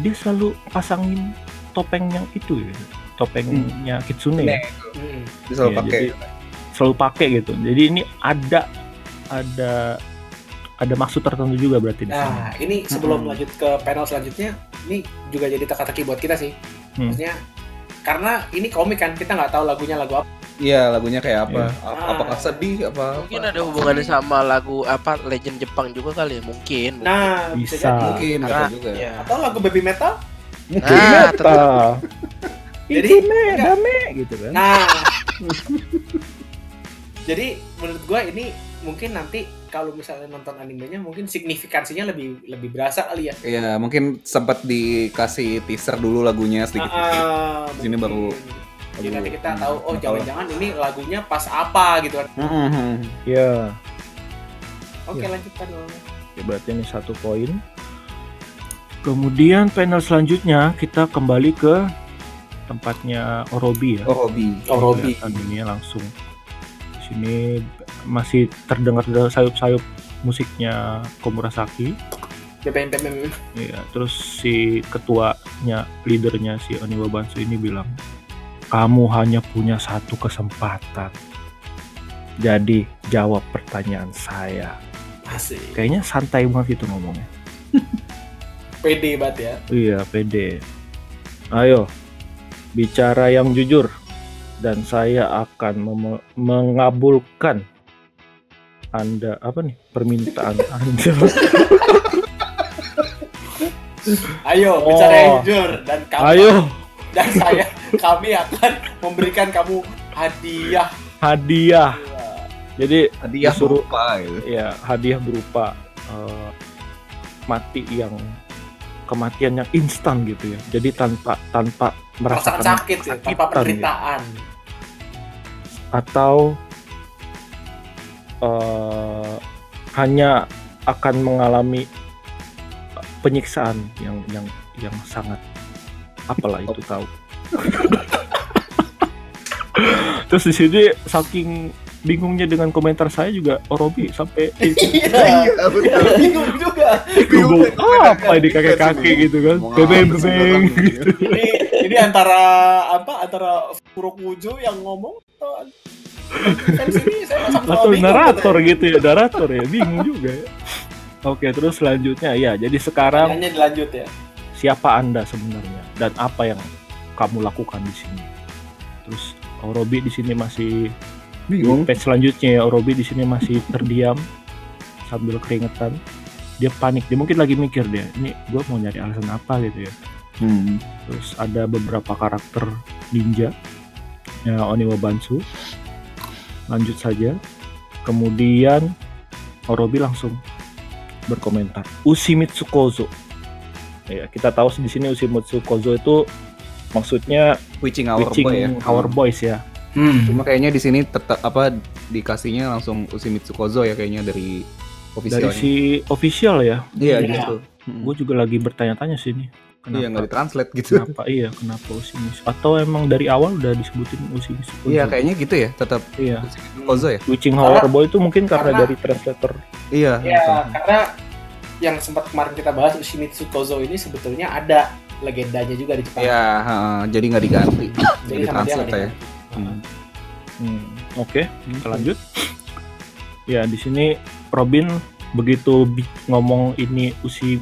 [SPEAKER 2] dia selalu pasangin topeng yang itu ya topengnya Kitsune ya.
[SPEAKER 5] Hmm.
[SPEAKER 1] Bisa lo
[SPEAKER 2] Iya,
[SPEAKER 1] pakai.
[SPEAKER 2] jadi selalu pakai gitu. Jadi ini ada ada ada maksud tertentu juga berarti di sini.
[SPEAKER 5] Nah, ini sebelum
[SPEAKER 1] Mhm.
[SPEAKER 5] lanjut ke panel selanjutnya, ini juga jadi teka-teki buat kita sih.
[SPEAKER 2] Hmm.
[SPEAKER 5] Maksudnya karena ini komik kan, kita nggak tahu lagunya lagu apa.
[SPEAKER 1] Iya, lagunya kayak apa? Ap-
[SPEAKER 5] Ah.
[SPEAKER 1] Apakah sedih apa?
[SPEAKER 4] Mungkin ada hubungannya sama lagu apa Legend Jepang juga kali ya, mungkin.
[SPEAKER 5] Nah, bisa,
[SPEAKER 2] Bisa.
[SPEAKER 5] jadi.
[SPEAKER 1] Mungkin ada
[SPEAKER 4] Nah,
[SPEAKER 1] juga. Ya.
[SPEAKER 4] ya.
[SPEAKER 5] Atau lagu baby metal.
[SPEAKER 4] Nah, tetap
[SPEAKER 5] Jadi,
[SPEAKER 2] Jadi me,
[SPEAKER 5] enggak.
[SPEAKER 2] dame gitu kan.
[SPEAKER 5] Nah. jadi menurut gua ini mungkin nanti kalau misalnya nonton animenya mungkin signifikansinya lebih lebih berasa kali ya.
[SPEAKER 1] Iya, mungkin sempat dikasih teaser dulu lagunya sedikit. Hmm.
[SPEAKER 5] Ah,
[SPEAKER 1] Di sini baru-
[SPEAKER 5] mungkin.
[SPEAKER 1] Lagu-
[SPEAKER 5] Jadi nanti kita tahu oh
[SPEAKER 1] Nggak tahu lah.
[SPEAKER 5] jangan-jangan ini lagunya pas apa gitu kan.
[SPEAKER 1] Mhm.
[SPEAKER 2] Ya,
[SPEAKER 5] Oke,
[SPEAKER 2] Iya.
[SPEAKER 5] lanjut panel.
[SPEAKER 2] ya berarti ini satu poin. Kemudian panel selanjutnya kita kembali ke tempatnya Orobi ya.
[SPEAKER 1] Oh, hobi.
[SPEAKER 5] Oh, Robi.
[SPEAKER 2] Kelihatan ini langsung di sini masih terdengar sayup-sayup musiknya Komurasaki.
[SPEAKER 5] BPM BPM.
[SPEAKER 2] Iya, terus si ketuanya, leadernya si Oniwa Bansu ini bilang, kamu hanya punya satu kesempatan. Jadi jawab pertanyaan saya.
[SPEAKER 5] Asik.
[SPEAKER 2] Kayaknya santai banget gitu ngomongnya.
[SPEAKER 5] PD banget ya.
[SPEAKER 2] Iya, pede. Ayo, bicara yang jujur. Dan saya akan mem- mengabulkan Anda, apa nih, permintaan Anda.
[SPEAKER 5] Ayo,
[SPEAKER 2] Oh.
[SPEAKER 5] bicara yang jujur dan kamu
[SPEAKER 2] Ayo,
[SPEAKER 5] dan saya kami akan memberikan kamu hadiah.
[SPEAKER 2] hadiah. Jadi
[SPEAKER 1] Hadiah
[SPEAKER 2] Disuruh-
[SPEAKER 1] apa gitu.
[SPEAKER 2] ya hadiah berupa eh, mati yang kematian yang instan gitu ya. Jadi tanpa tanpa
[SPEAKER 5] Perasaan
[SPEAKER 2] merasakan
[SPEAKER 5] sakit ya,
[SPEAKER 2] kesakitan,
[SPEAKER 5] tanpa
[SPEAKER 2] ya.
[SPEAKER 5] penderitaan.
[SPEAKER 2] atau eh, hanya akan mengalami penyiksaan yang yang yang sangat apalah itu tahu. Terus di sini saking bingungnya dengan komentar saya juga oh, Robi sampai
[SPEAKER 5] Iya,
[SPEAKER 1] betul.
[SPEAKER 5] bingung juga.
[SPEAKER 2] bingung apa ini kakek-kakek gitu kan. Bebeng bebeng.
[SPEAKER 1] gitu ya.
[SPEAKER 5] Ini ini antara apa antara Furuk Wujo yang ngomong atau fans ini saya sama-sama
[SPEAKER 2] atau
[SPEAKER 5] bingung,
[SPEAKER 2] narator
[SPEAKER 5] katanya.
[SPEAKER 2] gitu ya, narator ya, bingung juga ya. Oke, terus selanjutnya ya. Jadi sekarang
[SPEAKER 5] Hanya dilanjut ya.
[SPEAKER 2] siapa Anda sebenarnya dan apa yang kamu lakukan di sini. Terus Orobi di sini masih
[SPEAKER 1] Bingung.
[SPEAKER 2] page selanjutnya ya Orobi di sini masih terdiam sambil keringetan. Dia panik, dia mungkin lagi mikir dia, ini gue mau nyari alasan apa gitu ya.
[SPEAKER 1] Hmm.
[SPEAKER 2] Terus ada beberapa karakter ninja ya Oniwa Bansu. Lanjut saja. Kemudian Orobi langsung berkomentar. Ushimitsu Kozo. Ya, kita tahu di sini Ushimitsu Kozo itu maksudnya
[SPEAKER 1] Witching hour
[SPEAKER 2] Witching
[SPEAKER 1] boy ya.
[SPEAKER 2] Hour Boys ya.
[SPEAKER 1] Cuma kayaknya di sini tetap apa dikasihnya langsung Ushimitsu Kozo ya kayaknya dari
[SPEAKER 2] Dari
[SPEAKER 1] officialnya.
[SPEAKER 2] si official ya.
[SPEAKER 1] Iya
[SPEAKER 5] Iya.
[SPEAKER 1] gitu.
[SPEAKER 2] Gue juga lagi bertanya-tanya sini.
[SPEAKER 1] Iya nggak
[SPEAKER 2] Kenapa?
[SPEAKER 1] ditranslate gitu.
[SPEAKER 2] kenapa iya, kenapa Ushimitsu? Atau emang dari awal udah disebutin Ushimitsu Kozo?
[SPEAKER 1] Iya kayaknya gitu ya tetap
[SPEAKER 2] Iya.
[SPEAKER 5] Hmm.
[SPEAKER 1] Ushimitsu Kozo ya.
[SPEAKER 2] Witching
[SPEAKER 5] Karena-
[SPEAKER 2] Hour Boy itu mungkin karena,
[SPEAKER 5] karena-
[SPEAKER 2] dari translator.
[SPEAKER 1] Iya. betul.
[SPEAKER 5] Ya, karena yang sempat kemarin kita bahas Ushimitsu Kozo ini sebetulnya ada legendanya juga di Jepang.
[SPEAKER 1] Iya. heeh, jadi nggak diganti. jadi
[SPEAKER 5] sama dia
[SPEAKER 1] translate
[SPEAKER 5] nggak
[SPEAKER 1] ya.
[SPEAKER 5] diganti.
[SPEAKER 1] Hmm.
[SPEAKER 2] Hmm, Oke, kita lanjut. Ya di sini Robin begitu bi- ngomong ini usi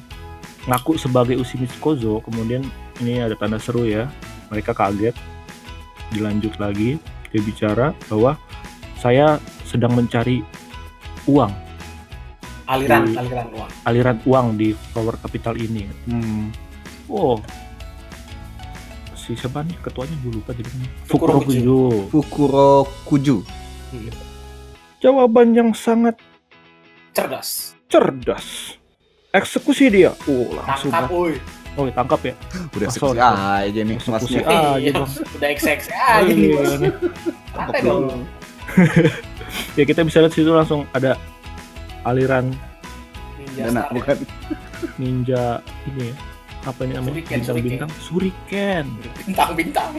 [SPEAKER 2] ngaku sebagai usi Mitsukozo, kemudian ini ada tanda seru ya. Mereka kaget. Dilanjut lagi, dia bicara bahwa saya sedang mencari uang,
[SPEAKER 5] Aliran,
[SPEAKER 2] Hmm.
[SPEAKER 5] aliran uang.
[SPEAKER 2] aliran uang di Flower Capital ini.
[SPEAKER 1] Hmm.
[SPEAKER 2] Wow. Si siapa nih ketuanya gue lupa jadi
[SPEAKER 5] Fukuro
[SPEAKER 2] Fukurokujo.
[SPEAKER 1] Fukuro Kuju.
[SPEAKER 2] Jawaban yang sangat
[SPEAKER 5] Cerdas.
[SPEAKER 2] cerdas. Eksekusi dia. Oh, langsung.
[SPEAKER 5] Tangkap, uy.
[SPEAKER 2] Oh, tangkap ya.
[SPEAKER 1] Udah
[SPEAKER 2] Oh,
[SPEAKER 1] eksekusi
[SPEAKER 2] sorry.
[SPEAKER 1] aja nih
[SPEAKER 2] Eksekusi
[SPEAKER 1] masnya.
[SPEAKER 2] Ah,
[SPEAKER 5] Iya,
[SPEAKER 2] gitu.
[SPEAKER 5] Udah XX aja gitu.
[SPEAKER 2] Iya, nih.
[SPEAKER 5] Santai dong.
[SPEAKER 2] ya kita bisa lihat situ langsung ada aliran
[SPEAKER 5] Ninja
[SPEAKER 1] Dana
[SPEAKER 5] Star.
[SPEAKER 1] bukan.
[SPEAKER 2] ninja ini ya. Apa ini namanya?
[SPEAKER 5] Shuriken,
[SPEAKER 2] Bintang-bintang. Suriken.
[SPEAKER 5] Bintang-bintang.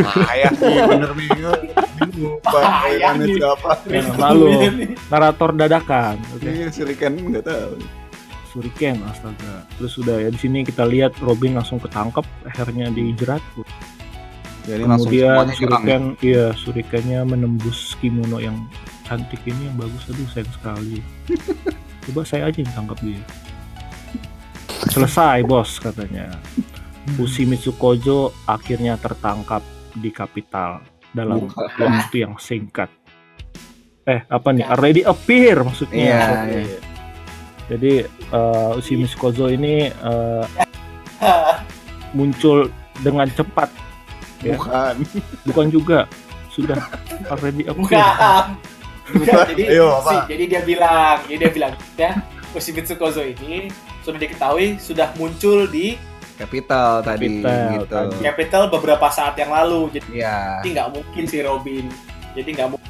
[SPEAKER 1] Payah sih Iya, bener bingung. Lupa
[SPEAKER 5] Payah
[SPEAKER 1] kayaknya
[SPEAKER 5] nih.
[SPEAKER 1] siapa.
[SPEAKER 2] malu. Narator dadakan. Oke.
[SPEAKER 1] Iya, Shuriken nggak tahu.
[SPEAKER 2] Suriken, astaga. Terus sudah ya di sini kita lihat Robin langsung ketangkep, akhirnya dijerat.
[SPEAKER 1] Jadi langsung semuanya
[SPEAKER 2] Kemudian
[SPEAKER 1] ya? nyerang.
[SPEAKER 2] Suriken, iya Surikennya menembus kimono yang cantik ini yang bagus aduh sayang sekali. Coba saya aja yang tangkap dia. Selesai bos katanya.
[SPEAKER 1] Hmm.
[SPEAKER 2] Fushi Mitsukojo akhirnya tertangkap di kapital dalam
[SPEAKER 1] Buka.
[SPEAKER 2] waktu yang singkat. Eh apa nih? Already appear maksudnya.
[SPEAKER 1] Iya,
[SPEAKER 2] Maksudnya. Jadi eh, Fushi Mitsukojo ini eh, muncul dengan cepat Ya.
[SPEAKER 1] Bukan.
[SPEAKER 2] Bukan juga. Sudah already appear.
[SPEAKER 5] Bukan. Bukan. Jadi,
[SPEAKER 1] Ayo,
[SPEAKER 5] si-
[SPEAKER 1] apa?
[SPEAKER 5] jadi dia bilang, jadi dia bilang, ya, Ushimitsu Kozo ini sudah diketahui sudah muncul di
[SPEAKER 1] Capital tadi
[SPEAKER 2] Capital
[SPEAKER 1] gitu.
[SPEAKER 2] tadi.
[SPEAKER 5] Capital beberapa saat yang lalu. Jadi
[SPEAKER 1] Iya.
[SPEAKER 5] Jadi nggak mungkin si Robin. Jadi nggak mu-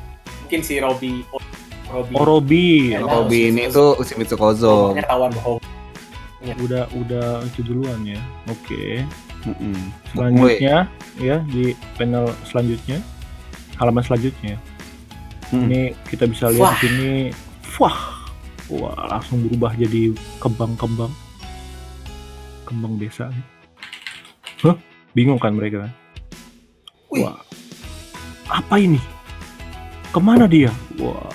[SPEAKER 5] mungkin si Robi. Robi.
[SPEAKER 2] Oh, Orobi
[SPEAKER 5] Ya,
[SPEAKER 1] Robin itu Ushimitsu Kozo.
[SPEAKER 5] Ngomongnya Ketahuan bohong.
[SPEAKER 2] udah udah itu duluan ya. Oke.
[SPEAKER 1] Mm-mm.
[SPEAKER 2] Selanjutnya ya di panel selanjutnya halaman selanjutnya.
[SPEAKER 1] Hmm.
[SPEAKER 2] Ini kita bisa lihat di sini wah wah langsung berubah jadi kembang-kembang. Kembang desa nih. Hah? Bingung kan mereka?
[SPEAKER 5] Wih.
[SPEAKER 2] Wah. Apa ini? Kemana dia? Wah.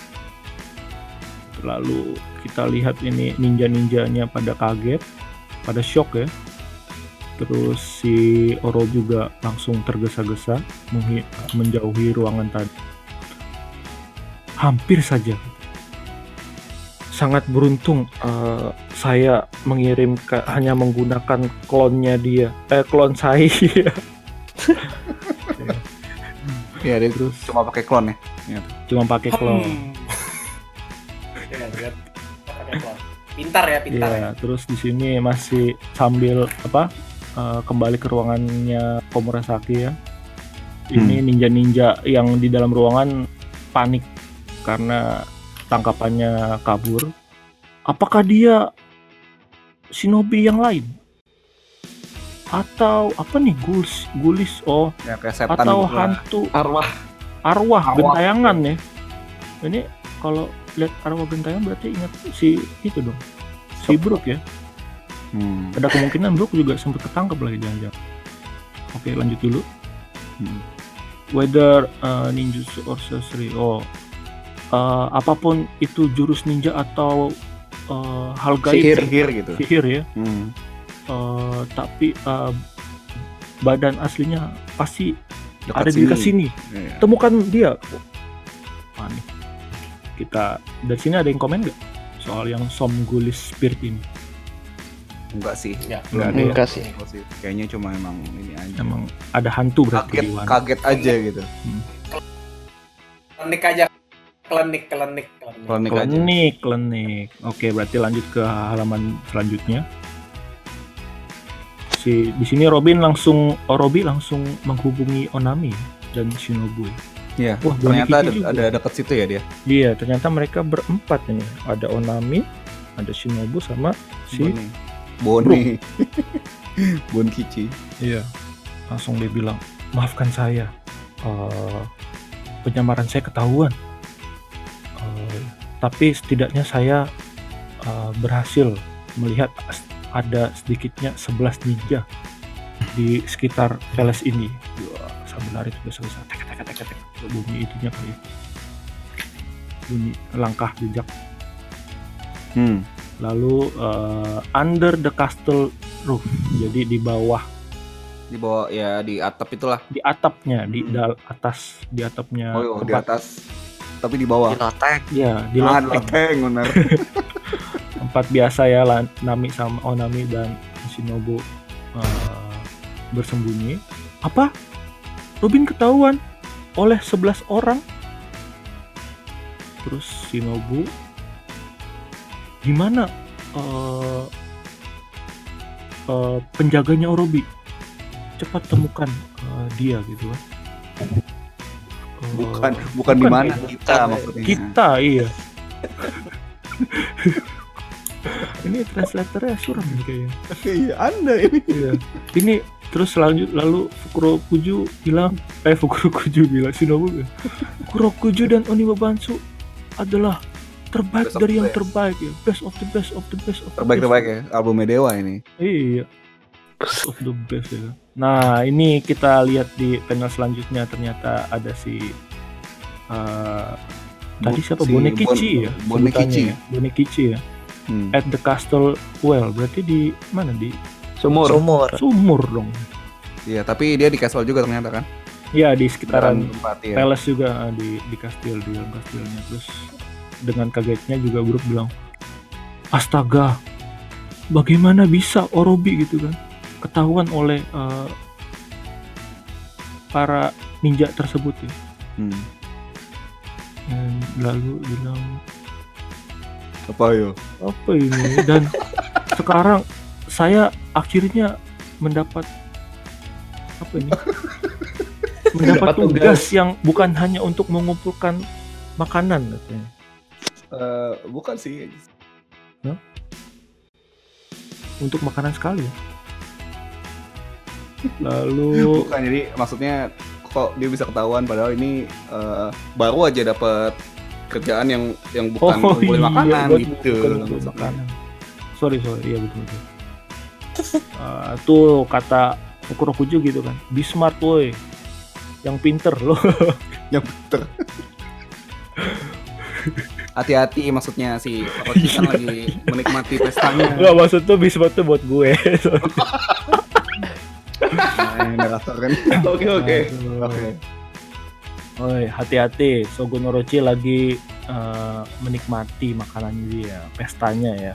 [SPEAKER 2] Lalu kita lihat ini ninja-ninjanya pada kaget, pada shock ya. Terus si Oro juga langsung tergesa-gesa menghi- menjauhi ruangan tadi. Hampir saja. sangat beruntung eh, saya mengirim ke- hanya menggunakan klonnya dia eh klon saya
[SPEAKER 1] Iya, dia cuma pakai klon ya.
[SPEAKER 2] cuma pakai klon
[SPEAKER 5] Hmm. Ya, lihat. Pakai klon. pintar ya, pintar ya.
[SPEAKER 2] Iya, terus di sini masih sambil apa eh, kembali ke ruangannya Komurasaki ya. Ini ninja-ninja yang di dalam ruangan panik karena tangkapannya kabur. Apakah dia shinobi yang lain? Atau apa nih gulis gulis oh
[SPEAKER 1] Ya, kayak setan gitu
[SPEAKER 2] atau
[SPEAKER 1] lah.
[SPEAKER 2] hantu
[SPEAKER 3] Arwah
[SPEAKER 2] arwah
[SPEAKER 1] Arwah.
[SPEAKER 2] gentayangan ya. Ini kalau lihat arwah gentayangan berarti ingat si itu dong. Si Brook ya
[SPEAKER 1] Hmm.
[SPEAKER 2] ada kemungkinan Brook juga sempat ketangkep lagi jangan-jangan. Oke lanjut dulu.
[SPEAKER 1] Hmm.
[SPEAKER 2] Whether uh, ninjutsu or sorcery, oh Uh, apapun itu jurus ninja atau uh, hal
[SPEAKER 1] Sihir.
[SPEAKER 2] gaib,
[SPEAKER 1] Sihir gitu.
[SPEAKER 2] sihir ya.
[SPEAKER 1] Hmm.
[SPEAKER 2] Uh, tapi uh, badan aslinya pasti
[SPEAKER 1] Dekat
[SPEAKER 2] ada di dekat sini.
[SPEAKER 1] Iya.
[SPEAKER 2] Temukan dia. Oh, Panik. Kita dari sini ada yang komen nggak soal yang somgulis spirit ini?
[SPEAKER 1] Enggak sih.
[SPEAKER 5] Ya.
[SPEAKER 1] Enggak ada.
[SPEAKER 4] Enggak sih.
[SPEAKER 1] Enggak sih. Kayaknya cuma emang ini aja.
[SPEAKER 2] Iya. Emang ada hantu berarti
[SPEAKER 1] Kaget,
[SPEAKER 2] di Wano.
[SPEAKER 1] kaget aja gitu.
[SPEAKER 5] Klenik aja. Klenik, klenik, klenik.
[SPEAKER 1] Klinik aja.
[SPEAKER 2] Klenik, klenik. Oke, berarti lanjut ke halaman selanjutnya. Si di sini Robin langsung oh, Robi langsung menghubungi Onami dan Shinobu.
[SPEAKER 1] Iya.
[SPEAKER 2] Wah,
[SPEAKER 1] Ternyata
[SPEAKER 2] Bonifiki
[SPEAKER 1] ada,
[SPEAKER 2] juga.
[SPEAKER 1] ada dekat situ ya dia.
[SPEAKER 2] Iya, ternyata mereka berempat ini. Ada Onami, ada Shinobu sama si
[SPEAKER 1] Boni. Boni. Bon Kici.
[SPEAKER 2] Iya. Langsung dia bilang, maafkan saya. Eh, penyamaran saya ketahuan. Eh, tapi setidaknya saya eh, berhasil melihat as- ada sedikitnya 11 ninja di sekitar Veles ini. Wah, sambil lari sudah selesai. Tek, tek, tek, tek, tek. Bunyi itunya kali. Bunyi langkah jejak
[SPEAKER 1] Hmm.
[SPEAKER 2] lalu eh, under the castle roof jadi di bawah
[SPEAKER 1] Di bawah ya di atap itulah.
[SPEAKER 2] di atapnya di
[SPEAKER 1] Hmm.
[SPEAKER 2] dal atas Ya, di atapnya
[SPEAKER 1] Oh, di
[SPEAKER 2] tempat-
[SPEAKER 1] atas. Tapi di bawah.
[SPEAKER 4] Piloteng.
[SPEAKER 2] ya di Oh.
[SPEAKER 1] Ah,
[SPEAKER 2] loteng.
[SPEAKER 1] loteng, bener.
[SPEAKER 2] tempat biasa ya Lan- Nami sama Onami dan Shinobu eh, bersembunyi apa Robin ketahuan oleh 11 orang terus Shinobu gimana eh, eh, penjaganya Orobi cepat temukan eh, dia gitu kan Eh,
[SPEAKER 1] Bukan, bukan di
[SPEAKER 2] Bukan,
[SPEAKER 1] mana
[SPEAKER 2] bukan.
[SPEAKER 1] kita maksudnya.
[SPEAKER 2] kita iya ini translatornya suram nih kayaknya
[SPEAKER 1] Iya, Anda ini.
[SPEAKER 2] Iya. ini terus lanjut lalu Fukuro Kuju bilang eh Fukuro Kuju bilang Shinobu bilang, Fukuro Kuju dan Oniwabansu adalah terbaik
[SPEAKER 1] Best of
[SPEAKER 2] dari
[SPEAKER 1] the
[SPEAKER 2] yang
[SPEAKER 1] best.
[SPEAKER 2] terbaik ya best of the best of the best of the
[SPEAKER 1] Terbaik
[SPEAKER 2] best.
[SPEAKER 1] terbaik ya, albumnya Dewa ini.
[SPEAKER 2] Iya. Best of the best ya. Nah, ini kita lihat di panel selanjutnya ternyata ada si eh, tadi
[SPEAKER 1] Bu-
[SPEAKER 2] siapa
[SPEAKER 1] si
[SPEAKER 2] Bonekichi
[SPEAKER 1] Bon-
[SPEAKER 2] ya?
[SPEAKER 1] Bonekichi.
[SPEAKER 2] sebutannya ya? Bonekichi ya.
[SPEAKER 1] Hmm.
[SPEAKER 2] At the Castle Well, berarti di mana di
[SPEAKER 3] sumur.
[SPEAKER 4] Sumur.
[SPEAKER 2] sumur dong.
[SPEAKER 1] Iya, tapi dia di casual juga ternyata kan.
[SPEAKER 2] Ya, di
[SPEAKER 1] Sekitaran
[SPEAKER 2] sekitaran
[SPEAKER 1] tempat ya.
[SPEAKER 3] Iya.
[SPEAKER 2] Palace juga eh, di di kastil di dalam kastilnya terus dengan kagetnya juga Brook bilang astaga bagaimana bisa Orobi gitu kan ketahuan oleh eh, para ninja tersebut ya
[SPEAKER 1] Hmm.
[SPEAKER 2] Dan lalu bilang
[SPEAKER 1] Apa yo?
[SPEAKER 2] apa ini dan sekarang saya akhirnya mendapat apa ini mendapat
[SPEAKER 3] Mendapat
[SPEAKER 2] tugas,
[SPEAKER 3] tugas.
[SPEAKER 2] yang bukan hanya untuk mengumpulkan makanan katanya
[SPEAKER 1] Eh, bukan sih.
[SPEAKER 2] untuk makanan sekali. Lalu
[SPEAKER 1] Bukan Kan, jadi maksudnya kok dia bisa ketahuan padahal ini eh, baru aja dapat kerjaan yang yang bukan boleh
[SPEAKER 2] iya,
[SPEAKER 1] makanan
[SPEAKER 2] buat-
[SPEAKER 1] gitu.
[SPEAKER 2] bukan ngumpulin makanan. Sorry sorry iya betul betul. Eh, tuh kata Fukurokuju gitu kan. Be smart woi. Yang pinter loh.
[SPEAKER 1] Yang betul. Hati-hati maksudnya si Orochi
[SPEAKER 2] Iya.
[SPEAKER 1] kan lagi menikmati pestanya.
[SPEAKER 2] Gak maksud tuh be smart tuh buat gue.
[SPEAKER 1] Nah, narator kan.
[SPEAKER 3] Oke oke.
[SPEAKER 2] Aduh.
[SPEAKER 1] Oke.
[SPEAKER 2] Woi, hati-hati. Shogun Orochi lagi eh, menikmati makanannya dia, pestanya ya.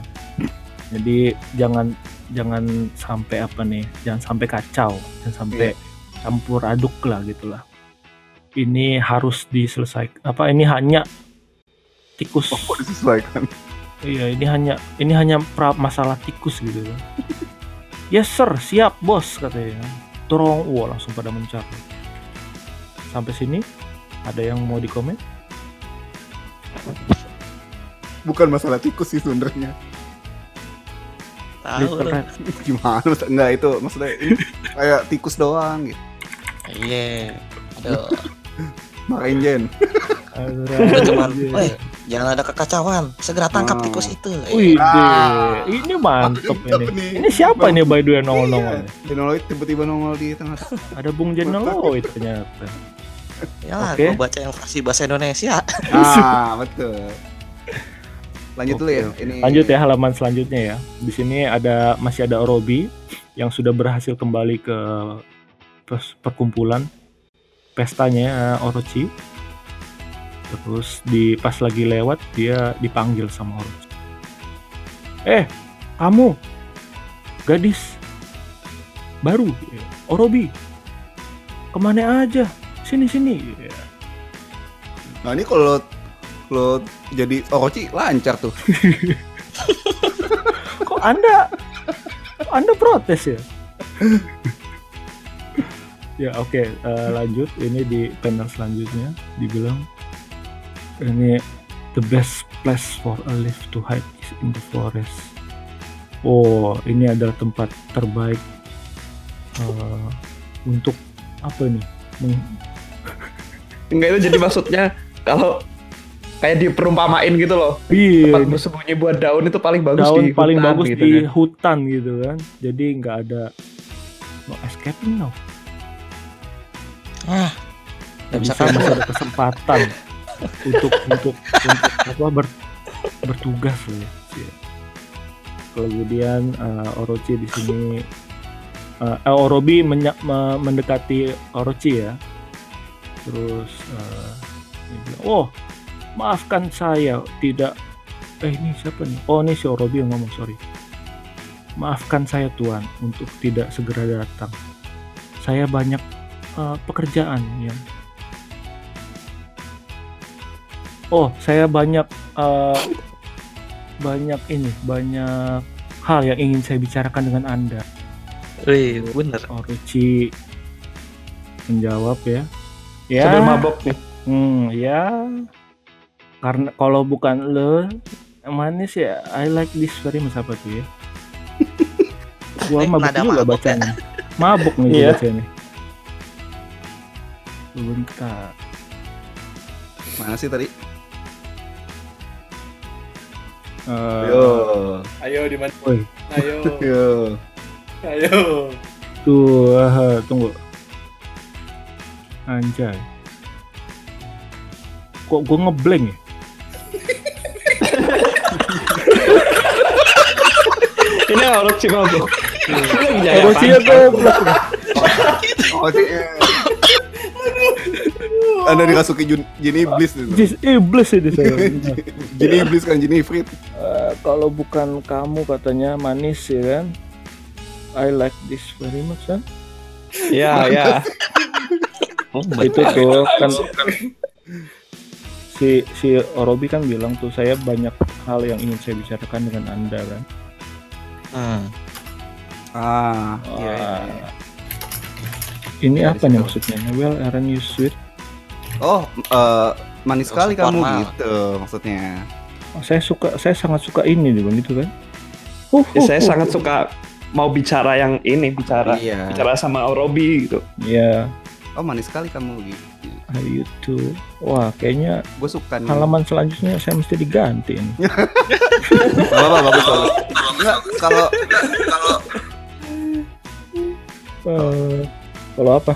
[SPEAKER 2] Jadi jangan jangan sampai apa nih, jangan sampai kacau, jangan sampai campur aduk lah gitulah. Ini harus diselesaikan apa ini hanya tikus.
[SPEAKER 1] Oh, disesuaikan
[SPEAKER 2] Iya, ini hanya ini hanya pra- masalah tikus gitu kan. yes sir, siap bos katanya. Dorong, wah langsung pada mencapai. Sampai sini ada yang mau dikomen?
[SPEAKER 1] bukan masalah tikus sih sebenarnya
[SPEAKER 4] Tahu
[SPEAKER 2] Little
[SPEAKER 4] lu.
[SPEAKER 2] Red.
[SPEAKER 1] gimana maksud- enggak itu maksudnya ini kayak tikus doang gitu
[SPEAKER 4] Iya. Aduh.
[SPEAKER 1] marahin Jen
[SPEAKER 4] Udah eh, cuman, weh, jangan ada kekacauan. Segera
[SPEAKER 1] Ah.
[SPEAKER 4] tangkap tikus itu.
[SPEAKER 2] Wih,
[SPEAKER 4] Eh,
[SPEAKER 1] Ah.
[SPEAKER 2] deh. ini mantep ini.
[SPEAKER 1] nih
[SPEAKER 2] Ini siapa nih by the way nongol nongol?
[SPEAKER 1] Iya, Jenoloid tiba-tiba nongol di tengah
[SPEAKER 2] Ada Bung Jenoloid ternyata.
[SPEAKER 4] Ya,
[SPEAKER 2] Oke.
[SPEAKER 4] gua baca yang versi bahasa Indonesia.
[SPEAKER 1] ah betul lanjut dulu ya ini
[SPEAKER 2] Lanjut ya halaman selanjutnya ya. Di sini ada masih ada Robi yang sudah berhasil kembali ke pers- perkumpulan pestanya eh, Orochi. Terus di pas lagi lewat dia dipanggil sama Orochi. Eh, kamu gadis baru ya. Orobi. Kemana aja? Sini sini. Ya.
[SPEAKER 1] nah ini kalau kalau jadi Orochi lancar tuh
[SPEAKER 2] Kok Anda kok Anda protes ya? ya oke eh, lanjut ini di panel selanjutnya dibilang ini the best place for a leaf to hide is in the forest. Oh ini adalah tempat terbaik eh, untuk apa nih? Meng-
[SPEAKER 3] Enggak itu jadi maksudnya kalau kayak diperumpamain gitu loh.
[SPEAKER 2] Iya,
[SPEAKER 3] Tempat
[SPEAKER 2] ini-
[SPEAKER 3] bersembunyi buat daun itu paling bagus
[SPEAKER 2] daun
[SPEAKER 3] di
[SPEAKER 2] paling
[SPEAKER 3] hutan
[SPEAKER 2] bagus
[SPEAKER 3] gitu
[SPEAKER 2] di
[SPEAKER 3] kan.
[SPEAKER 2] hutan gitu kan jadi nggak ada no escaping no
[SPEAKER 4] Ah,
[SPEAKER 2] Nggak
[SPEAKER 4] nggak bisa
[SPEAKER 2] bisa masih ada kesempatan untuk untuk untuk apa ber- bertugas lah ya. Iya. kemudian eh, Orochi di sini eh, eh, Orobi menya- me- mendekati Orochi ya terus eh, dia bilang, oh maafkan saya tidak eh ini siapa nih oh ini si Orobi yang ngomong sorry maafkan saya Tuan untuk tidak segera datang saya banyak eh, pekerjaan yang oh saya banyak eh, banyak ini banyak hal yang ingin saya bicarakan dengan anda
[SPEAKER 4] Wih, bener.
[SPEAKER 2] Orochi menjawab ya ya
[SPEAKER 3] Sambil mabok nih.
[SPEAKER 2] Hmm, ya. Karena kalau bukan lo, manis ya. I like this very mas apa tuh ya. Gua
[SPEAKER 4] Eh,
[SPEAKER 2] mabuk
[SPEAKER 4] nada
[SPEAKER 2] juga
[SPEAKER 4] mabuk ya.
[SPEAKER 2] bacanya. Mabuk nih gua
[SPEAKER 3] Iya.
[SPEAKER 2] bacanya. Bentar.
[SPEAKER 1] mana sih tadi
[SPEAKER 2] Eh,
[SPEAKER 1] yo
[SPEAKER 5] Ayo di mana?
[SPEAKER 2] Woi.
[SPEAKER 5] Ayo.
[SPEAKER 1] yo
[SPEAKER 5] Ayo.
[SPEAKER 2] Tuh, ah, tunggu. Anjay. Kok gue ngeblank ya?
[SPEAKER 3] Ini orang sih mabok.
[SPEAKER 2] Ya, Orochinya goblok.
[SPEAKER 1] Orochi eh. anda dirasuki jun- jin iblis nih
[SPEAKER 2] Jis iblis ini saya. Benar.
[SPEAKER 1] jin iblis kan jin ifrit
[SPEAKER 2] Eh, kalau bukan kamu katanya manis ya kan I like this very much kan
[SPEAKER 3] Ya ya.
[SPEAKER 2] itu tuh kan si si Orobi kan bilang tuh saya banyak hal yang ingin saya bicarakan dengan anda kan
[SPEAKER 4] Hmm.
[SPEAKER 1] ah
[SPEAKER 4] Iya, iya,
[SPEAKER 2] Wah. ini
[SPEAKER 4] Iya,
[SPEAKER 2] apa
[SPEAKER 4] di
[SPEAKER 2] nih
[SPEAKER 4] situ.
[SPEAKER 2] maksudnya well aren't you sweet
[SPEAKER 1] oh eh, manis sekali kamu
[SPEAKER 4] Formal.
[SPEAKER 1] gitu maksudnya
[SPEAKER 2] Oh, saya suka saya sangat suka ini nih bang itu kan Huh,
[SPEAKER 3] Ya,
[SPEAKER 2] huh,
[SPEAKER 3] saya
[SPEAKER 2] huh.
[SPEAKER 3] sangat suka mau bicara yang ini bicara
[SPEAKER 1] iya
[SPEAKER 3] bicara sama Orobi gitu.
[SPEAKER 2] ya
[SPEAKER 1] oh manis sekali kamu gitu
[SPEAKER 2] how you do? wah kayaknya
[SPEAKER 1] gue suka
[SPEAKER 4] Hmm.
[SPEAKER 1] nih
[SPEAKER 2] halaman selanjutnya saya mesti diganti ini
[SPEAKER 1] Gak apa-apa bagus bagus Enggak, kalau
[SPEAKER 2] Eh, kalau apa?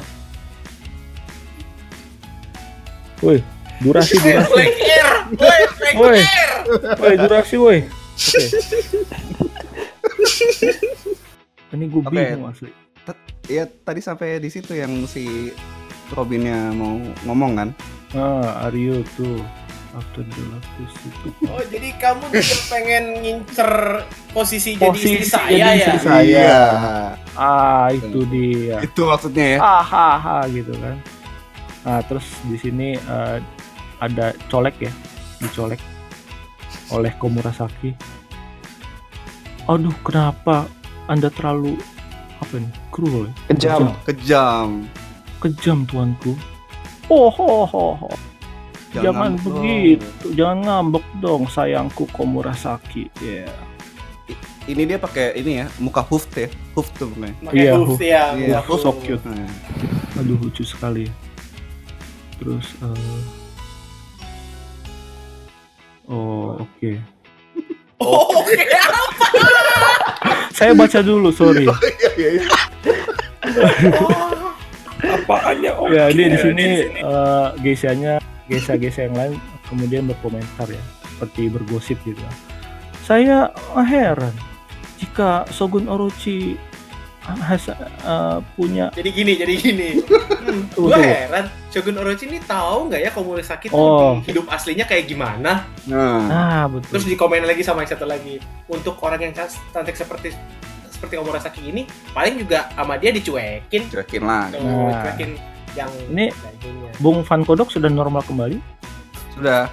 [SPEAKER 2] Woi, durasi durasi. Woi, woi durasi woi. Oke. Ini gue
[SPEAKER 1] Oke.
[SPEAKER 2] bingung asli.
[SPEAKER 1] ya tadi sampai di situ yang si Robinnya mau ngomong kan
[SPEAKER 2] Ah, Aryo tuh. After the love is stupid.
[SPEAKER 5] Oh jadi kamu juga pengen ngincer posisi, jadi
[SPEAKER 2] Posisi
[SPEAKER 5] istri saya
[SPEAKER 2] jadi
[SPEAKER 5] ya?
[SPEAKER 2] istri saya.
[SPEAKER 1] Iya.
[SPEAKER 2] Ah, itu dia.
[SPEAKER 1] Itu maksudnya ya.
[SPEAKER 2] ah ah, ah, gitu kan nah terus di sini eh, ada colek ya dicolek oleh Komurasaki aduh kenapa anda terlalu apa nih cruel ya?
[SPEAKER 3] Kejam.
[SPEAKER 1] Kejam.
[SPEAKER 2] kejam tuanku oh ho ho ho
[SPEAKER 1] ngambek.
[SPEAKER 2] jangan, begitu jangan ngambek dong sayangku Komurasaki ya
[SPEAKER 1] Iya. Ini dia pakai ini ya, muka hooft ya. Hooft tuh pokoknya.
[SPEAKER 5] Makanya
[SPEAKER 2] Iya,
[SPEAKER 5] huruf ya.
[SPEAKER 1] Iya,
[SPEAKER 5] huruf.
[SPEAKER 2] so cute.
[SPEAKER 1] Nah,
[SPEAKER 2] aduh lucu sekali ya. terus eh, oh oke
[SPEAKER 5] Oh, Oke.
[SPEAKER 2] saya baca dulu sorry
[SPEAKER 5] Oh.
[SPEAKER 3] Apaan ya?
[SPEAKER 2] ya ini di sini eh, geisanya geisha geisha yang lain kemudian berkomentar ya seperti bergosip gitu saya eh, heran jika Shogun Orochi has- eh, punya
[SPEAKER 5] Jadi gini, jadi gini. Hmm,
[SPEAKER 2] Tuh,
[SPEAKER 5] gua
[SPEAKER 2] tuh.
[SPEAKER 5] heran, Shogun Orochi ini tahu nggak ya Komurasaki tuh
[SPEAKER 2] Oh.
[SPEAKER 5] di- hidup aslinya kayak gimana?
[SPEAKER 1] Nah.
[SPEAKER 2] nah betul
[SPEAKER 5] Terus dikomen lagi sama yang satu lagi. Untuk orang yang cas- cantik seperti seperti Komurasaki ini, paling juga sama dia dicuekin.
[SPEAKER 1] cuekin lah.
[SPEAKER 5] Tuh,
[SPEAKER 2] Nah.
[SPEAKER 5] Cuekin yang
[SPEAKER 2] Ini- ya?
[SPEAKER 5] lainnya.
[SPEAKER 2] Bung Van Kodok sudah normal kembali
[SPEAKER 1] Sudah.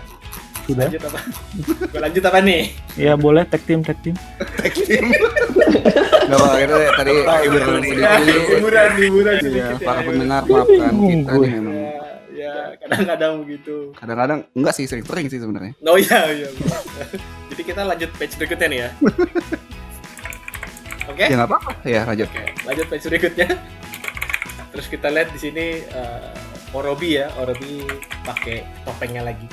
[SPEAKER 2] sudah
[SPEAKER 5] Lanjut apa? Gua lanjut apa nih?
[SPEAKER 2] ya boleh tag team tag team
[SPEAKER 1] Tag team. Gak apa kita tadi hiburan sedikit dulu.
[SPEAKER 5] Hiburan, hiburan
[SPEAKER 1] Iya,
[SPEAKER 5] sedikit ya,
[SPEAKER 1] para
[SPEAKER 5] ayo.
[SPEAKER 1] pendengar maafkan
[SPEAKER 2] Bingung
[SPEAKER 1] kita
[SPEAKER 2] gue.
[SPEAKER 1] nih memang.
[SPEAKER 5] Ya, ya, kadang-kadang begitu.
[SPEAKER 1] Kadang-kadang enggak sih sering-sering sih sebenarnya.
[SPEAKER 5] Oh iya, iya. Jadi kita lanjut page berikutnya nih ya. Oke.
[SPEAKER 1] Ya nggak apa-apa. Ya lanjut.
[SPEAKER 5] Oke, lanjut page berikutnya. Terus kita lihat di sini eh, Orobi ya, Orobi pakai topengnya lagi.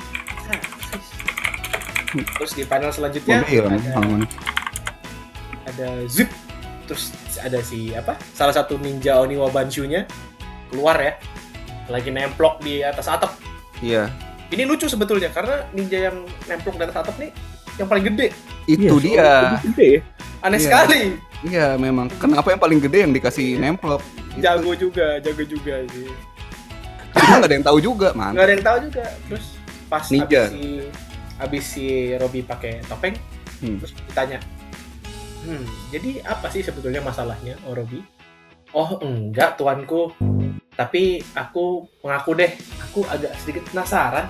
[SPEAKER 5] Terus di panel selanjutnya
[SPEAKER 1] Mobil,
[SPEAKER 5] ada,
[SPEAKER 1] halaman.
[SPEAKER 5] ada Zip. Terus ada si apa? Salah satu ninja Oniwa Banshu-nya keluar ya. Lagi nemplok di atas atap.
[SPEAKER 1] Iya.
[SPEAKER 5] Ini lucu sebetulnya karena ninja yang nemplok di atas atap nih yang paling gede.
[SPEAKER 1] Itu
[SPEAKER 2] Iya,
[SPEAKER 1] dia.
[SPEAKER 2] soalnya itu gede ya.
[SPEAKER 5] Aneh
[SPEAKER 1] Iya.
[SPEAKER 5] sekali.
[SPEAKER 1] Iya memang. Kenapa yang paling gede yang dikasih nemplok?
[SPEAKER 5] Jago juga, jago juga sih.
[SPEAKER 1] Cuma nggak ada yang tahu juga,
[SPEAKER 5] nggak
[SPEAKER 1] man.
[SPEAKER 5] ada yang tahu juga terus pas
[SPEAKER 1] Ninja.
[SPEAKER 5] abis si abis si Robby pakai topeng
[SPEAKER 1] Hmm.
[SPEAKER 5] terus ditanya hmm jadi apa sih sebetulnya masalahnya oh Robby oh enggak tuanku tapi aku mengaku deh aku agak sedikit penasaran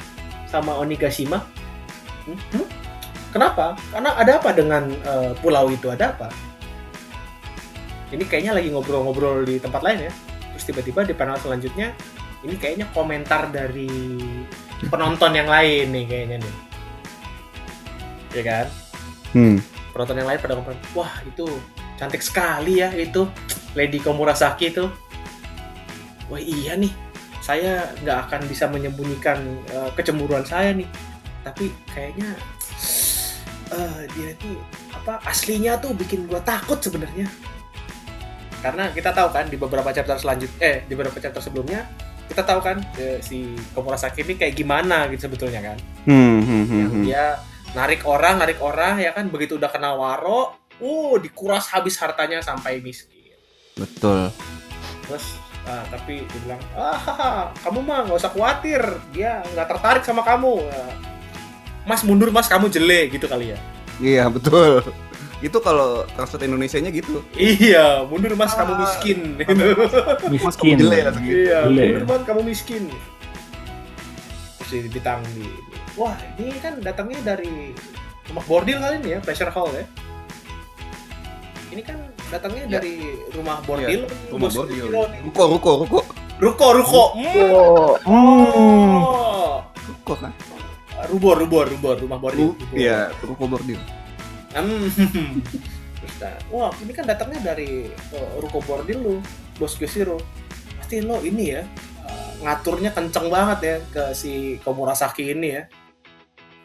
[SPEAKER 5] sama Onigashima "Hmm, hmm? kenapa karena ada apa dengan eh, pulau itu ada apa ini kayaknya lagi ngobrol-ngobrol di tempat lain ya terus tiba-tiba di panel selanjutnya ini kayaknya komentar dari penonton yang lain nih kayaknya nih ya kan
[SPEAKER 1] Hmm.
[SPEAKER 5] penonton yang lain pada komentar wah itu cantik sekali ya itu Lady Komurasaki itu wah iya nih saya nggak akan bisa menyembunyikan eh, kecemburuan saya nih tapi kayaknya eh, dia tuh apa aslinya tuh bikin gua takut sebenarnya karena kita tahu kan di beberapa chapter selanjut eh di beberapa chapter sebelumnya kita tahu kan eh, si Komurasaki ini kayak gimana gitu sebetulnya kan
[SPEAKER 1] Hmm. Hmm.
[SPEAKER 5] yang
[SPEAKER 1] hmm.
[SPEAKER 5] dia narik orang narik orang ya kan begitu udah kenal waro uh dikuras habis hartanya sampai miskin
[SPEAKER 1] Betul.
[SPEAKER 5] terus ah, tapi dia bilang ah kamu mah nggak usah khawatir dia nggak tertarik sama kamu Ah, mas mundur mas kamu jelek gitu kali ya
[SPEAKER 1] Iya betul. Itu kalau translate Indonesianya gitu.
[SPEAKER 5] iya mundur mas kamu
[SPEAKER 1] Ah.
[SPEAKER 5] miskin
[SPEAKER 1] Mas kamu
[SPEAKER 2] miskin
[SPEAKER 1] jelek langsung gitu.
[SPEAKER 5] Iya,
[SPEAKER 2] Gila ya.
[SPEAKER 5] bener banget kamu miskin. Terus ditang di Wah, ini kan datangnya dari rumah bordil kali ini ya, pleasure hall ya. Ini kan datangnya
[SPEAKER 1] Iya.
[SPEAKER 5] dari rumah bordil.
[SPEAKER 1] Rumah
[SPEAKER 5] bos
[SPEAKER 1] bordil.
[SPEAKER 5] Ruko nih.
[SPEAKER 1] Ruko, ruko, ruko.
[SPEAKER 5] Ruko, ruko. Mm.
[SPEAKER 2] Hmm.
[SPEAKER 5] Oh.
[SPEAKER 1] Ruko kan?
[SPEAKER 5] Rubor, rubor, rubor, rumah bordil.
[SPEAKER 1] Ru-
[SPEAKER 5] rubor.
[SPEAKER 1] Iya, ruko bordil.
[SPEAKER 5] Hmm. Terus dah, wah ini kan datangnya dari uh, ruko bordil lu, bos Gosiro. Pasti lo ini ya uh, ngaturnya kenceng banget ya ke si Komurasaki ini ya.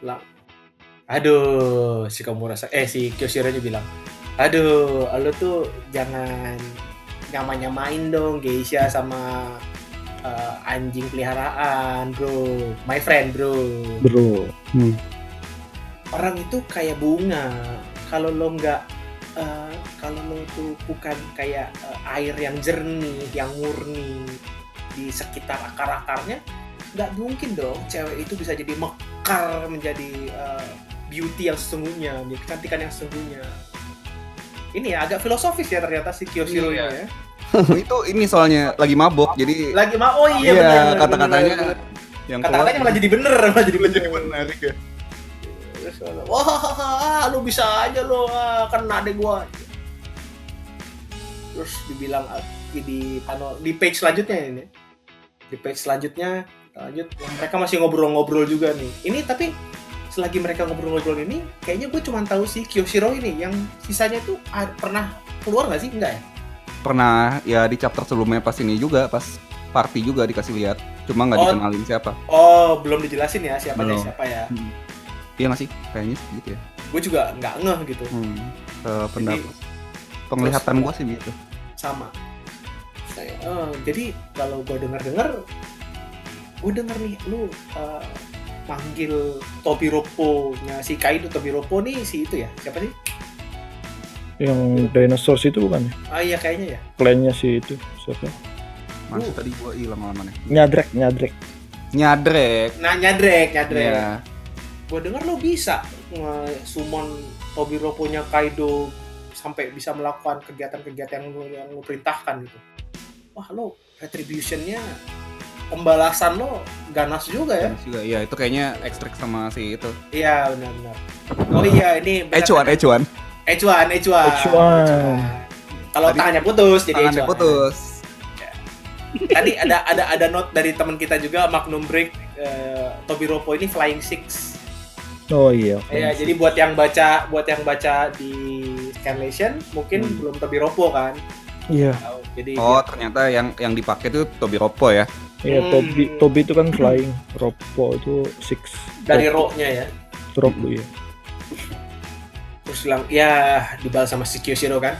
[SPEAKER 5] Bilang, aduh si Komurasaki, eh si Kyosiro nya bilang, aduh lo tuh jangan nyama-nyamain dong Geisha sama uh, anjing peliharaan bro, my friend bro
[SPEAKER 2] bro
[SPEAKER 5] orang itu kayak bunga kalau lo nggak eh, kalau lo tuh bukan kayak eh, air yang jernih yang murni di sekitar akar akarnya nggak mungkin dong cewek itu bisa jadi mekar terbakar menjadi eh, beauty yang sesungguhnya, menjadi kecantikan yang sesungguhnya. Ini ya agak filosofis ya ternyata si Kyoshiro
[SPEAKER 4] Iya.
[SPEAKER 5] ya.
[SPEAKER 1] Oh, itu ini soalnya lagi mabok jadi
[SPEAKER 5] Lagi mah oh iya,
[SPEAKER 1] Iya,
[SPEAKER 5] benar, benar,
[SPEAKER 1] kata-katanya
[SPEAKER 5] benar, benar.
[SPEAKER 1] yang keluar
[SPEAKER 5] kata-katanya malah jadi bener, malah jadi bener.
[SPEAKER 1] menarik ya.
[SPEAKER 5] Terus, Wah, lu bisa aja lo ah, kena deh gua. Terus dibilang ah, di panel di page selanjutnya ini. Di page selanjutnya lanjut mereka masih ngobrol-ngobrol juga nih. Ini tapi selagi mereka ngobrol-ngobrol ini, kayaknya gue cuma tahu si Kyoshiro ini yang sisanya tuh ah, pernah keluar nggak sih? Enggak ya?
[SPEAKER 1] Pernah ya di chapter sebelumnya pas ini juga pas party juga dikasih lihat. Cuma nggak
[SPEAKER 5] Oh.
[SPEAKER 1] dikenalin siapa.
[SPEAKER 5] Oh, belum dijelasin ya siapa
[SPEAKER 1] Belum.
[SPEAKER 5] siapa ya.
[SPEAKER 1] Iya nggak sih? Kayaknya sih gitu ya.
[SPEAKER 5] Gue juga nggak ngeh gitu.
[SPEAKER 1] Hmm. Eh, pendapat. Penglihatan gua sih gitu.
[SPEAKER 5] sama saya eh, jadi kalau gue denger dengar gue denger nih lu eh, manggil Tobiropo nya si Kaido Tobiropo nih si itu ya siapa sih
[SPEAKER 2] yang dinosaurus itu bukan ya?
[SPEAKER 5] ah iya kayaknya ya
[SPEAKER 2] Klannya si itu siapa?
[SPEAKER 1] Masih
[SPEAKER 5] Uh.
[SPEAKER 1] tadi gua hilang lama-lama nih.
[SPEAKER 2] Nyadrek, nyadrek.
[SPEAKER 1] Nyadrek.
[SPEAKER 5] nah nyadrek nyadrek
[SPEAKER 1] Iya.
[SPEAKER 5] gue denger lu bisa nge-summon Tobiropo nya Kaido sampai bisa melakukan kegiatan-kegiatan yang lu, yang lu perintahkan gitu wah lu retribution-nya pembalasan lo ganas juga ya
[SPEAKER 1] Ganas juga. Iya, itu kayaknya ekstrak sama si itu.
[SPEAKER 5] iya benar-benar oh iya ini benar-
[SPEAKER 1] Ecuan, Ecuan.
[SPEAKER 5] Ecuan, Ecuan.
[SPEAKER 2] Ecuan.
[SPEAKER 5] Ecuan. Kalau
[SPEAKER 1] Tadi-
[SPEAKER 5] tangannya putus jadi
[SPEAKER 1] Tangannya
[SPEAKER 5] Ecuan.
[SPEAKER 1] putus.
[SPEAKER 5] Tadi ada ada ada note dari teman kita juga Magnum Break eh, Tobiropo ini flying six.
[SPEAKER 2] Oh iya.
[SPEAKER 5] Ya,
[SPEAKER 2] Klan.
[SPEAKER 5] jadi buat yang baca buat yang baca di Scanlation mungkin
[SPEAKER 1] Hmm.
[SPEAKER 5] belum Tobiropo kan.
[SPEAKER 2] Iya,
[SPEAKER 5] Tahu. Jadi
[SPEAKER 1] Oh, ternyata yang yang dipakai itu Tobi Ropo ya.
[SPEAKER 2] iya
[SPEAKER 5] Hmm.
[SPEAKER 2] Tobi, Tobi itu kan flying, Ropo itu six.
[SPEAKER 5] dari rocknya ya.
[SPEAKER 2] Rob ya.
[SPEAKER 5] Terus bilang ya dibalas sama si Kyoshiro kan.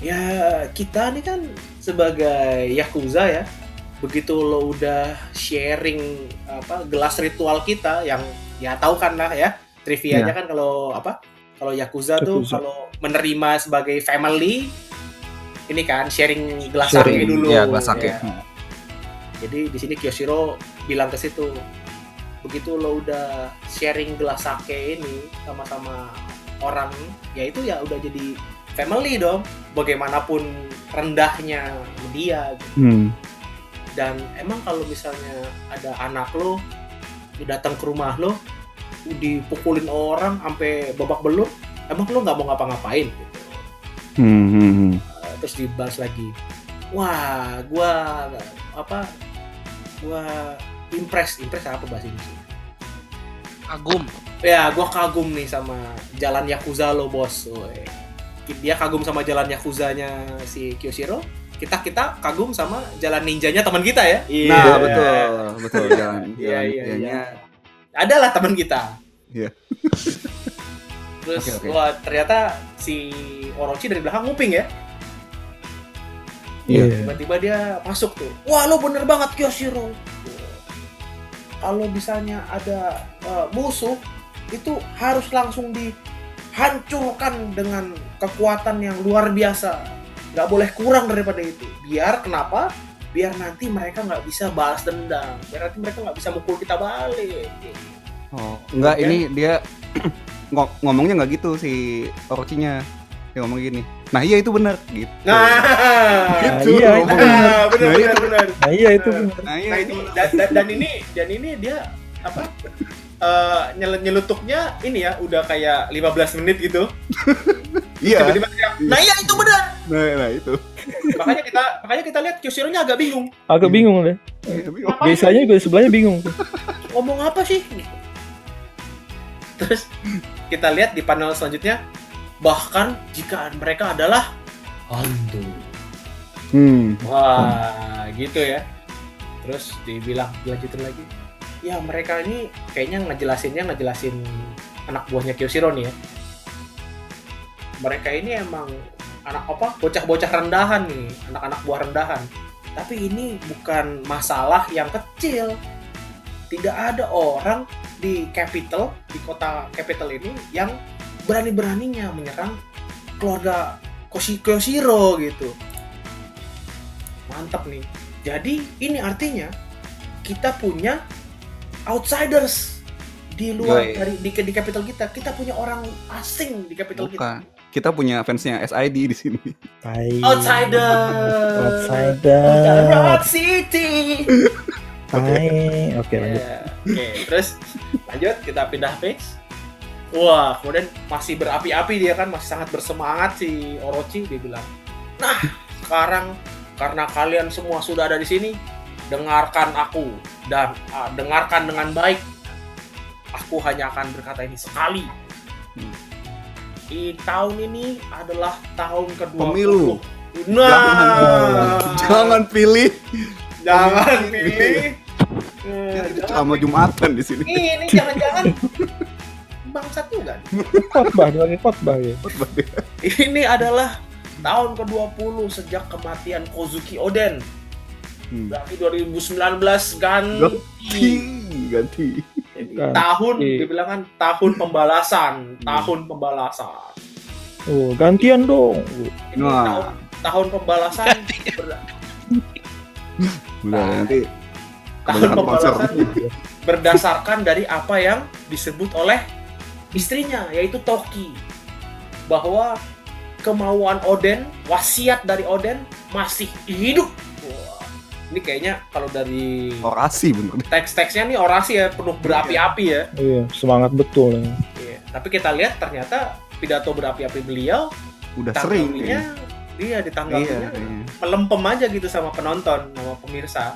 [SPEAKER 5] Ya kita nih kan sebagai yakuza ya. Begitu lo udah sharing apa gelas ritual kita yang ya tahu kan lah ya trivianya kan kalau apa kalau yakuza, tuh
[SPEAKER 2] Yakuza.
[SPEAKER 5] kalau menerima sebagai family ini kan sharing gelas
[SPEAKER 2] Sharing,
[SPEAKER 5] sake dulu
[SPEAKER 1] ya, gelas sake.
[SPEAKER 5] ya. Jadi di sini Kyoshiro bilang ke situ begitu lo udah sharing gelas sake ini sama-sama orang ya itu ya udah jadi family dong bagaimanapun rendahnya dia gitu.
[SPEAKER 2] Hmm.
[SPEAKER 5] dan emang kalau misalnya ada anak lo lu datang ke rumah lo lu dipukulin orang sampai babak belur emang lo nggak mau ngapa-ngapain gitu.
[SPEAKER 2] Hmm, hmm, hmm.
[SPEAKER 5] Eh, terus dibahas lagi wah gua apa gua impress impress apa bahasa Inggrisnya
[SPEAKER 4] Kagum.
[SPEAKER 5] ya gua kagum nih sama jalan yakuza lo bos woy. dia kagum sama jalan yakuzanya si Kyoshiro kita kita kagum sama jalan ninjanya teman kita ya
[SPEAKER 1] Nah, betul. Betul jalan. jalan
[SPEAKER 5] iya iya iya
[SPEAKER 1] kayaknya.
[SPEAKER 5] adalah teman kita
[SPEAKER 1] Iya.
[SPEAKER 5] terus
[SPEAKER 1] Oke, oke.
[SPEAKER 5] wah ternyata si Orochi dari belakang nguping ya
[SPEAKER 1] Iya.
[SPEAKER 2] Iya.
[SPEAKER 5] tiba-tiba dia masuk tuh wah lo bener banget Kyoshiro kalau misalnya ada eh, musuh itu harus langsung dihancurkan dengan kekuatan yang luar biasa nggak boleh kurang daripada itu biar kenapa biar nanti mereka nggak bisa balas dendam biar nanti mereka nggak bisa mukul kita balik
[SPEAKER 1] Oh, enggak
[SPEAKER 5] Oke.
[SPEAKER 1] ini dia ngo- ngomongnya nggak gitu si Orochinya. Dia ngomong gini. Nah, iya itu benar gitu.
[SPEAKER 5] nah
[SPEAKER 2] Nah,
[SPEAKER 1] Gitu,
[SPEAKER 2] iya, itu
[SPEAKER 1] ngomong.
[SPEAKER 2] benar.
[SPEAKER 5] nah, benar benar benar
[SPEAKER 2] Nah, iya itu benar.
[SPEAKER 1] Nah,
[SPEAKER 5] Nah,
[SPEAKER 1] iya itu.
[SPEAKER 5] ini dan, dan- dan ini dan ini dia apa? eh, nyel- nyelutuknya ini ya udah kayak 15 menit gitu.
[SPEAKER 1] Iya.
[SPEAKER 5] Tiba-tiba teriak, nah iya itu benar.
[SPEAKER 1] Nah, nah itu.
[SPEAKER 5] makanya kita makanya kita lihat Kyushiro-nya agak bingung.
[SPEAKER 2] Agak bingung deh.
[SPEAKER 1] Iya, tapi-
[SPEAKER 5] Kenapa?
[SPEAKER 2] Biasanya juga sebelahnya bingung.
[SPEAKER 5] Ngomong apa sih? Gitu. Terus kita lihat di panel selanjutnya bahkan jika mereka adalah hantu.
[SPEAKER 1] Hmm.
[SPEAKER 5] Wah, gitu ya. Terus dibilang dilanjutin lagi. Ya mereka ini kayaknya ngejelasinnya ngejelasin anak buahnya Kyushiro nih ya. Mereka ini emang anak apa? Bocah-bocah rendahan nih, anak-anak buah rendahan. Tapi ini bukan masalah yang kecil. Tidak ada orang di capital, di kota capital ini yang berani-beraninya menyerang keluarga Koshi- Kyoshiro gitu mantap nih. Jadi ini artinya kita punya outsiders di di luar
[SPEAKER 1] Yoi.
[SPEAKER 5] dari di, di capital kita kita punya orang asing di capital kita
[SPEAKER 1] Bukan. Kita punya fansnya SID di sini.
[SPEAKER 2] Tai.
[SPEAKER 5] outsider
[SPEAKER 2] Outsider.
[SPEAKER 5] Rock City
[SPEAKER 2] Tai. Oke lanjut.
[SPEAKER 5] Ya, Oke, terus lanjut kita pindah page. Wah, kemudian masih berapi-api dia kan masih sangat bersemangat si Orochi dia bilang. Nah, sekarang karena kalian semua sudah ada di sini, dengarkan aku dan ah, dengarkan dengan baik. Aku hanya akan berkata ini sekali.
[SPEAKER 1] Hmm.
[SPEAKER 5] Di tahun ini adalah tahun kedua
[SPEAKER 1] Pemilu.
[SPEAKER 5] Nah,
[SPEAKER 1] Jangan pilih.
[SPEAKER 5] jangan Eh, pilih.
[SPEAKER 1] Ya, Kita
[SPEAKER 5] Jangan
[SPEAKER 1] cuma Jumatan di sini.
[SPEAKER 5] ini jangan-jangan bangsat juga nih.
[SPEAKER 2] Khotbah dia lagi khotbah ya.
[SPEAKER 5] ini adalah tahun ke-20 sejak kematian Kozuki Oden
[SPEAKER 1] Hmm.
[SPEAKER 5] berarti 2019
[SPEAKER 1] Ganti,
[SPEAKER 5] ganti
[SPEAKER 1] ganti.
[SPEAKER 5] tahun
[SPEAKER 2] Ganti.
[SPEAKER 5] dibilang kan tahun pembalasan tahun pembalasan
[SPEAKER 2] Oh, gantian dong.
[SPEAKER 5] ini
[SPEAKER 1] Wah.
[SPEAKER 5] tahun, tahun pembalasan ber-
[SPEAKER 1] Udah nanti
[SPEAKER 5] tahun
[SPEAKER 1] Kebanyakan
[SPEAKER 5] pembalasan berdasarkan dari apa yang disebut oleh istrinya yaitu Toki bahwa kemauan Oden wasiat dari Oden masih hidup Wah, ini kayaknya kalau dari
[SPEAKER 1] orasi bener.
[SPEAKER 5] teks-teksnya nih orasi ya penuh berapi-api ya
[SPEAKER 2] Iya, semangat betul. ya.
[SPEAKER 5] Iya. tapi kita lihat ternyata pidato berapi-api beliau
[SPEAKER 1] Udah sering.
[SPEAKER 5] tanggapinya dia
[SPEAKER 1] kayaknya. Iya.
[SPEAKER 5] ditanggapinya
[SPEAKER 1] kayaknya.
[SPEAKER 5] melempem aja gitu sama penonton sama pemirsa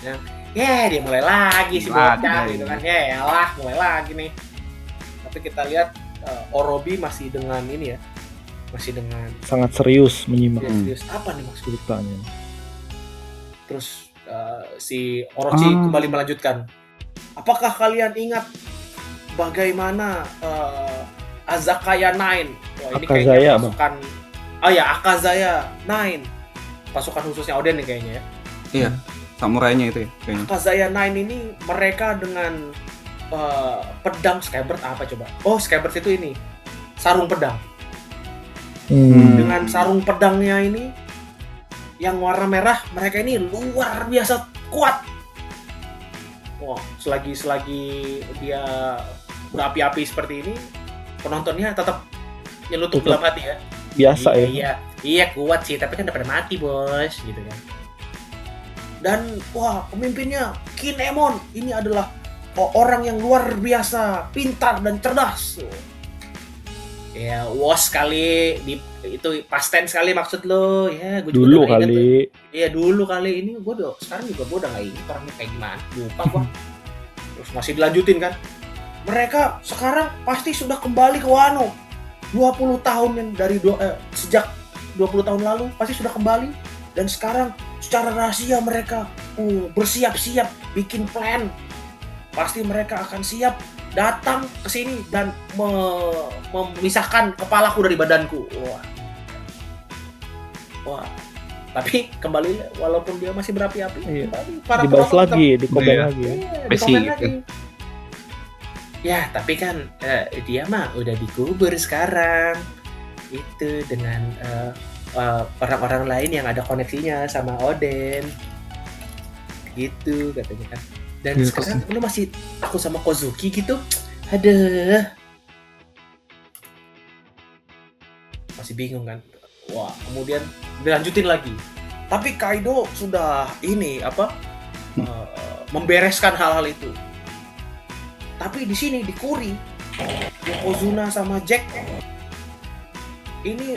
[SPEAKER 5] ya ya dia mulai lagi si
[SPEAKER 1] Mulai
[SPEAKER 5] bocah
[SPEAKER 1] lagi.
[SPEAKER 5] gitu kan ya lah mulai lagi nih tapi kita lihat eh, Orobi masih dengan ini ya masih dengan
[SPEAKER 2] Sangat serius
[SPEAKER 5] ya,
[SPEAKER 2] menyimak
[SPEAKER 1] Hmm.
[SPEAKER 5] serius apa nih maksudnya
[SPEAKER 2] ceritanya.
[SPEAKER 5] terus eh, si Orochi
[SPEAKER 1] Ah.
[SPEAKER 5] kembali melanjutkan apakah kalian ingat bagaimana eh, Azakaya Nine Wah, ini
[SPEAKER 2] Akazaya,
[SPEAKER 5] kayaknya
[SPEAKER 2] Bang.
[SPEAKER 5] pasukan oh ya Akazaya Nine pasukan khususnya Oden nih kayaknya ya
[SPEAKER 1] Samurainya itu ya kayaknya.
[SPEAKER 5] Kazaya Nine ini mereka dengan eh, pedang scabbard apa coba? Oh scabbard itu ini sarung pedang.
[SPEAKER 2] Hmm.
[SPEAKER 5] Dengan sarung pedangnya ini yang warna merah mereka ini luar biasa kuat. Wah selagi selagi dia berapi-api seperti ini penontonnya tetap nyelutup
[SPEAKER 2] Tetap
[SPEAKER 5] dalam hati ya.
[SPEAKER 2] Biasa
[SPEAKER 5] iya,
[SPEAKER 2] ya.
[SPEAKER 5] Iya, iya kuat sih, tapi kan udah pada mati bos, gitu kan. Dan wah pemimpinnya Kinemon ini adalah o- orang yang luar biasa, pintar dan cerdas. Ya, was kali di itu past tense kali maksud lo. Ya, gua juga
[SPEAKER 2] Dulu
[SPEAKER 5] udah nggak ingat
[SPEAKER 2] kali.
[SPEAKER 5] Iya dulu kali ini gue udah sekarang juga gue udah nggak ingat orangnya kayak gimana lupa gue terus masih dilanjutin kan mereka sekarang pasti sudah kembali ke Wano 20 tahun yang dari dua, eh, sejak 20 tahun lalu pasti sudah kembali dan sekarang secara rahasia mereka uh, bersiap-siap bikin plan pasti mereka akan siap datang ke sini dan me- memisahkan kepalaku dari badanku wah wah tapi kembali walaupun dia masih berapi-api
[SPEAKER 2] Iya.
[SPEAKER 5] kembali
[SPEAKER 2] Dibahas
[SPEAKER 5] penonton tetap-
[SPEAKER 2] lagi, dikomen
[SPEAKER 1] Iya.
[SPEAKER 2] lagi.
[SPEAKER 5] Iya,
[SPEAKER 1] Besi
[SPEAKER 5] dikomen
[SPEAKER 1] gitu.
[SPEAKER 5] lagi. Ya, tapi kan eh, dia mah udah dikubur sekarang. Itu dengan eh, eh, orang-orang lain yang ada koneksinya sama Oden. Gitu katanya kan. Dan
[SPEAKER 1] Iya,
[SPEAKER 5] sekarang lu masih aku sama Kozuki gitu. Aduh. Masih bingung kan. Wah, kemudian dilanjutin lagi. Tapi Kaido sudah ini apa? eh, membereskan hal-hal itu. Tapi di sini di Kuri, Yokozuna sama Jack ini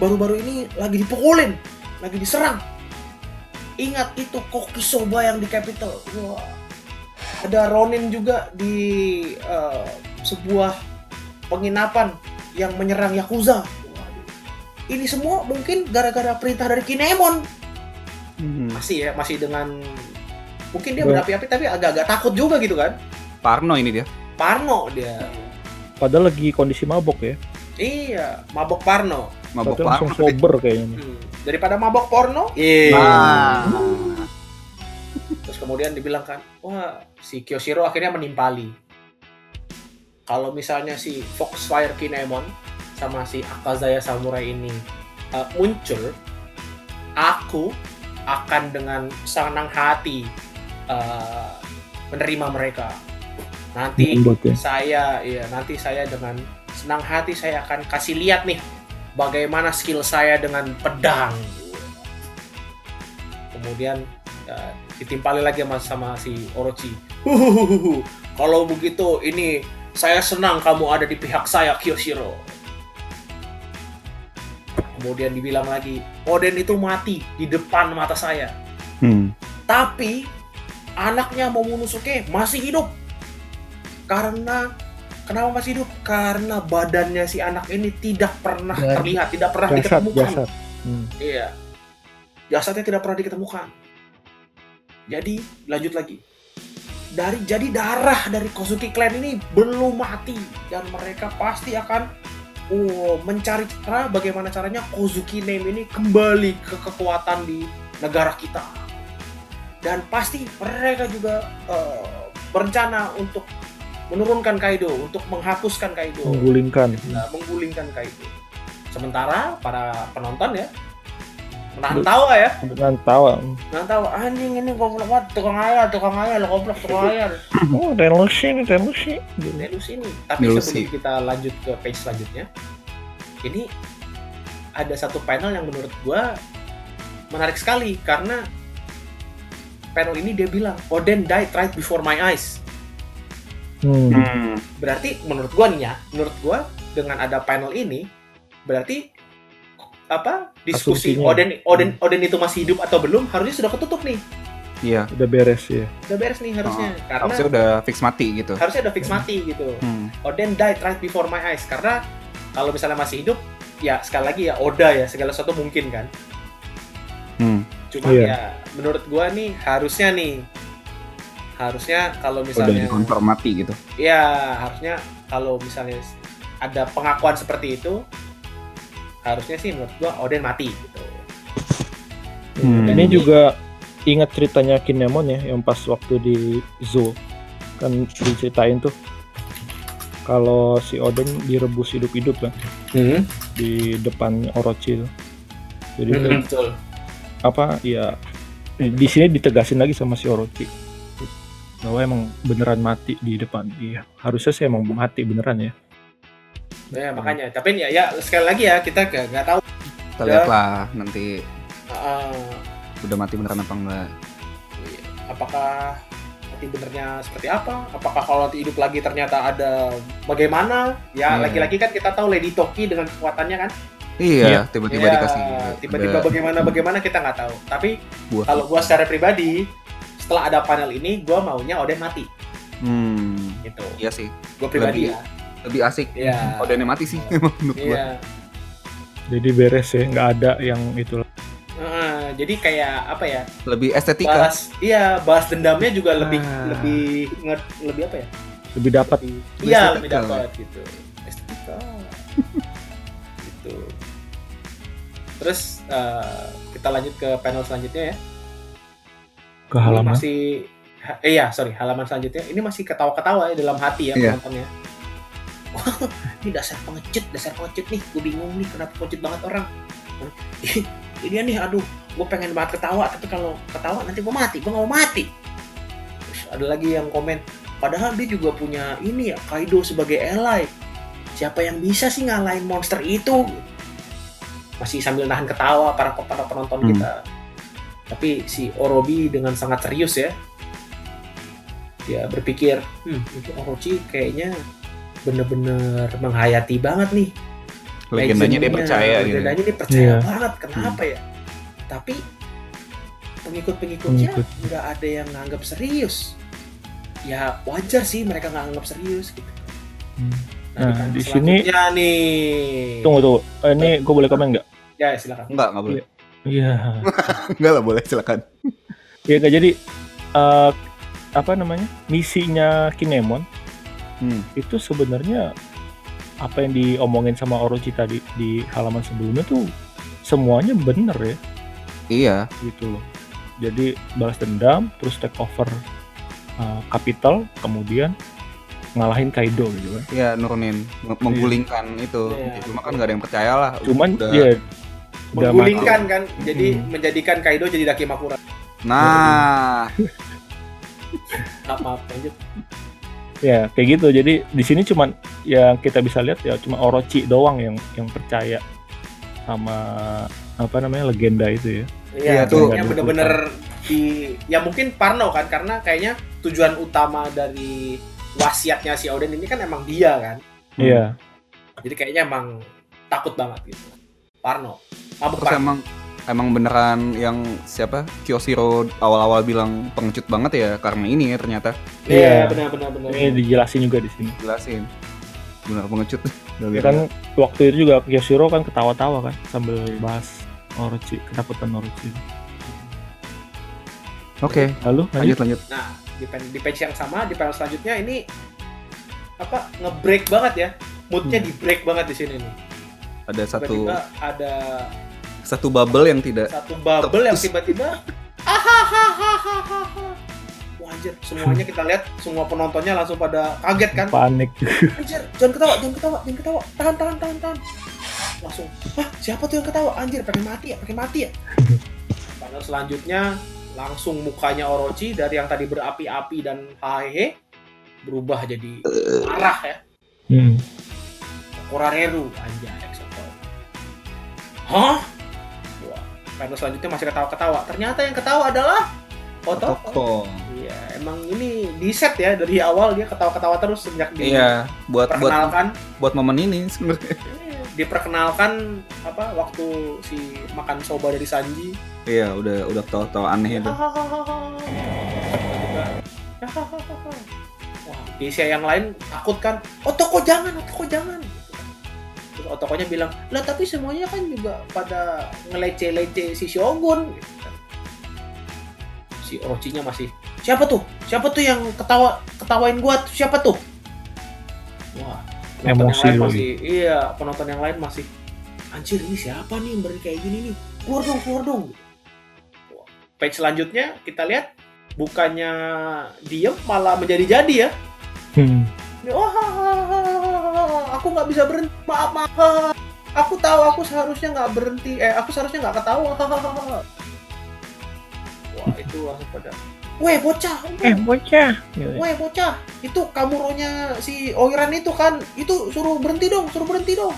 [SPEAKER 5] baru-baru ini lagi dipukulin, lagi diserang. Ingat itu koki soba yang di Capital. Wah. Ada Ronin juga di eh, sebuah penginapan yang menyerang Yakuza. Waduh. Ini semua mungkin gara-gara perintah dari Kinemon
[SPEAKER 1] Hmm.
[SPEAKER 5] masih ya masih dengan mungkin dia
[SPEAKER 2] Ber-
[SPEAKER 5] berapi-api tapi agak-agak takut juga gitu kan
[SPEAKER 1] Parno ini dia.
[SPEAKER 5] Parno dia
[SPEAKER 2] Padahal lagi kondisi mabok ya.
[SPEAKER 5] iya mabok Parno
[SPEAKER 1] Mabok
[SPEAKER 2] Tapi langsung
[SPEAKER 1] parno. deh.
[SPEAKER 2] sober kayaknya.
[SPEAKER 5] Hmm. daripada mabok porno iya
[SPEAKER 1] Nah.
[SPEAKER 5] terus kemudian dibilang kan wah si Kyoshiro akhirnya menimpali kalau misalnya si Foxfire Kinemon sama si Akazaya Samurai ini eh, muncul aku akan dengan senang hati eh, menerima mereka Nanti
[SPEAKER 2] Membuatnya.
[SPEAKER 5] saya ya nanti saya dengan senang hati saya akan kasih lihat nih bagaimana skill saya dengan pedang. Kemudian eh, ditimpali lagi sama, sama si Orochi. Huhuhuhuhu. Kalau begitu ini saya senang kamu ada di pihak saya Kyoshiro. Kemudian dibilang lagi, Oden itu mati di depan mata saya.
[SPEAKER 3] Hmm.
[SPEAKER 5] Tapi anaknya Momonosuke masih hidup. Karena kenapa masih hidup? Karena badannya si anak ini tidak pernah
[SPEAKER 2] Jasad.
[SPEAKER 5] terlihat, tidak pernah
[SPEAKER 2] jasad
[SPEAKER 5] diketemukan.
[SPEAKER 2] jasad Hmm.
[SPEAKER 5] Iya. Jasadnya tidak pernah diketemukan. Jadi lanjut lagi. Dari jadi darah dari Kozuki clan ini belum mati dan mereka pasti akan oh, mencari cara bagaimana caranya Kozuki name ini kembali ke kekuatan di negara kita. Dan pasti mereka juga eh, berencana untuk menurunkan Kaido, untuk menghapuskan Kaido
[SPEAKER 2] menggulingkan
[SPEAKER 5] nah, menggulingkan Kaido. Sementara para penonton ya menahan tawa ya,
[SPEAKER 2] dengan tawa
[SPEAKER 5] menahan tawa anjing ini goblok banget, tukang ayah, tukang ayah, lo goblok tukang ayah.
[SPEAKER 2] oh delusi ini delusi Gitu.
[SPEAKER 5] Nelus ini. Tapi
[SPEAKER 1] Delusi.
[SPEAKER 5] sebelum kita lanjut ke page selanjutnya, ini ada satu panel yang menurut gua menarik sekali karena panel ini dia bilang Oden died right before my eyes.
[SPEAKER 2] Hmm.
[SPEAKER 5] berarti menurut gua nih ya, menurut gua dengan ada panel ini berarti apa diskusi "Oh,
[SPEAKER 2] Asumsinya.
[SPEAKER 5] Oden Oden Oden itu masih hidup atau belum harusnya sudah ketutup nih.
[SPEAKER 1] Iya,
[SPEAKER 2] udah beres ya
[SPEAKER 5] Udah beres nih harusnya. Karena
[SPEAKER 1] harusnya udah fix mati gitu.
[SPEAKER 5] harusnya udah fix mati gitu.
[SPEAKER 1] Hmm.
[SPEAKER 5] Oden died right before my eyes karena kalau misalnya masih hidup ya sekali lagi ya Oda ya segala sesuatu mungkin kan.
[SPEAKER 1] Hmm.
[SPEAKER 5] Cuma
[SPEAKER 2] Iya.
[SPEAKER 5] ya menurut gua nih harusnya nih harusnya kalau
[SPEAKER 1] Udah
[SPEAKER 5] misalnya
[SPEAKER 1] dikonfirm mati gitu.
[SPEAKER 5] Ya, harusnya kalau misalnya ada pengakuan seperti itu, harusnya sih menurut gua Oden mati gitu.
[SPEAKER 1] Hmm.
[SPEAKER 2] Ini juga ingat ceritanya Kinemon ya, yang pas waktu di zoo kan diceritain tuh kalau si Oden direbus hidup-hidup kan
[SPEAKER 5] Hmm,
[SPEAKER 2] di depan Orochi tuh. Jadi tuh,
[SPEAKER 5] Hmm, Betul.
[SPEAKER 2] apa ya di sini ditegasin lagi sama si Orochi bahwa emang beneran mati di depan dia. Harusnya sih emang mati beneran ya.
[SPEAKER 5] Ya, makanya. Tapi ya, ya sekali lagi ya kita gak, nggak tahu
[SPEAKER 1] Kita
[SPEAKER 5] Ya.
[SPEAKER 1] lihatlah nanti
[SPEAKER 5] uh,
[SPEAKER 1] udah mati beneran apa enggak.
[SPEAKER 5] apakah mati benernya seperti apa. Apakah kalau nanti hidup lagi ternyata ada bagaimana? Ya,
[SPEAKER 1] Iya.
[SPEAKER 5] lagi-lagi kan kita tahu Lady Toki dengan kekuatannya kan.
[SPEAKER 1] Iya,
[SPEAKER 2] Iya.
[SPEAKER 1] tiba-tiba
[SPEAKER 5] Ya,
[SPEAKER 1] dikasih.
[SPEAKER 5] Tiba-tiba
[SPEAKER 1] Ada
[SPEAKER 5] bagaimana bagaimana kita nggak tahu. Tapi
[SPEAKER 1] buah.
[SPEAKER 5] kalau gua secara pribadi, setelah ada panel ini, gua maunya Oden mati
[SPEAKER 1] Hmm.
[SPEAKER 5] gitu.
[SPEAKER 1] Iya sih,
[SPEAKER 5] Gue
[SPEAKER 1] Lebih-
[SPEAKER 5] pribadi ya.
[SPEAKER 1] lebih asik.
[SPEAKER 5] Iya.
[SPEAKER 1] Odennya mati sih emang menurut gua.
[SPEAKER 5] Iya.
[SPEAKER 2] Jadi beres ya, nggak ada yang itu
[SPEAKER 5] Heeh, jadi kayak apa ya?
[SPEAKER 1] Lebih estetika.
[SPEAKER 5] Balas iya, balas dendamnya juga lebih
[SPEAKER 1] Ah.
[SPEAKER 5] lebih nge- lebih apa ya?
[SPEAKER 2] lebih dapat
[SPEAKER 5] Lebih
[SPEAKER 1] Lebih
[SPEAKER 5] iya,
[SPEAKER 1] estetika
[SPEAKER 5] lebih
[SPEAKER 1] lah.
[SPEAKER 5] dapat gitu. Estetika. gitu. Terus eh, kita lanjut ke panel selanjutnya ya.
[SPEAKER 2] ke
[SPEAKER 5] Ini
[SPEAKER 2] halaman.
[SPEAKER 5] masih ha- eh, iya, sorry, halaman selanjutnya. Ini masih ketawa-ketawa ya dalam hati ya
[SPEAKER 1] Iya.
[SPEAKER 5] penontonnya. ini dasar pengecut, dasar pengecut nih. Gue bingung nih kenapa pengecut banget orang. Hah? Ini dia nih, aduh, gue pengen banget ketawa, tapi kalau ketawa nanti gue mati, gue gak mau mati. Terus ada lagi yang komen, padahal dia juga punya ini ya, Kaido sebagai ally. Siapa yang bisa sih ngalahin monster itu? Masih sambil nahan ketawa para, para penonton
[SPEAKER 1] Hmm.
[SPEAKER 5] kita. Tapi si Orobi dengan sangat serius ya. Dia berpikir, hmm, itu Orochi kayaknya bener-bener menghayati banget nih
[SPEAKER 1] Legendanya dia
[SPEAKER 5] Legendnya,
[SPEAKER 1] percaya gitu. Hmm.
[SPEAKER 5] legendanya dia percaya
[SPEAKER 2] Iya.
[SPEAKER 5] banget kenapa ya tapi pengikut-pengikutnya
[SPEAKER 2] Pengikut.
[SPEAKER 5] nggak ada yang nganggap serius ya wajar sih mereka nggak nganggap serius gitu
[SPEAKER 2] Hmm. Nah,
[SPEAKER 5] panel
[SPEAKER 2] di sini-
[SPEAKER 5] selanjutnya nih
[SPEAKER 2] Tunggu tunggu, Eh, ini gue boleh komen nggak?
[SPEAKER 5] ya silakan
[SPEAKER 1] Enggak, enggak boleh.
[SPEAKER 2] Iya.
[SPEAKER 1] Enggak lah boleh, silakan.
[SPEAKER 2] Iya Kak, jadi eh, apa namanya misinya Kinemon
[SPEAKER 1] Hmm.
[SPEAKER 2] itu sebenarnya apa yang diomongin sama Orochi tadi di halaman sebelumnya tuh semuanya bener ya
[SPEAKER 1] Iya,
[SPEAKER 2] gitu loh. Jadi balas dendam, terus take over eh, capital, kemudian ngalahin Kaido gitu kan.
[SPEAKER 1] iya nurunin, nge- menggulingkan itu.
[SPEAKER 5] Iya.
[SPEAKER 1] Cuma kan nggak ada yang percaya lah.
[SPEAKER 2] Cuman iya.
[SPEAKER 1] Udah-
[SPEAKER 2] dia udah mati.
[SPEAKER 5] menggulingkan kan jadi
[SPEAKER 2] Hmm.
[SPEAKER 5] menjadikan Kaido jadi daki makura
[SPEAKER 1] Nah,
[SPEAKER 5] maaf maaf lanjut
[SPEAKER 2] Ya, kayak gitu. Jadi di sini cuman yang kita bisa lihat ya cuma Orochi doang yang yang percaya sama apa namanya legenda itu ya.
[SPEAKER 1] Iya,
[SPEAKER 5] Iya,
[SPEAKER 1] tuh.
[SPEAKER 5] tuh yang bener-bener di ya mungkin Parno kan karena kayaknya tujuan utama dari wasiatnya si Oden ini kan emang dia kan.
[SPEAKER 2] Iya.
[SPEAKER 5] Jadi kayaknya emang takut banget gitu. Parno. Mabuk
[SPEAKER 1] Terus
[SPEAKER 5] Parno.
[SPEAKER 1] emang emang beneran yang siapa Kyoshiro awal-awal bilang pengecut banget ya karena ini ya ternyata
[SPEAKER 2] Iya.
[SPEAKER 5] Iya, benar-benar benar.
[SPEAKER 2] Ini dijelasin juga di sini.
[SPEAKER 1] jelasin bener pengecut Iya.
[SPEAKER 2] Ya kan waktu itu juga Yoshiro kan ketawa-tawa kan sambil bahas Orochi, ketakutan Orochi.
[SPEAKER 1] Oke,
[SPEAKER 2] Lalu lanjut.
[SPEAKER 1] lanjut lanjut.
[SPEAKER 5] Nah, di, pen- di page yang sama, di panel selanjutnya ini apa nge-break banget ya. Moodnya
[SPEAKER 2] Hmm.
[SPEAKER 5] di-break banget di sini nih.
[SPEAKER 1] Ada satu
[SPEAKER 5] Tiba-tiba ada
[SPEAKER 1] satu bubble yang tidak
[SPEAKER 5] satu bubble yang
[SPEAKER 1] Terus.
[SPEAKER 5] tiba-tiba ahahahahaha. Wah, anjir, semuanya kita lihat semua penontonnya langsung pada kaget kan.
[SPEAKER 2] panik.
[SPEAKER 5] Anjir, jangan ketawa, jangan ketawa, jangan ketawa. Tahan, tahan, tahan, tahan. Langsung, ah siapa tuh yang ketawa? Anjir, pengen mati ya, pengen mati ya. Panel selanjutnya, langsung mukanya Orochi dari yang tadi berapi-api dan hahehe berubah jadi marah ya.
[SPEAKER 2] Hmm.
[SPEAKER 5] Korareru, anjay, exotor. Hah? Wah, panel selanjutnya masih ketawa-ketawa. Ternyata yang ketawa adalah Otoko.
[SPEAKER 1] Toko.
[SPEAKER 5] Iya, emang ini di set ya dari awal dia ketawa-ketawa terus sejak dia
[SPEAKER 1] Iya, buat buat
[SPEAKER 5] perkenalkan
[SPEAKER 1] buat momen ini sebenarnya.
[SPEAKER 5] diperkenalkan apa waktu si makan soba dari Sanji
[SPEAKER 1] Iya, udah udah tau-tau aneh itu.
[SPEAKER 5] wah Asia yang lain takut kan Otoko jangan Otoko jangan terus Otokonya bilang lah tapi semuanya kan juga pada ngelece-lece si Shogun gitu kan. si Orochinya masih siapa tuh siapa tuh yang ketawa ketawain gua siapa tuh wah
[SPEAKER 2] Emosi
[SPEAKER 5] penonton yang lain
[SPEAKER 2] lagi.
[SPEAKER 5] masih iya penonton yang lain masih anjir ini siapa nih yang berani kayak gini nih keluar dong keluar dong Wah, page selanjutnya kita lihat bukannya diem malah menjadi jadi ya
[SPEAKER 2] Hmm.
[SPEAKER 5] Dia, "Wah, aku nggak bisa berhenti maaf maaf aku tahu aku seharusnya nggak berhenti eh aku seharusnya nggak ketawa wah itu langsung pada weh bocah
[SPEAKER 2] Eh, bocah. Gitu.
[SPEAKER 5] Woi bocah, itu kamuronya si Oiran itu kan, itu suruh berhenti dong, suruh berhenti dong.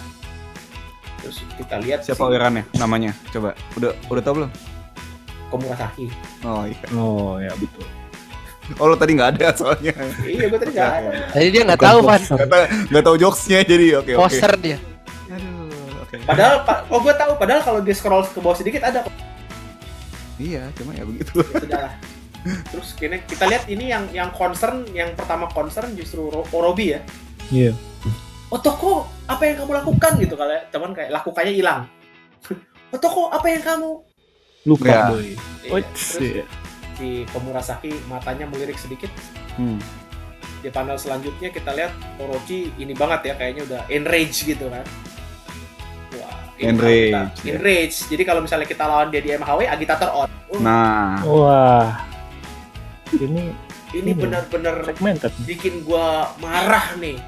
[SPEAKER 5] Terus kita lihat
[SPEAKER 1] Siapa
[SPEAKER 5] si
[SPEAKER 1] Oiran ya namanya? Coba. Udah udah tau belum?
[SPEAKER 5] Komurasaki.
[SPEAKER 1] Oh iya.
[SPEAKER 2] Oh, ya betul.
[SPEAKER 1] Oh, lo tadi nggak ada soalnya.
[SPEAKER 5] iya, gue tadi nggak ada.
[SPEAKER 4] Jadi dia nggak
[SPEAKER 2] Bukan
[SPEAKER 4] tahu Van,
[SPEAKER 2] boxer.
[SPEAKER 1] Kata nggak tahu jokesnya jadi oke oke.
[SPEAKER 4] poster dia.
[SPEAKER 1] Aduh, oke.
[SPEAKER 5] Padahal, pa- oh gue tahu. Padahal kalau di scroll ke bawah sedikit ada. kok.
[SPEAKER 1] Iya, cuma ya begitu.
[SPEAKER 5] Ya, sudah lah. Terus kini kita lihat ini yang yang concern, yang pertama concern justru Ro- Orobi ya.
[SPEAKER 2] Iya.
[SPEAKER 5] Otoko, apa yang kamu lakukan gitu kali? ya. Cuman kayak lakukannya hilang. Otoko, apa yang kamu?
[SPEAKER 2] Lupa
[SPEAKER 1] Ya.
[SPEAKER 2] boy.
[SPEAKER 5] Iya,
[SPEAKER 2] Oh,
[SPEAKER 5] terus
[SPEAKER 2] iya.
[SPEAKER 5] si Komurasaki matanya melirik sedikit.
[SPEAKER 1] Hmm.
[SPEAKER 5] di panel selanjutnya kita lihat Orochi ini banget ya kayaknya udah enrage gitu kan. Wah, ini
[SPEAKER 1] Enrage,
[SPEAKER 5] kalau kita-
[SPEAKER 1] ya.
[SPEAKER 5] Enrage. Jadi kalau misalnya kita lawan dia di MHW agitator on. Uh,
[SPEAKER 1] Nah,
[SPEAKER 2] Wah. Ini ini.
[SPEAKER 5] ini benar-benar
[SPEAKER 2] segmented nih.
[SPEAKER 5] bikin gua marah nih.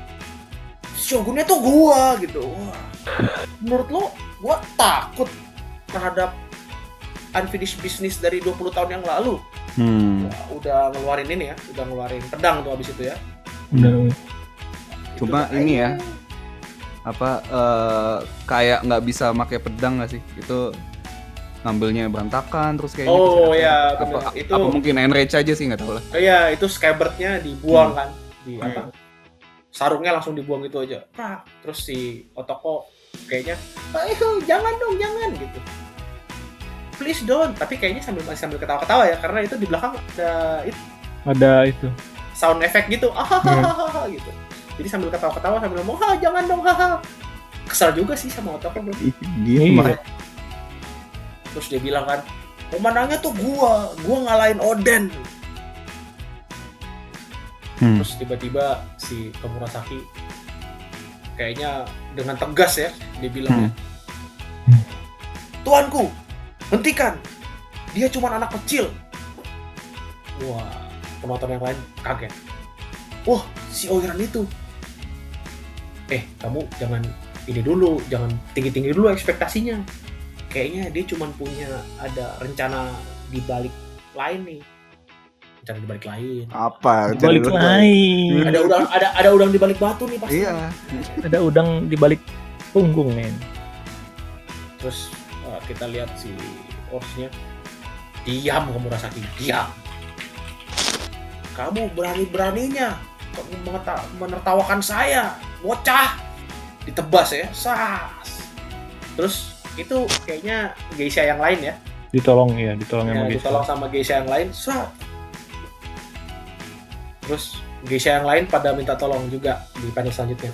[SPEAKER 5] Shogunnya tuh gua gitu. Wah. Menurut lo gua takut terhadap unfinished business dari 20 tahun yang lalu.
[SPEAKER 1] hmm.
[SPEAKER 5] Wah, udah ngeluarin ini ya, udah ngeluarin pedang tuh abis itu ya.
[SPEAKER 2] Benar.
[SPEAKER 5] Itu
[SPEAKER 1] Cuma
[SPEAKER 5] udah
[SPEAKER 1] ini ya.
[SPEAKER 5] kayak,
[SPEAKER 1] apa eh, kayak nggak bisa pakai pedang nggak sih itu ngambilnya berantakan terus kayak
[SPEAKER 5] Oh,
[SPEAKER 1] gitu.
[SPEAKER 5] iya,
[SPEAKER 1] apa,
[SPEAKER 5] bener. Itu-
[SPEAKER 1] apa mungkin enrage aja sih nggak tahu lah
[SPEAKER 5] Iya, itu scabbardnya dibuang kan di
[SPEAKER 1] Hmm.
[SPEAKER 5] apa? Sarungnya langsung dibuang gitu aja. Prak. Terus si Otoko kayaknya, "Ayo, jangan dong, jangan." gitu. Please don't. Tapi kayaknya sambil masih sambil ketawa-ketawa ya karena itu di belakang ada itu,
[SPEAKER 2] Ada itu.
[SPEAKER 5] sound effect gitu. Ah, gitu. Jadi sambil ketawa-ketawa sambil ngomong, "Ha, jangan dong, haha." Kesal juga sih sama Otoko bro.
[SPEAKER 1] dia
[SPEAKER 2] Iya.
[SPEAKER 1] kemarin
[SPEAKER 5] Terus dia bilang kan, "Pemenangnya tuh gua, gua ngalahin Oden."
[SPEAKER 1] Hmm.
[SPEAKER 5] terus tiba-tiba si Komurasaki kayaknya dengan tegas ya dia bilang ya,
[SPEAKER 1] Hmm.
[SPEAKER 5] tuanku hentikan dia cuma anak kecil wah penonton yang lain kaget wah si Oiran itu eh kamu jangan ini dulu jangan tinggi-tinggi dulu ekspektasinya kayaknya dia cuma punya ada rencana di balik lain nih Cari di balik lain.
[SPEAKER 1] Apa? Cari
[SPEAKER 2] Balik
[SPEAKER 1] dulu.
[SPEAKER 2] lain.
[SPEAKER 5] Ada udang ada ada udang di balik batu nih pasti.
[SPEAKER 1] Iya.
[SPEAKER 2] Ada udang di balik punggung men.
[SPEAKER 5] Terus eh, kita lihat si Orsnya diam kamu Murasaki, diam. Kamu berani-beraninya kamu mengeta- menertawakan saya, bocah. Ditebas ya, sas. Terus itu kayaknya geisha yang lain ya.
[SPEAKER 2] Ditolong ya, ditolong
[SPEAKER 5] Ya,
[SPEAKER 2] sama Gesa.
[SPEAKER 5] ditolong sama geisha yang lain sat. terus geisha yang lain pada minta tolong juga di panel selanjutnya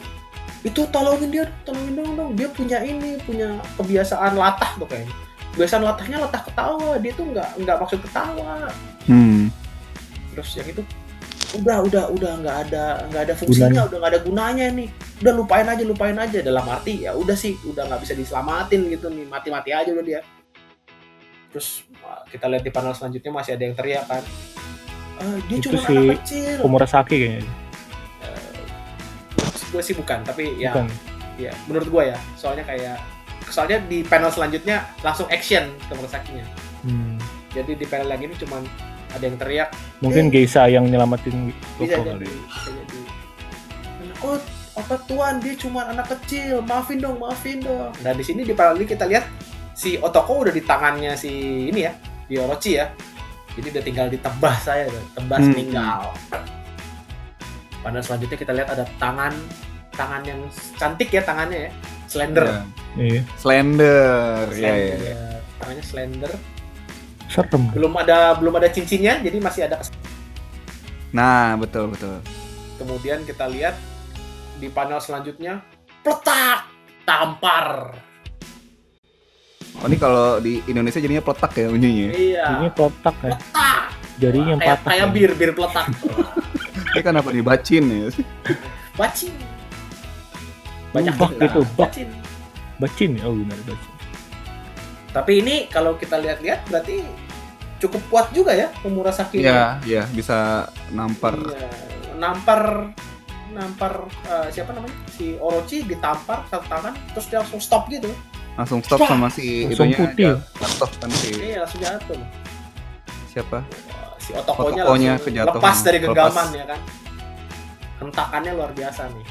[SPEAKER 5] itu tolongin dia tolongin dong dong dia punya ini punya kebiasaan latah tuh kayaknya kebiasaan latahnya latah ketawa dia tuh nggak nggak maksud ketawa
[SPEAKER 1] Hmm.
[SPEAKER 5] terus yang itu udah udah udah nggak ada nggak ada fungsinya udah nggak ada gunanya nih udah lupain aja lupain aja dalam arti ya udah sih udah nggak bisa diselamatin gitu nih mati mati aja udah dia terus wah, kita lihat di panel selanjutnya masih ada yang teriak kan "Ah, dia
[SPEAKER 2] Itu
[SPEAKER 5] cuma
[SPEAKER 2] si
[SPEAKER 5] anak kecil
[SPEAKER 2] Komurasaki kayaknya.
[SPEAKER 5] gue sih bukan tapi ya
[SPEAKER 2] Bukan.
[SPEAKER 5] ya menurut gue ya soalnya kayak soalnya di panel selanjutnya langsung action ke Murasakinya
[SPEAKER 2] Hmm.
[SPEAKER 5] jadi di panel yang ini cuman ada yang teriak
[SPEAKER 2] Mungkin Geisa yang nyelamatin
[SPEAKER 5] bisa
[SPEAKER 2] Toko
[SPEAKER 5] jadi
[SPEAKER 2] kali.
[SPEAKER 5] bisa jadi oh apa tuan dia cuma anak kecil maafin dong maafin dong nah di sini di paralel ini kita lihat si otoko udah di tangannya si ini ya di orochi ya jadi udah tinggal ditebas saya tuh. tebas
[SPEAKER 1] Hmm.
[SPEAKER 5] tinggal pada selanjutnya kita lihat ada tangan tangan yang cantik ya tangannya ya slender
[SPEAKER 1] Ya.
[SPEAKER 2] Iya.
[SPEAKER 1] Slender. Iya,
[SPEAKER 5] Slender.
[SPEAKER 1] iya.
[SPEAKER 5] tangannya slender
[SPEAKER 2] Serem.
[SPEAKER 5] belum ada belum ada cincinnya jadi masih ada
[SPEAKER 1] Nah, betul betul.
[SPEAKER 5] Kemudian kita lihat di panel selanjutnya, peletak, tampar.
[SPEAKER 1] Oh, ini kalau di Indonesia jadinya peletak ya bunyinya.
[SPEAKER 2] Ini
[SPEAKER 5] Iya,
[SPEAKER 2] kotak ya.
[SPEAKER 5] peletak.
[SPEAKER 2] Jarinya yang
[SPEAKER 5] kayak,
[SPEAKER 2] patah.
[SPEAKER 5] kayak
[SPEAKER 2] ya.
[SPEAKER 5] bir, bir peletak.
[SPEAKER 1] Ini kenapa dibacin ya?
[SPEAKER 5] Bacin,
[SPEAKER 2] Banyak bak
[SPEAKER 5] kita.
[SPEAKER 2] itu, bak.
[SPEAKER 5] Bacin.
[SPEAKER 2] Bacin ya. Oh, benar bacin.
[SPEAKER 5] Tapi ini kalau kita lihat-lihat berarti cukup kuat juga ya Murasaki.
[SPEAKER 1] Iya, iya bisa nampar.
[SPEAKER 5] Iya, nampar nampar eh, siapa namanya si Orochi ditampar satu tangan terus dia langsung stop gitu
[SPEAKER 1] Langsung stop sama si
[SPEAKER 2] Langsung
[SPEAKER 1] itunya.
[SPEAKER 2] putih.
[SPEAKER 1] jatuh. Stop kan si
[SPEAKER 5] iya langsung jatuh
[SPEAKER 1] siapa?
[SPEAKER 5] si otokonya,
[SPEAKER 1] Otokonya
[SPEAKER 5] langsung
[SPEAKER 1] kejatuhan.
[SPEAKER 5] lepas dari genggaman
[SPEAKER 1] Lepas.
[SPEAKER 5] ya kan hentakannya luar biasa nih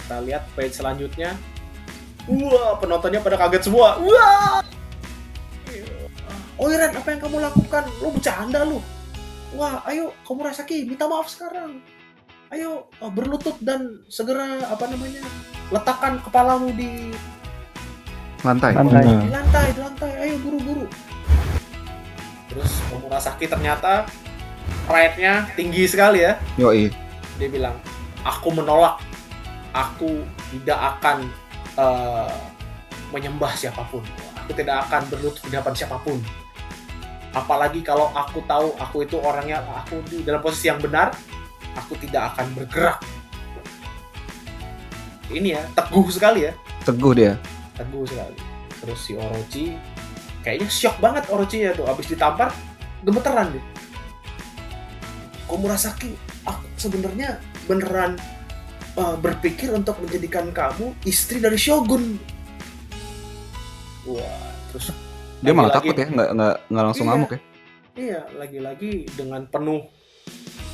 [SPEAKER 5] kita lihat page selanjutnya wah penontonnya pada kaget semua wah oh Iren apa yang kamu lakukan lu bercanda lu wah ayo kamu rasaki minta maaf sekarang ayo eh, berlutut dan segera apa namanya letakkan kepalamu di
[SPEAKER 1] Lantai.
[SPEAKER 2] Lantai.
[SPEAKER 5] di lantai, di lantai, ayo buru-buru. Terus Murasaki ternyata pride-nya tinggi sekali ya.
[SPEAKER 1] Yoi.
[SPEAKER 5] Dia bilang, aku menolak, aku tidak akan eh, menyembah siapapun, aku tidak akan berlutut di hadapan siapapun. Apalagi kalau aku tahu aku itu orangnya, aku di dalam posisi yang benar, aku tidak akan bergerak. Ini ya, teguh sekali ya
[SPEAKER 1] Teguh dia.
[SPEAKER 5] teguh sekali terus si Orochi kayaknya shock banget Orochi ya tuh abis ditampar gemeteran dia Komurasaki aku sebenarnya beneran uh, berpikir untuk menjadikan kamu istri dari Shogun wah terus
[SPEAKER 1] Dia malah
[SPEAKER 5] lagi-lagi-
[SPEAKER 1] takut ya, nggak nggak nggak langsung
[SPEAKER 5] Iya.
[SPEAKER 1] ngamuk ya.
[SPEAKER 5] Iya, lagi-lagi dengan penuh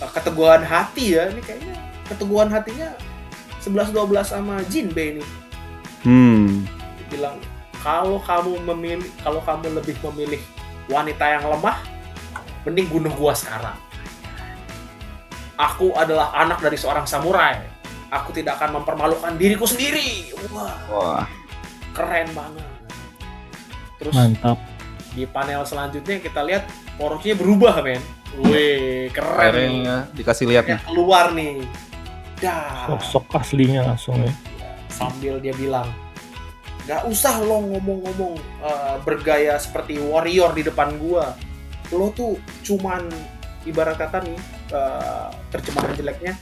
[SPEAKER 5] uh, keteguhan hati ya. Ini kayaknya keteguhan hatinya 11-12 sama Jinbei nih.
[SPEAKER 1] Hmm.
[SPEAKER 5] bilang kalau kamu memilih kalau kamu lebih memilih wanita yang lemah mending bunuh gua sekarang aku adalah anak dari seorang samurai aku tidak akan mempermalukan diriku sendiri wah
[SPEAKER 1] Wah.
[SPEAKER 5] keren banget terus
[SPEAKER 2] Mantap.
[SPEAKER 5] di panel selanjutnya kita lihat porosnya berubah men wih keren
[SPEAKER 1] Akhirnya dikasih lihat nih.
[SPEAKER 5] Kayak keluar nih dah
[SPEAKER 2] Sosok aslinya langsung ya.
[SPEAKER 5] sambil dia bilang nggak usah lo ngomong-ngomong eh, bergaya seperti warrior di depan gua lo tuh cuman ibarat kata nih eh, terjemahan jeleknya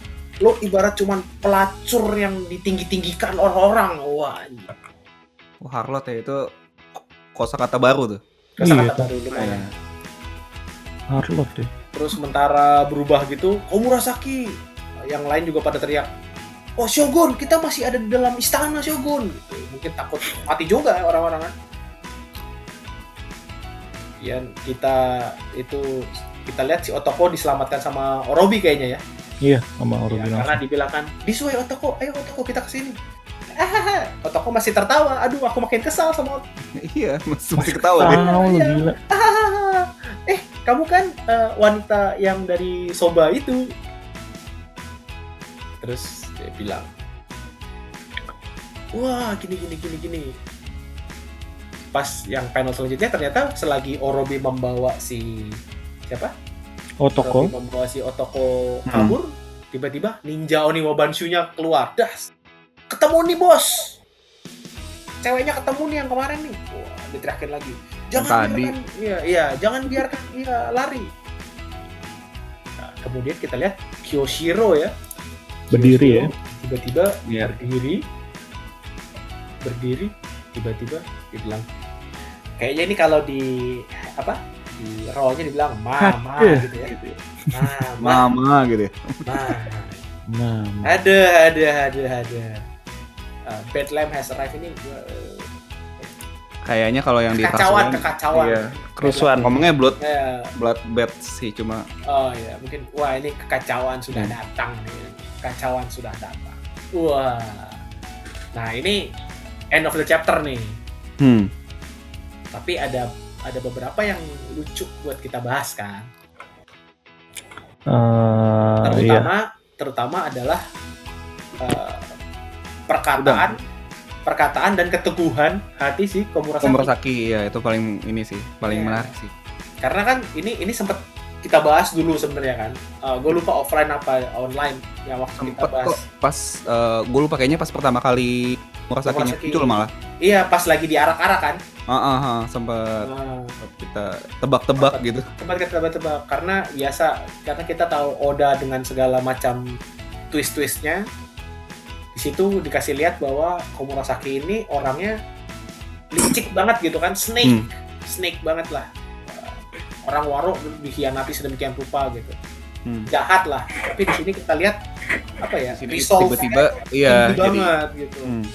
[SPEAKER 5] lo ibarat cuman pelacur yang ditinggi-tinggikan orang-orang wah iya. anjing.
[SPEAKER 1] Oh, Harlot ya itu kosakata baru tuh.
[SPEAKER 5] kata-kata baru lumayan.
[SPEAKER 1] Iya.
[SPEAKER 2] Harlot ya? deh.
[SPEAKER 5] terus sementara berubah gitu Komurasaki yang lain juga pada teriak oh Shogun kita masih ada di dalam istana Shogun Gitu. mungkin takut mati juga ya orang-orang kan ya kita itu kita lihat si Otoko diselamatkan sama Orobi kayaknya ya.
[SPEAKER 2] Iya, sama orang
[SPEAKER 5] Ya,
[SPEAKER 2] bilang.
[SPEAKER 5] karena dibilangkan, disuai Otoko, ayo Otoko kita kesini. Ah, Otoko masih tertawa, aduh aku makin kesal sama Otoko.
[SPEAKER 1] iya masih, masih ketawa dia.
[SPEAKER 2] Tahu lu
[SPEAKER 5] Iya.
[SPEAKER 2] gila.
[SPEAKER 5] Ah, eh kamu kan eh, wanita yang dari Soba itu. Terus dia bilang, wah gini gini gini gini. Pas yang panel selanjutnya ternyata selagi Orobi membawa si siapa?
[SPEAKER 2] Oh, toko. Hmm.
[SPEAKER 5] Tapi membawa si Otoko kabur, tiba-tiba ninja Oni Wabanshu-nya keluar. Das. Ketemu nih, Bos. Ceweknya ketemu nih yang kemarin nih. Wah, diterakin lagi. Jangan
[SPEAKER 1] tadi.
[SPEAKER 5] biarkan, iya, iya, jangan biarkan iya lari. Nah, kemudian kita lihat Kyoshiro ya.
[SPEAKER 2] Berdiri ya.
[SPEAKER 5] Kyoshiro Tiba-tiba
[SPEAKER 1] Ya.
[SPEAKER 5] berdiri. Berdiri tiba-tiba dibilang kayaknya ini kalau di apa? di rollnya dibilang mama
[SPEAKER 2] Hah,
[SPEAKER 5] gitu ya. Mama,
[SPEAKER 1] mama gitu ya.
[SPEAKER 5] Nah,
[SPEAKER 2] Nah,
[SPEAKER 5] ada, ada, ada, ada. Uh, Bedlam has arrived ini gua, uh,
[SPEAKER 1] kayaknya kalau yang di
[SPEAKER 5] kekacauan,
[SPEAKER 1] Tasman,
[SPEAKER 5] kekacauan.
[SPEAKER 1] iya.
[SPEAKER 3] kerusuhan
[SPEAKER 1] ngomongnya blood
[SPEAKER 5] Eh,
[SPEAKER 1] blood bath sih cuma
[SPEAKER 5] oh ya, mungkin wah ini kekacauan sudah
[SPEAKER 1] Hmm.
[SPEAKER 5] datang nih. Kekacauan sudah datang. Wah. Nah, ini end of the chapter nih.
[SPEAKER 1] hmm.
[SPEAKER 5] Tapi ada ada beberapa yang lucu buat kita bahas kan.
[SPEAKER 2] eh, iya.
[SPEAKER 5] terutama terutama adalah eh, perkataan perkataan dan keteguhan hati si Komurasaki.
[SPEAKER 1] Komurasaki ya itu paling ini sih paling
[SPEAKER 5] Iya.
[SPEAKER 1] menarik sih
[SPEAKER 5] Karena kan ini ini sempat kita bahas dulu sebenarnya kan. gue lupa offline apa online yang waktu kita
[SPEAKER 1] sempet
[SPEAKER 5] bahas.
[SPEAKER 1] kok pas gue lupa kayaknya pas pertama kali Komurasaki
[SPEAKER 5] Komurasaki.
[SPEAKER 1] muncul malah
[SPEAKER 5] Iya pas lagi diarak-arak kan.
[SPEAKER 1] ah ah, ah, sempet
[SPEAKER 5] Nah,
[SPEAKER 1] kita tebak-tebak gitu
[SPEAKER 5] tempat kita tebak-tebak karena biasa karena kita tahu Oda dengan segala macam twist-twistnya di situ dikasih lihat bahwa Komurasaki ini orangnya licik banget gitu kan snake
[SPEAKER 1] Hmm.
[SPEAKER 5] snake banget lah Uh, orang warok dikhianati sedemikian rupa gitu
[SPEAKER 1] Hmm.
[SPEAKER 5] jahat lah tapi di sini kita lihat apa ya
[SPEAKER 1] Di sini
[SPEAKER 5] resolve
[SPEAKER 1] tiba-tiba
[SPEAKER 5] tinggi
[SPEAKER 1] iya jadi
[SPEAKER 5] banget gitu
[SPEAKER 1] Hmm.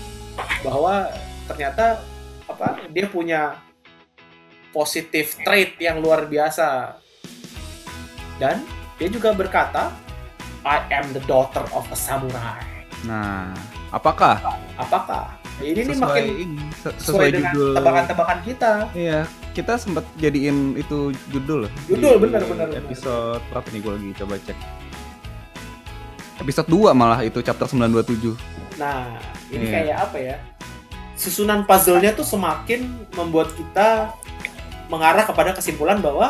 [SPEAKER 5] bahwa ternyata apa dia punya positif trait yang luar biasa dan dia juga berkata I am the daughter of a samurai
[SPEAKER 1] nah apakah
[SPEAKER 5] apakah ini nih
[SPEAKER 1] sesuai
[SPEAKER 5] makin
[SPEAKER 1] ini, se-
[SPEAKER 5] sesuai
[SPEAKER 1] sesuai
[SPEAKER 5] dengan
[SPEAKER 1] judul
[SPEAKER 5] tebakan-tebakan kita
[SPEAKER 1] iya kita sempet jadiin itu judul loh
[SPEAKER 5] Judul,
[SPEAKER 1] di
[SPEAKER 5] benar, benar, benar.
[SPEAKER 1] episode berapa nih gue lagi coba cek episode 2 malah itu chapter 927
[SPEAKER 5] nah ini
[SPEAKER 1] Iya.
[SPEAKER 5] kayak apa ya susunan puzzle-nya tuh semakin membuat kita mengarah kepada kesimpulan bahwa,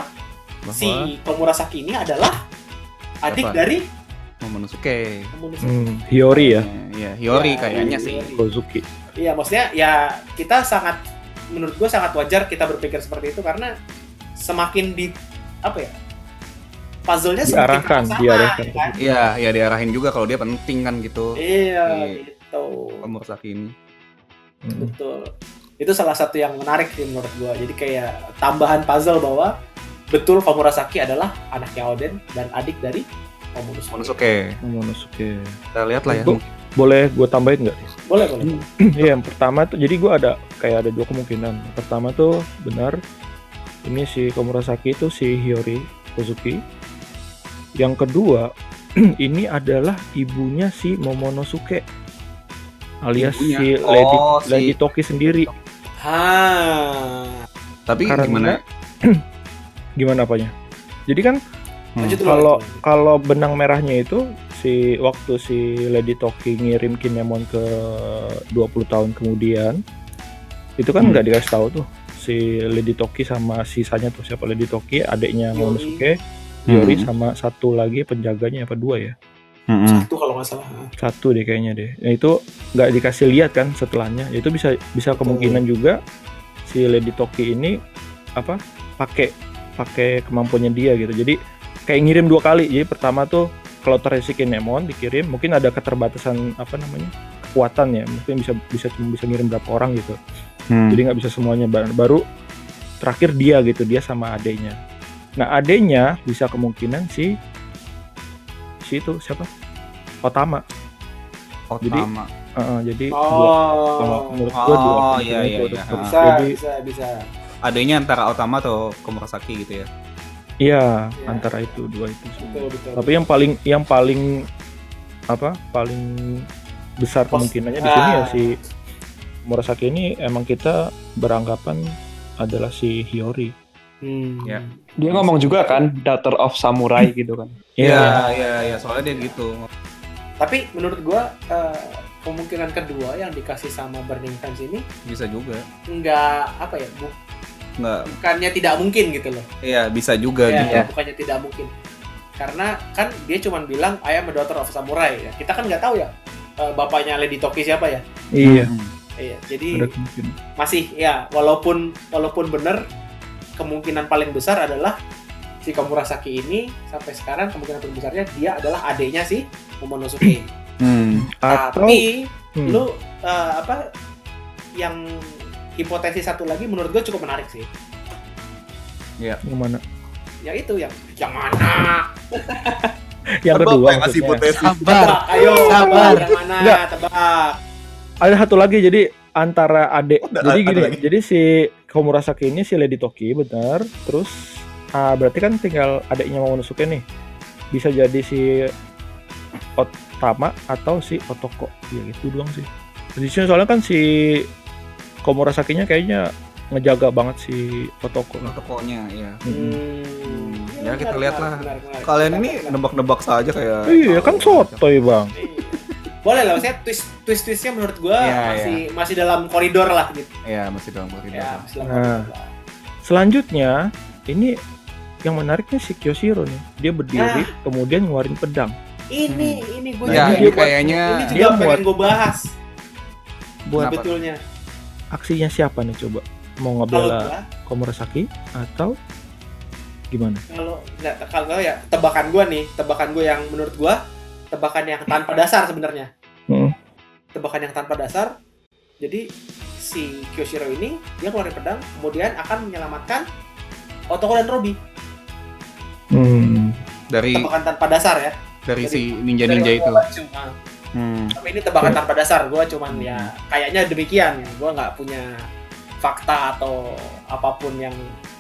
[SPEAKER 1] bahwa
[SPEAKER 5] si Komurasaki ini adalah adik
[SPEAKER 1] Siapa?
[SPEAKER 5] dari
[SPEAKER 1] Momonosuke
[SPEAKER 5] Komurasaki.
[SPEAKER 2] Hmm, Hiyori ya,
[SPEAKER 1] eh, Iya, Hiyori
[SPEAKER 5] Ya,
[SPEAKER 1] kayaknya sih.
[SPEAKER 5] Hiyori.
[SPEAKER 2] Kozuki.
[SPEAKER 5] Iya, maksudnya ya kita sangat menurut gue sangat wajar kita berpikir seperti itu karena semakin di apa ya puzzle-nya semakin
[SPEAKER 2] Diarahkan,
[SPEAKER 5] sama,
[SPEAKER 2] diarahkan.
[SPEAKER 5] ya kan?
[SPEAKER 1] Iya, ya diarahin juga kalau dia penting kan gitu.
[SPEAKER 5] Iya,
[SPEAKER 1] Iya.
[SPEAKER 5] gitu.
[SPEAKER 1] Komurasaki ini.
[SPEAKER 2] Hmm.
[SPEAKER 5] Betul. Itu salah satu yang menarik sih menurut gue. Jadi kayak tambahan puzzle bahwa betul Komurasaki adalah anaknya Oden dan adik dari Komurasaki.
[SPEAKER 1] Momonosuke.
[SPEAKER 2] Momonosuke.
[SPEAKER 1] eh, Kita lihat lah ya.
[SPEAKER 2] Bu- Boleh gue tambahin nggak?
[SPEAKER 5] Boleh, boleh.
[SPEAKER 2] Iya, yang pertama tuh jadi gua ada kayak ada dua kemungkinan. Yang pertama tuh benar ini si Komurasaki itu si Hiyori Kozuki. Yang kedua ini adalah ibunya si Momonosuke alias
[SPEAKER 1] Ibunya.
[SPEAKER 2] si
[SPEAKER 1] Oh,
[SPEAKER 2] Lady,
[SPEAKER 1] si-
[SPEAKER 2] Lady Toki sendiri.
[SPEAKER 5] Ha.
[SPEAKER 1] Tapi
[SPEAKER 2] Karena-
[SPEAKER 1] gimana?
[SPEAKER 2] Gimana apanya? Jadi kan
[SPEAKER 5] Lanjut dulu.
[SPEAKER 2] kalau kalau benang merahnya itu si waktu si Lady Toki ngirim Kinemon ke 20 tahun kemudian itu kan
[SPEAKER 1] Hmm.
[SPEAKER 2] nggak dikasih tahu tuh si Lady Toki sama sisanya tuh siapa Lady Toki adiknya
[SPEAKER 5] Yori.
[SPEAKER 2] Momonosuke Yori
[SPEAKER 1] Hmm.
[SPEAKER 2] sama satu lagi penjaganya apa dua ya
[SPEAKER 1] Mm-mm.
[SPEAKER 5] satu kalau nggak salah.
[SPEAKER 2] satu deh kayaknya deh nah, itu nggak dikasih lihat kan setelahnya itu bisa bisa kemungkinan juga si Lady Toki ini apa pakai pakai kemampuannya dia gitu jadi kayak ngirim dua kali jadi pertama tuh kalau terisi Kinemon dikirim mungkin ada keterbatasan apa namanya kekuatan ya mungkin bisa bisa cuma bisa ngirim berapa orang gitu jadi nggak bisa semuanya Ba- baru terakhir dia gitu dia sama adeknya nah adeknya bisa kemungkinan si si itu siapa Otama
[SPEAKER 1] Oh,
[SPEAKER 2] jadi-
[SPEAKER 1] sama.
[SPEAKER 2] Heeh, jadi dua kalau
[SPEAKER 5] Oh.
[SPEAKER 2] menurut gua dua
[SPEAKER 1] Oh,
[SPEAKER 2] kemungkinan
[SPEAKER 1] iya, iya,
[SPEAKER 2] itu
[SPEAKER 1] iya.
[SPEAKER 2] ada.
[SPEAKER 5] Bisa,
[SPEAKER 2] jadi
[SPEAKER 5] bisa, bisa.
[SPEAKER 1] Adanya antara Otama atau Komurasaki gitu ya.
[SPEAKER 2] Iya, antara itu dua itu. sih.
[SPEAKER 5] betul betul
[SPEAKER 2] Tapi yang paling yang paling apa? Paling besar
[SPEAKER 5] Pos-
[SPEAKER 2] kemungkinannya di sini ya
[SPEAKER 5] Ah.
[SPEAKER 2] si Murasaki ini emang kita beranggapan adalah si Hiyori.
[SPEAKER 5] Hmm.
[SPEAKER 1] Ya.
[SPEAKER 3] Dia ngomong juga kan, daughter of samurai gitu kan.
[SPEAKER 1] Iya, iya, iya. Soalnya dia gitu.
[SPEAKER 5] tapi menurut gua eh, kemungkinan kedua yang dikasih sama Burning Times ini
[SPEAKER 1] Bisa juga.
[SPEAKER 5] nggak apa ya bu-
[SPEAKER 1] Nggak,
[SPEAKER 5] bukannya tidak mungkin gitu loh
[SPEAKER 1] iya bisa juga
[SPEAKER 5] Ya,
[SPEAKER 1] gitu.
[SPEAKER 5] bukannya tidak mungkin karena kan dia cuman bilang I am a daughter of samurai ya kita kan nggak tahu ya eh, bapaknya Lady Toki siapa ya
[SPEAKER 2] Iya,
[SPEAKER 5] iya
[SPEAKER 2] ada
[SPEAKER 5] jadi
[SPEAKER 2] kemungkinan.
[SPEAKER 5] masih ya walaupun walaupun benar kemungkinan paling besar adalah si Komurasaki ini sampai sekarang kemungkinan paling besarnya dia adalah adiknya si Momonosuke.
[SPEAKER 2] Hmm. Atau
[SPEAKER 5] Tapi
[SPEAKER 2] Hmm.
[SPEAKER 5] lu eh, apa yang hipotesis satu lagi menurut gue cukup menarik sih.
[SPEAKER 2] yang mana?
[SPEAKER 1] Kan
[SPEAKER 5] Ya itu yang yang mana?
[SPEAKER 2] Yang
[SPEAKER 1] Tebak
[SPEAKER 2] kedua
[SPEAKER 1] apa ya yang masih
[SPEAKER 2] maksudnya.
[SPEAKER 1] hipotesis.
[SPEAKER 4] Sabar.
[SPEAKER 5] Tebak, Nah, ayo
[SPEAKER 4] Sabar.
[SPEAKER 5] Yang mana?
[SPEAKER 2] Enggak.
[SPEAKER 5] Tebak.
[SPEAKER 2] ada satu lagi jadi antara adik
[SPEAKER 1] Oh, ada-
[SPEAKER 2] jadi
[SPEAKER 1] ada
[SPEAKER 2] gini
[SPEAKER 1] lagi.
[SPEAKER 2] jadi si Komurasaki ini si Lady Toki benar terus ah, berarti kan tinggal adiknya Momonosuke nih bisa jadi si Otama atau si Otoko ya gitu doang sih di sini soalnya kan si Komurasakinya kayaknya ngejaga banget si Otoko
[SPEAKER 1] Untuk tokonya, iya.
[SPEAKER 2] Mm-mm.
[SPEAKER 5] Hmm.
[SPEAKER 1] Ya, kita
[SPEAKER 5] menarik,
[SPEAKER 1] lihat lah.
[SPEAKER 5] menarik, menarik, menarik.
[SPEAKER 1] Kalian ini
[SPEAKER 5] Menarik, menarik.
[SPEAKER 1] nebak-nebak saja kayak.
[SPEAKER 2] iya kan sotoy bang
[SPEAKER 5] Iya. boleh lah maksudnya twist twist twistnya menurut gua
[SPEAKER 1] Iya,
[SPEAKER 5] masih masih dalam koridor lah gitu
[SPEAKER 1] Iya, masih dalam koridor.
[SPEAKER 5] ya masih dalam
[SPEAKER 2] Nah.
[SPEAKER 5] koridor lah.
[SPEAKER 2] selanjutnya ini yang menariknya si Kyoshiro nih dia berdiri kemudian ngeluarin pedang
[SPEAKER 5] ini ini gua
[SPEAKER 1] Nah,
[SPEAKER 5] juga
[SPEAKER 1] ini kayaknya
[SPEAKER 5] ini juga
[SPEAKER 2] dia
[SPEAKER 5] pengen
[SPEAKER 2] buat-
[SPEAKER 5] gua bahas
[SPEAKER 1] buat
[SPEAKER 5] betulnya
[SPEAKER 2] aksinya siapa nih coba mau
[SPEAKER 5] kalau
[SPEAKER 2] ngebela
[SPEAKER 5] gua
[SPEAKER 2] Komurasaki atau gimana?
[SPEAKER 5] kalau nggak kalau nggak ya tebakan gua nih tebakan gua yang menurut gua tebakan yang tanpa dasar sebenarnya
[SPEAKER 2] Hmm.
[SPEAKER 5] tebakan yang tanpa dasar jadi si Kyoshiro ini dia keluarin pedang kemudian akan menyelamatkan Otoko dan Robi
[SPEAKER 1] Hmm. dari
[SPEAKER 5] tebakan tanpa dasar ya
[SPEAKER 1] dari
[SPEAKER 5] dari-
[SPEAKER 1] si ninja-ninja
[SPEAKER 5] Dari
[SPEAKER 1] itu.
[SPEAKER 5] Otoko dan Robi.
[SPEAKER 2] Hmm.
[SPEAKER 5] tapi ini tebakan tanpa dasar gue cuman ya kayaknya demikian ya gue nggak punya fakta atau apapun yang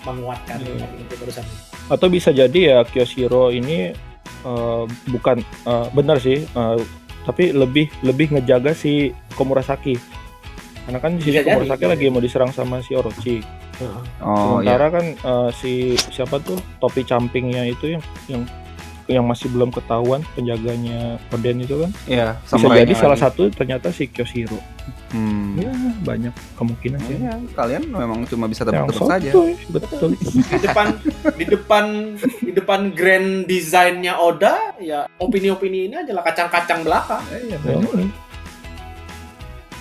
[SPEAKER 5] menguatkan
[SPEAKER 2] Iya.
[SPEAKER 5] dengan itu barusan
[SPEAKER 2] Atau bisa jadi ya Kyoshiro ini eh, bukan eh, benar sih, eh, tapi lebih lebih ngejaga si Komurasaki. Karena kan di sini
[SPEAKER 5] Bisa jadi,
[SPEAKER 2] Komurasaki
[SPEAKER 5] bisa
[SPEAKER 2] lagi mau diserang sama si Orochi.
[SPEAKER 1] Oh, iya.
[SPEAKER 2] Sementara kan eh, si siapa tuh topi campingnya itu yang yang yang masih belum ketahuan penjaganya Oden itu kan
[SPEAKER 1] Iya,
[SPEAKER 2] bisa
[SPEAKER 1] samurainya
[SPEAKER 2] jadi salah
[SPEAKER 1] lagi.
[SPEAKER 2] satu ternyata si Kyoshiro
[SPEAKER 1] Hmm.
[SPEAKER 2] ya banyak kemungkinan sih
[SPEAKER 1] Iya, kalian memang cuma bisa
[SPEAKER 2] yang
[SPEAKER 1] tebak-tebak saja.
[SPEAKER 2] sotoy, betul
[SPEAKER 5] di depan di depan di depan grand desainnya Oda ya opini-opini ini adalah kacang-kacang belakang
[SPEAKER 1] Iya,
[SPEAKER 2] Ya, ini.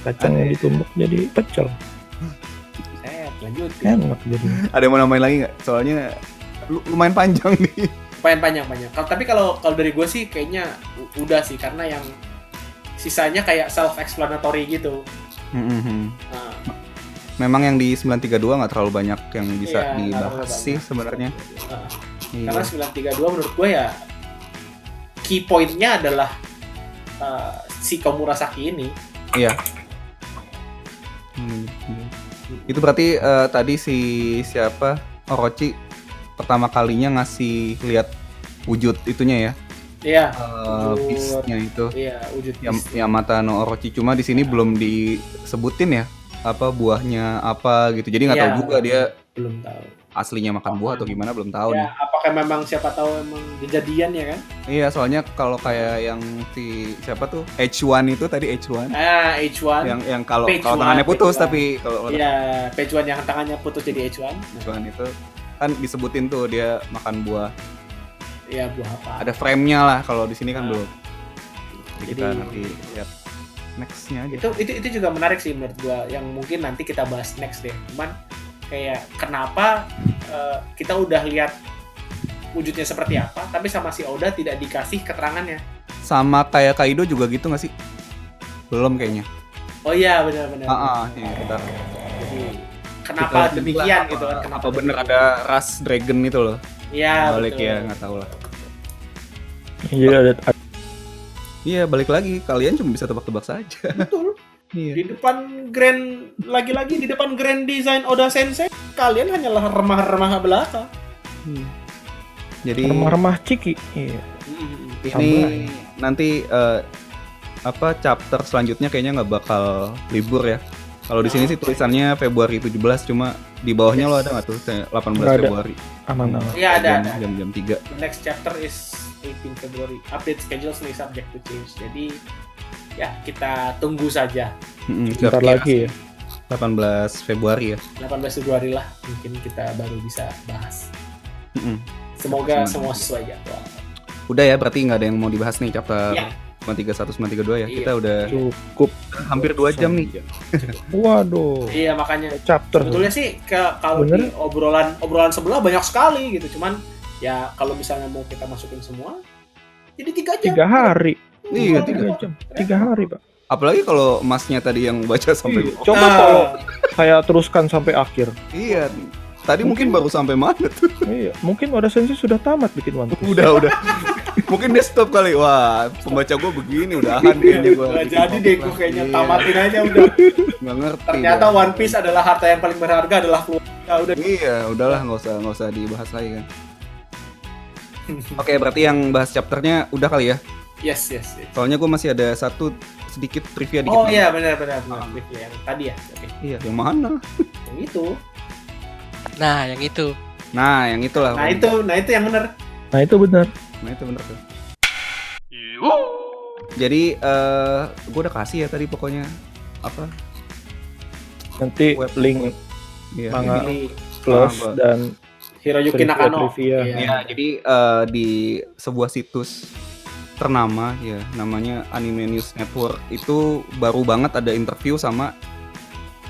[SPEAKER 2] Kacang yang ditumbuk jadi pecel,
[SPEAKER 5] saya lanjut
[SPEAKER 2] enak jadi.
[SPEAKER 1] Ada yang mau nambahin lagi nggak? Soalnya lu- lumayan panjang nih.
[SPEAKER 5] pengen panjang panjang Kalau- tapi kalau kalau dari gue sih kayaknya u- udah sih karena yang sisanya kayak self explanatory gitu
[SPEAKER 2] Hmm,
[SPEAKER 5] nah,
[SPEAKER 1] Memang yang di 932 nggak terlalu banyak yang bisa
[SPEAKER 5] iya,
[SPEAKER 1] dibahas
[SPEAKER 5] nggak
[SPEAKER 1] sih
[SPEAKER 5] banyak.
[SPEAKER 1] sebenarnya.
[SPEAKER 5] Nah.
[SPEAKER 1] Iya.
[SPEAKER 5] Karena 932 menurut gue ya key point-nya adalah uh, si Komurasaki ini.
[SPEAKER 1] Hmm. Itu berarti eh, tadi si siapa Orochi pertama kalinya ngasih lihat wujud itunya ya,
[SPEAKER 5] Iya,
[SPEAKER 1] eh,
[SPEAKER 5] Wujud.
[SPEAKER 1] beast-nya itu.
[SPEAKER 5] iya wujud
[SPEAKER 1] Yam
[SPEAKER 5] beast.
[SPEAKER 1] Yamata no Orochi cuma di sini belum disebutin ya apa buahnya apa gitu. Jadi nggak
[SPEAKER 5] Iya.
[SPEAKER 1] tahu juga dia
[SPEAKER 5] belum tahu.
[SPEAKER 1] aslinya makan buah atau gimana belum tahu nih.
[SPEAKER 5] Ya, apakah memang siapa tahu emang kejadian ya kan?
[SPEAKER 1] Iya, soalnya kalau kayak yang si siapa tuh H1 itu tadi H1
[SPEAKER 5] Ah, H1.
[SPEAKER 1] yang yang kalau
[SPEAKER 5] Page
[SPEAKER 1] kalau
[SPEAKER 5] one,
[SPEAKER 1] tangannya
[SPEAKER 5] page
[SPEAKER 1] putus
[SPEAKER 5] one.
[SPEAKER 1] tapi kalau
[SPEAKER 5] Iya, H1 yang tangannya putus jadi H1.
[SPEAKER 1] H1 itu kan disebutin tuh dia makan buah.
[SPEAKER 5] Iya, buah apa?
[SPEAKER 1] Ada frame-nya lah kalau di sini kan
[SPEAKER 5] Nah.
[SPEAKER 1] belum. Jadi kita
[SPEAKER 5] Jadi-
[SPEAKER 1] nanti lihat next-nya aja.
[SPEAKER 5] Itu itu itu juga menarik sih menurut gua yang mungkin nanti kita bahas next deh. Cuman kayak kenapa uh, kita udah lihat wujudnya seperti apa tapi sama si Oda tidak dikasih keterangannya.
[SPEAKER 1] Sama kayak Kaido juga gitu nggak sih? Belum kayaknya.
[SPEAKER 5] Oh iya benar benar.
[SPEAKER 1] Heeh, iya, kita
[SPEAKER 5] Jadi, kenapa
[SPEAKER 1] kita-
[SPEAKER 5] demikian
[SPEAKER 1] apa-
[SPEAKER 5] gitu kan? Kenapa
[SPEAKER 1] Apa bener ada ras dragon itu loh?
[SPEAKER 5] Ya,
[SPEAKER 1] balik
[SPEAKER 5] betul.
[SPEAKER 1] ya, nggak tahu lah.
[SPEAKER 2] Jadi ada, ada-
[SPEAKER 1] Iya, balik lagi. Kalian cuma bisa tebak-tebak saja.
[SPEAKER 5] Betul.
[SPEAKER 1] Iya.
[SPEAKER 5] Di depan grand lagi-lagi di depan grand design Oda Sensei, kalian hanyalah remah-remah belaka.
[SPEAKER 1] Jadi
[SPEAKER 2] remah-remah ciki iya
[SPEAKER 1] Hmm,
[SPEAKER 5] Mm-mm.
[SPEAKER 1] ini nanti eh, apa chapter selanjutnya kayaknya nggak bakal libur ya. Kalau di sini sih tulisannya Februari 17 cuma di bawahnya lo ada nggak tuh 18
[SPEAKER 2] Nggak ada.
[SPEAKER 1] Februari. Hmm,
[SPEAKER 2] aman aman
[SPEAKER 5] Iya ada,
[SPEAKER 1] Jam,
[SPEAKER 5] ada.
[SPEAKER 1] jam jam 3.
[SPEAKER 5] The next chapter is 18 Februari. Update schedules nih subject to change. Jadi ya kita tunggu saja
[SPEAKER 1] Mm-mm,
[SPEAKER 2] bentar
[SPEAKER 1] kira-kira
[SPEAKER 2] lagi ya
[SPEAKER 1] 18 Februari ya.
[SPEAKER 5] 18 Februari lah mungkin kita baru bisa bahas.
[SPEAKER 1] Mm-mm.
[SPEAKER 5] Semoga
[SPEAKER 1] Semangat.
[SPEAKER 5] semua sesuai jadwal.
[SPEAKER 1] Hmm, Udah ya berarti nggak ada yang mau dibahas nih chapter
[SPEAKER 5] Iya.
[SPEAKER 1] 931 932 ya.
[SPEAKER 5] Iya.
[SPEAKER 1] Kita udah
[SPEAKER 2] cukup
[SPEAKER 1] hampir 2 jam
[SPEAKER 2] Iya.
[SPEAKER 1] nih.
[SPEAKER 2] waduh
[SPEAKER 5] Iya makanya
[SPEAKER 2] chapter
[SPEAKER 5] sebetulnya sih ke- kalau
[SPEAKER 2] Bener.
[SPEAKER 5] di obrolan obrolan sebelah banyak sekali gitu. Cuman ya kalau misalnya mau kita masukin semua jadi tiga jam.
[SPEAKER 2] tiga hari
[SPEAKER 1] Iya, tiga
[SPEAKER 2] tiga jam tiga hari pak
[SPEAKER 1] Apalagi kalau masnya tadi yang baca sampai
[SPEAKER 2] Iya, coba
[SPEAKER 5] Nah.
[SPEAKER 2] kalau saya teruskan sampai akhir
[SPEAKER 1] Iya. Tadi mungkin baru sampai mana tuh?
[SPEAKER 2] iya mungkin Oda Sensei sudah tamat bikin One Piece
[SPEAKER 1] Udah, udah. mungkin dia stop kali. Wah, pembaca gue begini udahan kayaknya gue.
[SPEAKER 5] Iya, Ah, Nggak jadi deh gue kayaknya
[SPEAKER 2] Iya.
[SPEAKER 5] tamatin aja udah.
[SPEAKER 1] Nggak ngerti.
[SPEAKER 5] Ternyata
[SPEAKER 1] gua.
[SPEAKER 5] One Piece adalah harta yang paling berharga adalah keluarga. Udah
[SPEAKER 1] Iya, udahlah nggak usah nggak usah dibahas lagi kan. Oke, berarti yang bahas chapternya udah kali ya.
[SPEAKER 5] yes yes. yes.
[SPEAKER 1] Soalnya gue masih ada satu sedikit trivia dikit.
[SPEAKER 5] Oh
[SPEAKER 1] nih.
[SPEAKER 5] iya benar benar benar. Yang tadi ya. Oke.
[SPEAKER 1] Iya, yang mana?
[SPEAKER 5] Yang itu.
[SPEAKER 4] Nah, yang itu.
[SPEAKER 1] Nah, yang itulah.
[SPEAKER 5] Nah itu, nah itu yang benar.
[SPEAKER 2] nah itu benar
[SPEAKER 1] Nah, itu bener tuh. Jadi, eh gue udah kasih ya tadi pokoknya apa?
[SPEAKER 2] nanti
[SPEAKER 1] Web-
[SPEAKER 2] link
[SPEAKER 1] Iya.
[SPEAKER 2] Manga.
[SPEAKER 5] Ini
[SPEAKER 2] plus
[SPEAKER 1] Ah, gua-
[SPEAKER 2] dan
[SPEAKER 5] Hiroyuki
[SPEAKER 2] Trivia,
[SPEAKER 5] Nakano. Iya.
[SPEAKER 2] trivia.
[SPEAKER 1] Ya, jadi eh, di sebuah situs ternama ya, namanya Anime News Network itu baru banget ada interview sama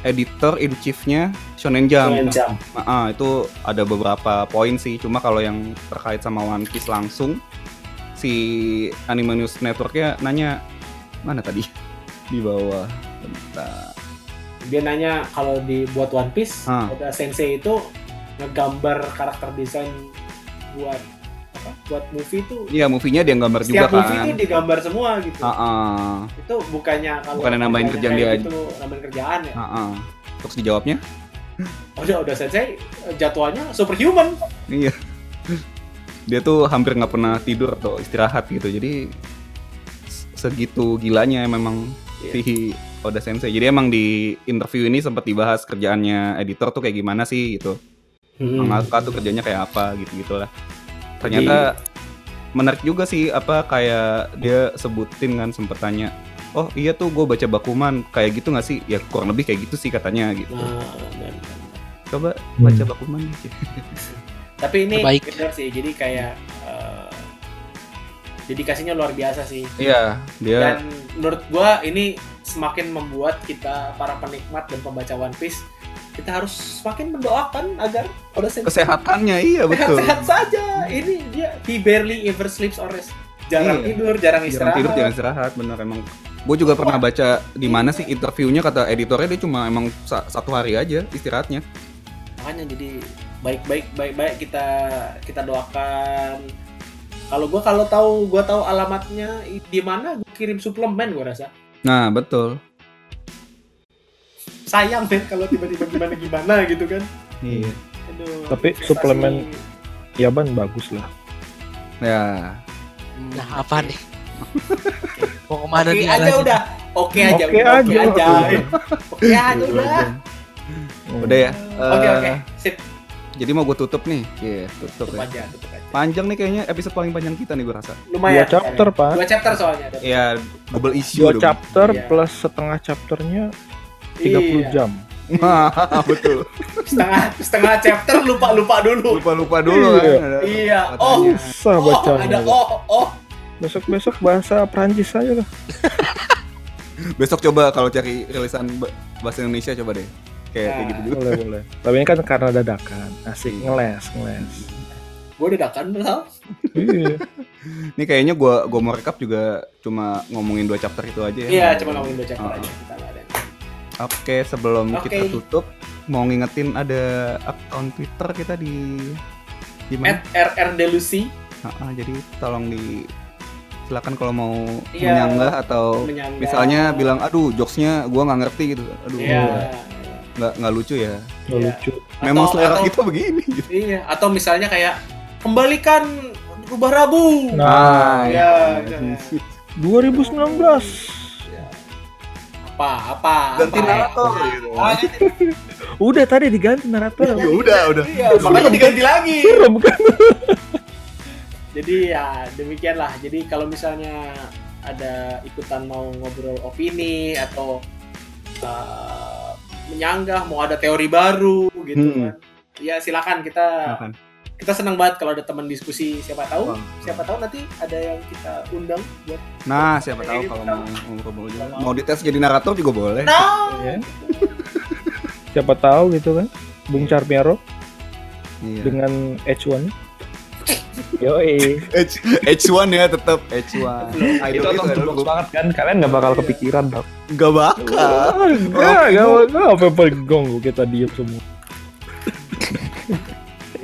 [SPEAKER 1] editor in chiefnya Shonen Jump.
[SPEAKER 5] Dengan iya, jam.
[SPEAKER 1] Nah, ah, itu ada beberapa poin sih, cuma kalau yang terkait sama One Piece langsung si Anime News Networknya nanya mana tadi di bawah. Bentar.
[SPEAKER 5] Dia nanya kalau dibuat One Piece,
[SPEAKER 1] Ah.
[SPEAKER 5] Oda Sensei itu ngegambar karakter desain buat apa? Buat movie itu.
[SPEAKER 1] Iya, movie-nya dia gambar juga
[SPEAKER 5] Setiap movie itu
[SPEAKER 1] kan.
[SPEAKER 5] digambar semua gitu.
[SPEAKER 1] Ah, ah.
[SPEAKER 5] Itu bukannya kalau
[SPEAKER 1] Bukannya nambahin kerjaan
[SPEAKER 5] kayak
[SPEAKER 1] dia.
[SPEAKER 5] gitu, nambahin kerjaan ya.
[SPEAKER 1] Ah, ah. Terus dijawabnya
[SPEAKER 5] Oda Oda Sensei jadwalnya superhuman.
[SPEAKER 1] Iya. Dia tuh hampir nggak pernah tidur atau istirahat gitu. Jadi se- segitu gilanya memang si Oda Sensei. Jadi emang di interview ini sempat dibahas kerjaannya editor tuh kayak gimana sih gitu.
[SPEAKER 5] Hmm.
[SPEAKER 1] Mangaka tuh kerjanya kayak apa gitu gitulah. Ternyata menarik juga sih apa kayak dia sebutin kan sempet tanya. Oh iya tuh gue baca Bakuman kayak gitu nggak sih? Ya kurang lebih kayak gitu sih katanya gitu.
[SPEAKER 5] Nah, dan-
[SPEAKER 1] Coba baca Bakuman deh.
[SPEAKER 5] tapi ini
[SPEAKER 4] Terbaik.
[SPEAKER 5] benar sih. Jadi kayak eh, dedikasinya luar biasa sih.
[SPEAKER 1] Iya, dia
[SPEAKER 5] Dan menurut gua ini semakin membuat kita para penikmat dan pembaca One Piece kita harus semakin mendoakan agar Oda Sensei
[SPEAKER 1] kesehatannya iya betul.
[SPEAKER 5] sehat saja. Ini dia he barely ever sleeps or rest. Jarang
[SPEAKER 1] Iya.
[SPEAKER 5] tidur, jarang
[SPEAKER 1] jarang
[SPEAKER 5] istirahat.
[SPEAKER 1] tidur jangan istirahat bener emang gue juga pernah baca di mana sih interviewnya kata editornya dia cuma emang sa- satu hari aja istirahatnya
[SPEAKER 5] Makanya jadi baik-baik baik-baik kita kita doakan. Kalau gua kalau tahu gua tahu alamatnya i- di mana gua kirim suplemen gua rasa.
[SPEAKER 1] nah betul
[SPEAKER 5] Sayang men kalau tiba-tiba gimana gimana gitu kan.
[SPEAKER 1] iya
[SPEAKER 5] Aduh,
[SPEAKER 2] Tapi
[SPEAKER 5] investasi-
[SPEAKER 2] suplemen- Yaban bagus lah
[SPEAKER 1] ya
[SPEAKER 5] Hmm.
[SPEAKER 4] Nah, apa nih? Mau kemana
[SPEAKER 5] Oke
[SPEAKER 4] nih?
[SPEAKER 5] aja
[SPEAKER 4] arahnya?
[SPEAKER 5] udah. Oke aja.
[SPEAKER 2] Oke
[SPEAKER 5] udah,
[SPEAKER 2] aja.
[SPEAKER 5] Oke aja. Oke aja udah.
[SPEAKER 1] udah ya
[SPEAKER 5] Oke
[SPEAKER 1] Eh,
[SPEAKER 5] oke. Sip.
[SPEAKER 1] jadi mau gue tutup nih iya tutup
[SPEAKER 5] Tutup
[SPEAKER 1] ya
[SPEAKER 5] aja. Tutup aja.
[SPEAKER 1] panjang nih kayaknya episode paling panjang kita nih gue rasa
[SPEAKER 2] dua
[SPEAKER 5] Lumayan. ya,
[SPEAKER 2] chapter pak Eh,
[SPEAKER 5] Dua chapter soalnya. ada.
[SPEAKER 1] ya double issue
[SPEAKER 2] dua
[SPEAKER 1] dong.
[SPEAKER 2] chapter
[SPEAKER 5] Iya.
[SPEAKER 2] plus setengah chapternya
[SPEAKER 5] Iya.
[SPEAKER 2] 30 jam
[SPEAKER 1] Hahaha, betul
[SPEAKER 5] Setengah setengah chapter lupa lupa dulu.
[SPEAKER 1] lupa lupa dulu kan
[SPEAKER 2] Iya.
[SPEAKER 1] ada-
[SPEAKER 5] Iya.
[SPEAKER 1] katanya.
[SPEAKER 5] Oh.
[SPEAKER 2] susah
[SPEAKER 5] Oh,
[SPEAKER 2] bacanya
[SPEAKER 5] ada oh, oh.
[SPEAKER 2] besok-besok bahasa Prancis aja lah
[SPEAKER 1] besok coba kalau cari rilisan ba- bahasa Indonesia coba deh kayak kayak
[SPEAKER 5] Nah.
[SPEAKER 1] gitu juga
[SPEAKER 2] boleh boleh tapi ini kan karena dadakan asik
[SPEAKER 1] Iya.
[SPEAKER 2] ngeles ngeles
[SPEAKER 5] Gue dadakan lah.
[SPEAKER 2] iya
[SPEAKER 1] ini kayaknya gue gue mau recap juga cuma ngomongin dua chapter itu aja ya
[SPEAKER 5] Iya, cuma ngomongin dua chapter
[SPEAKER 1] Ah.
[SPEAKER 5] aja. Kita nggak ada yang-
[SPEAKER 1] Oke, sebelum
[SPEAKER 5] Oke.
[SPEAKER 1] kita tutup, mau ngingetin ada akun Twitter kita di di
[SPEAKER 5] At
[SPEAKER 1] mana?
[SPEAKER 5] RR Delusi
[SPEAKER 1] Ah, ah, jadi tolong di silakan kalau mau
[SPEAKER 5] Iya.
[SPEAKER 1] menyanggah atau
[SPEAKER 5] menyangga.
[SPEAKER 1] Oh, misalnya bilang aduh jokesnya gua nggak ngerti gitu, aduh
[SPEAKER 5] Iya.
[SPEAKER 1] nggak nggak lucu ya.
[SPEAKER 2] Nggak
[SPEAKER 5] Iya.
[SPEAKER 2] lucu
[SPEAKER 5] Atau-
[SPEAKER 1] Memang selera
[SPEAKER 5] atau-
[SPEAKER 1] kita begini. Gitu.
[SPEAKER 5] Iya, atau misalnya kayak kembalikan rubah rabu.
[SPEAKER 2] Nah.
[SPEAKER 1] iya,
[SPEAKER 5] Ya, ya.
[SPEAKER 2] 2019
[SPEAKER 5] Apa apa?
[SPEAKER 6] ganti
[SPEAKER 5] apa,
[SPEAKER 6] narator gitu.
[SPEAKER 5] Ah, ini-
[SPEAKER 2] udah tadi diganti
[SPEAKER 1] Ah,
[SPEAKER 2] narator
[SPEAKER 6] Ya udah, udah.
[SPEAKER 5] Iya, makanya diganti lagi.
[SPEAKER 2] serem kan
[SPEAKER 5] Jadi ya demikianlah. Jadi kalau misalnya ada ikutan mau ngobrol opini atau uh, menyanggah mau ada teori baru gitu
[SPEAKER 1] Hmm.
[SPEAKER 5] kan. Ya silakan kita
[SPEAKER 1] Silakan.
[SPEAKER 5] kita senang banget kalau ada teman diskusi siapa tahu
[SPEAKER 1] Wah.
[SPEAKER 5] siapa tahu nanti ada yang kita undang buat
[SPEAKER 1] Nah, siapa tahu kalau mau ngobrol juga. Mau dites jadi narator juga boleh.
[SPEAKER 5] nah
[SPEAKER 2] Ya. siapa tahu gitu kan Bung Charmiaro
[SPEAKER 1] Iya.
[SPEAKER 2] dengan H1 yoi
[SPEAKER 1] H H1 ya tetap H1.
[SPEAKER 3] itu
[SPEAKER 1] Idol
[SPEAKER 3] out of the box
[SPEAKER 1] itu
[SPEAKER 3] banget kan kalian nggak bakal kepikiran bang
[SPEAKER 1] Gak bakal.
[SPEAKER 2] Ah, enggak, enggak, enggak, apa apa gong kita diem semua.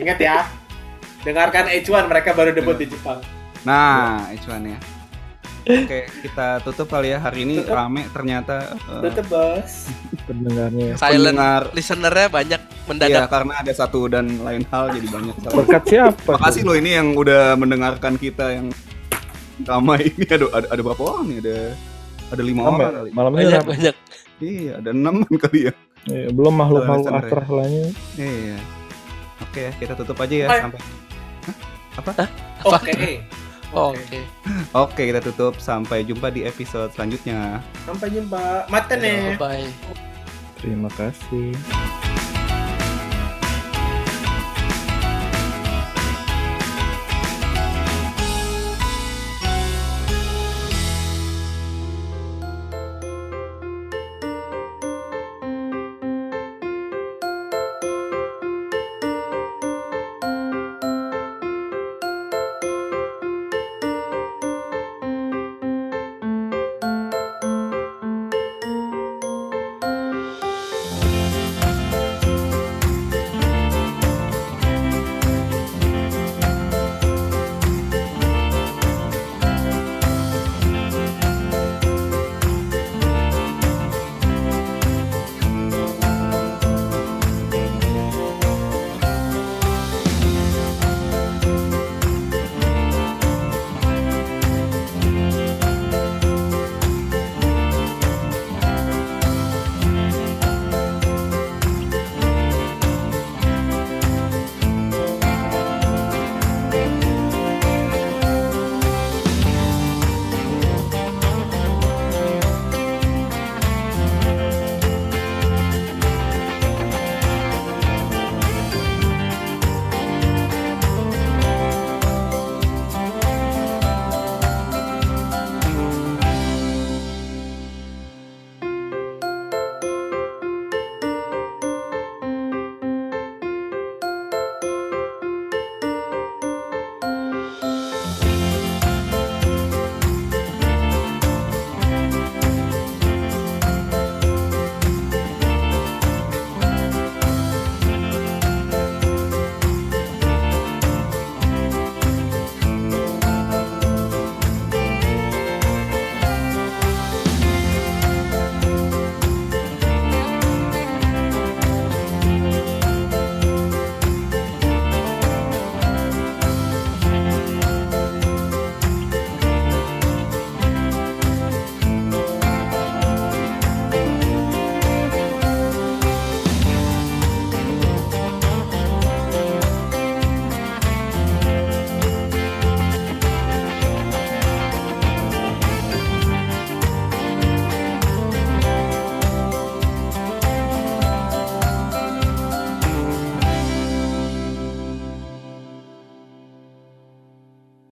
[SPEAKER 5] ingat ya dengarkan H1 mereka baru debut di Jepang
[SPEAKER 1] Nah, H1 ya. Oke, kita tutup kali ya. Hari ini
[SPEAKER 5] Tutup.
[SPEAKER 1] rame ternyata eh,
[SPEAKER 5] tetep bos
[SPEAKER 2] Pendengarnya
[SPEAKER 4] Silent
[SPEAKER 1] pendengar.
[SPEAKER 4] listenernya banyak
[SPEAKER 1] Iya,
[SPEAKER 4] mendadak.
[SPEAKER 1] karena ada satu dan lain hal jadi banyak.
[SPEAKER 2] berkat siapa?
[SPEAKER 1] Makasih loh ini yang udah mendengarkan kita yang ramai ini. Aduh, ada, ada berapa orang nih? Ada ada lima
[SPEAKER 2] Malam,
[SPEAKER 1] orang
[SPEAKER 2] ya?
[SPEAKER 1] Oh, kali.
[SPEAKER 2] malam ini
[SPEAKER 4] Banyak
[SPEAKER 2] rame.
[SPEAKER 4] banyak.
[SPEAKER 1] Iya, ada enam kali ya.
[SPEAKER 2] Iya, belum makhluk makhluk
[SPEAKER 1] Malam
[SPEAKER 2] astral lainnya.
[SPEAKER 1] Iya. Oke, kita tutup aja ya
[SPEAKER 5] Hai.
[SPEAKER 1] sampai
[SPEAKER 5] oke
[SPEAKER 4] Oh,
[SPEAKER 5] Oke.
[SPEAKER 4] Oke.
[SPEAKER 1] Oke, kita tutup sampai jumpa di episode selanjutnya.
[SPEAKER 5] Iya, sampai jumpa mata nih
[SPEAKER 4] Bye.
[SPEAKER 2] Terima kasih.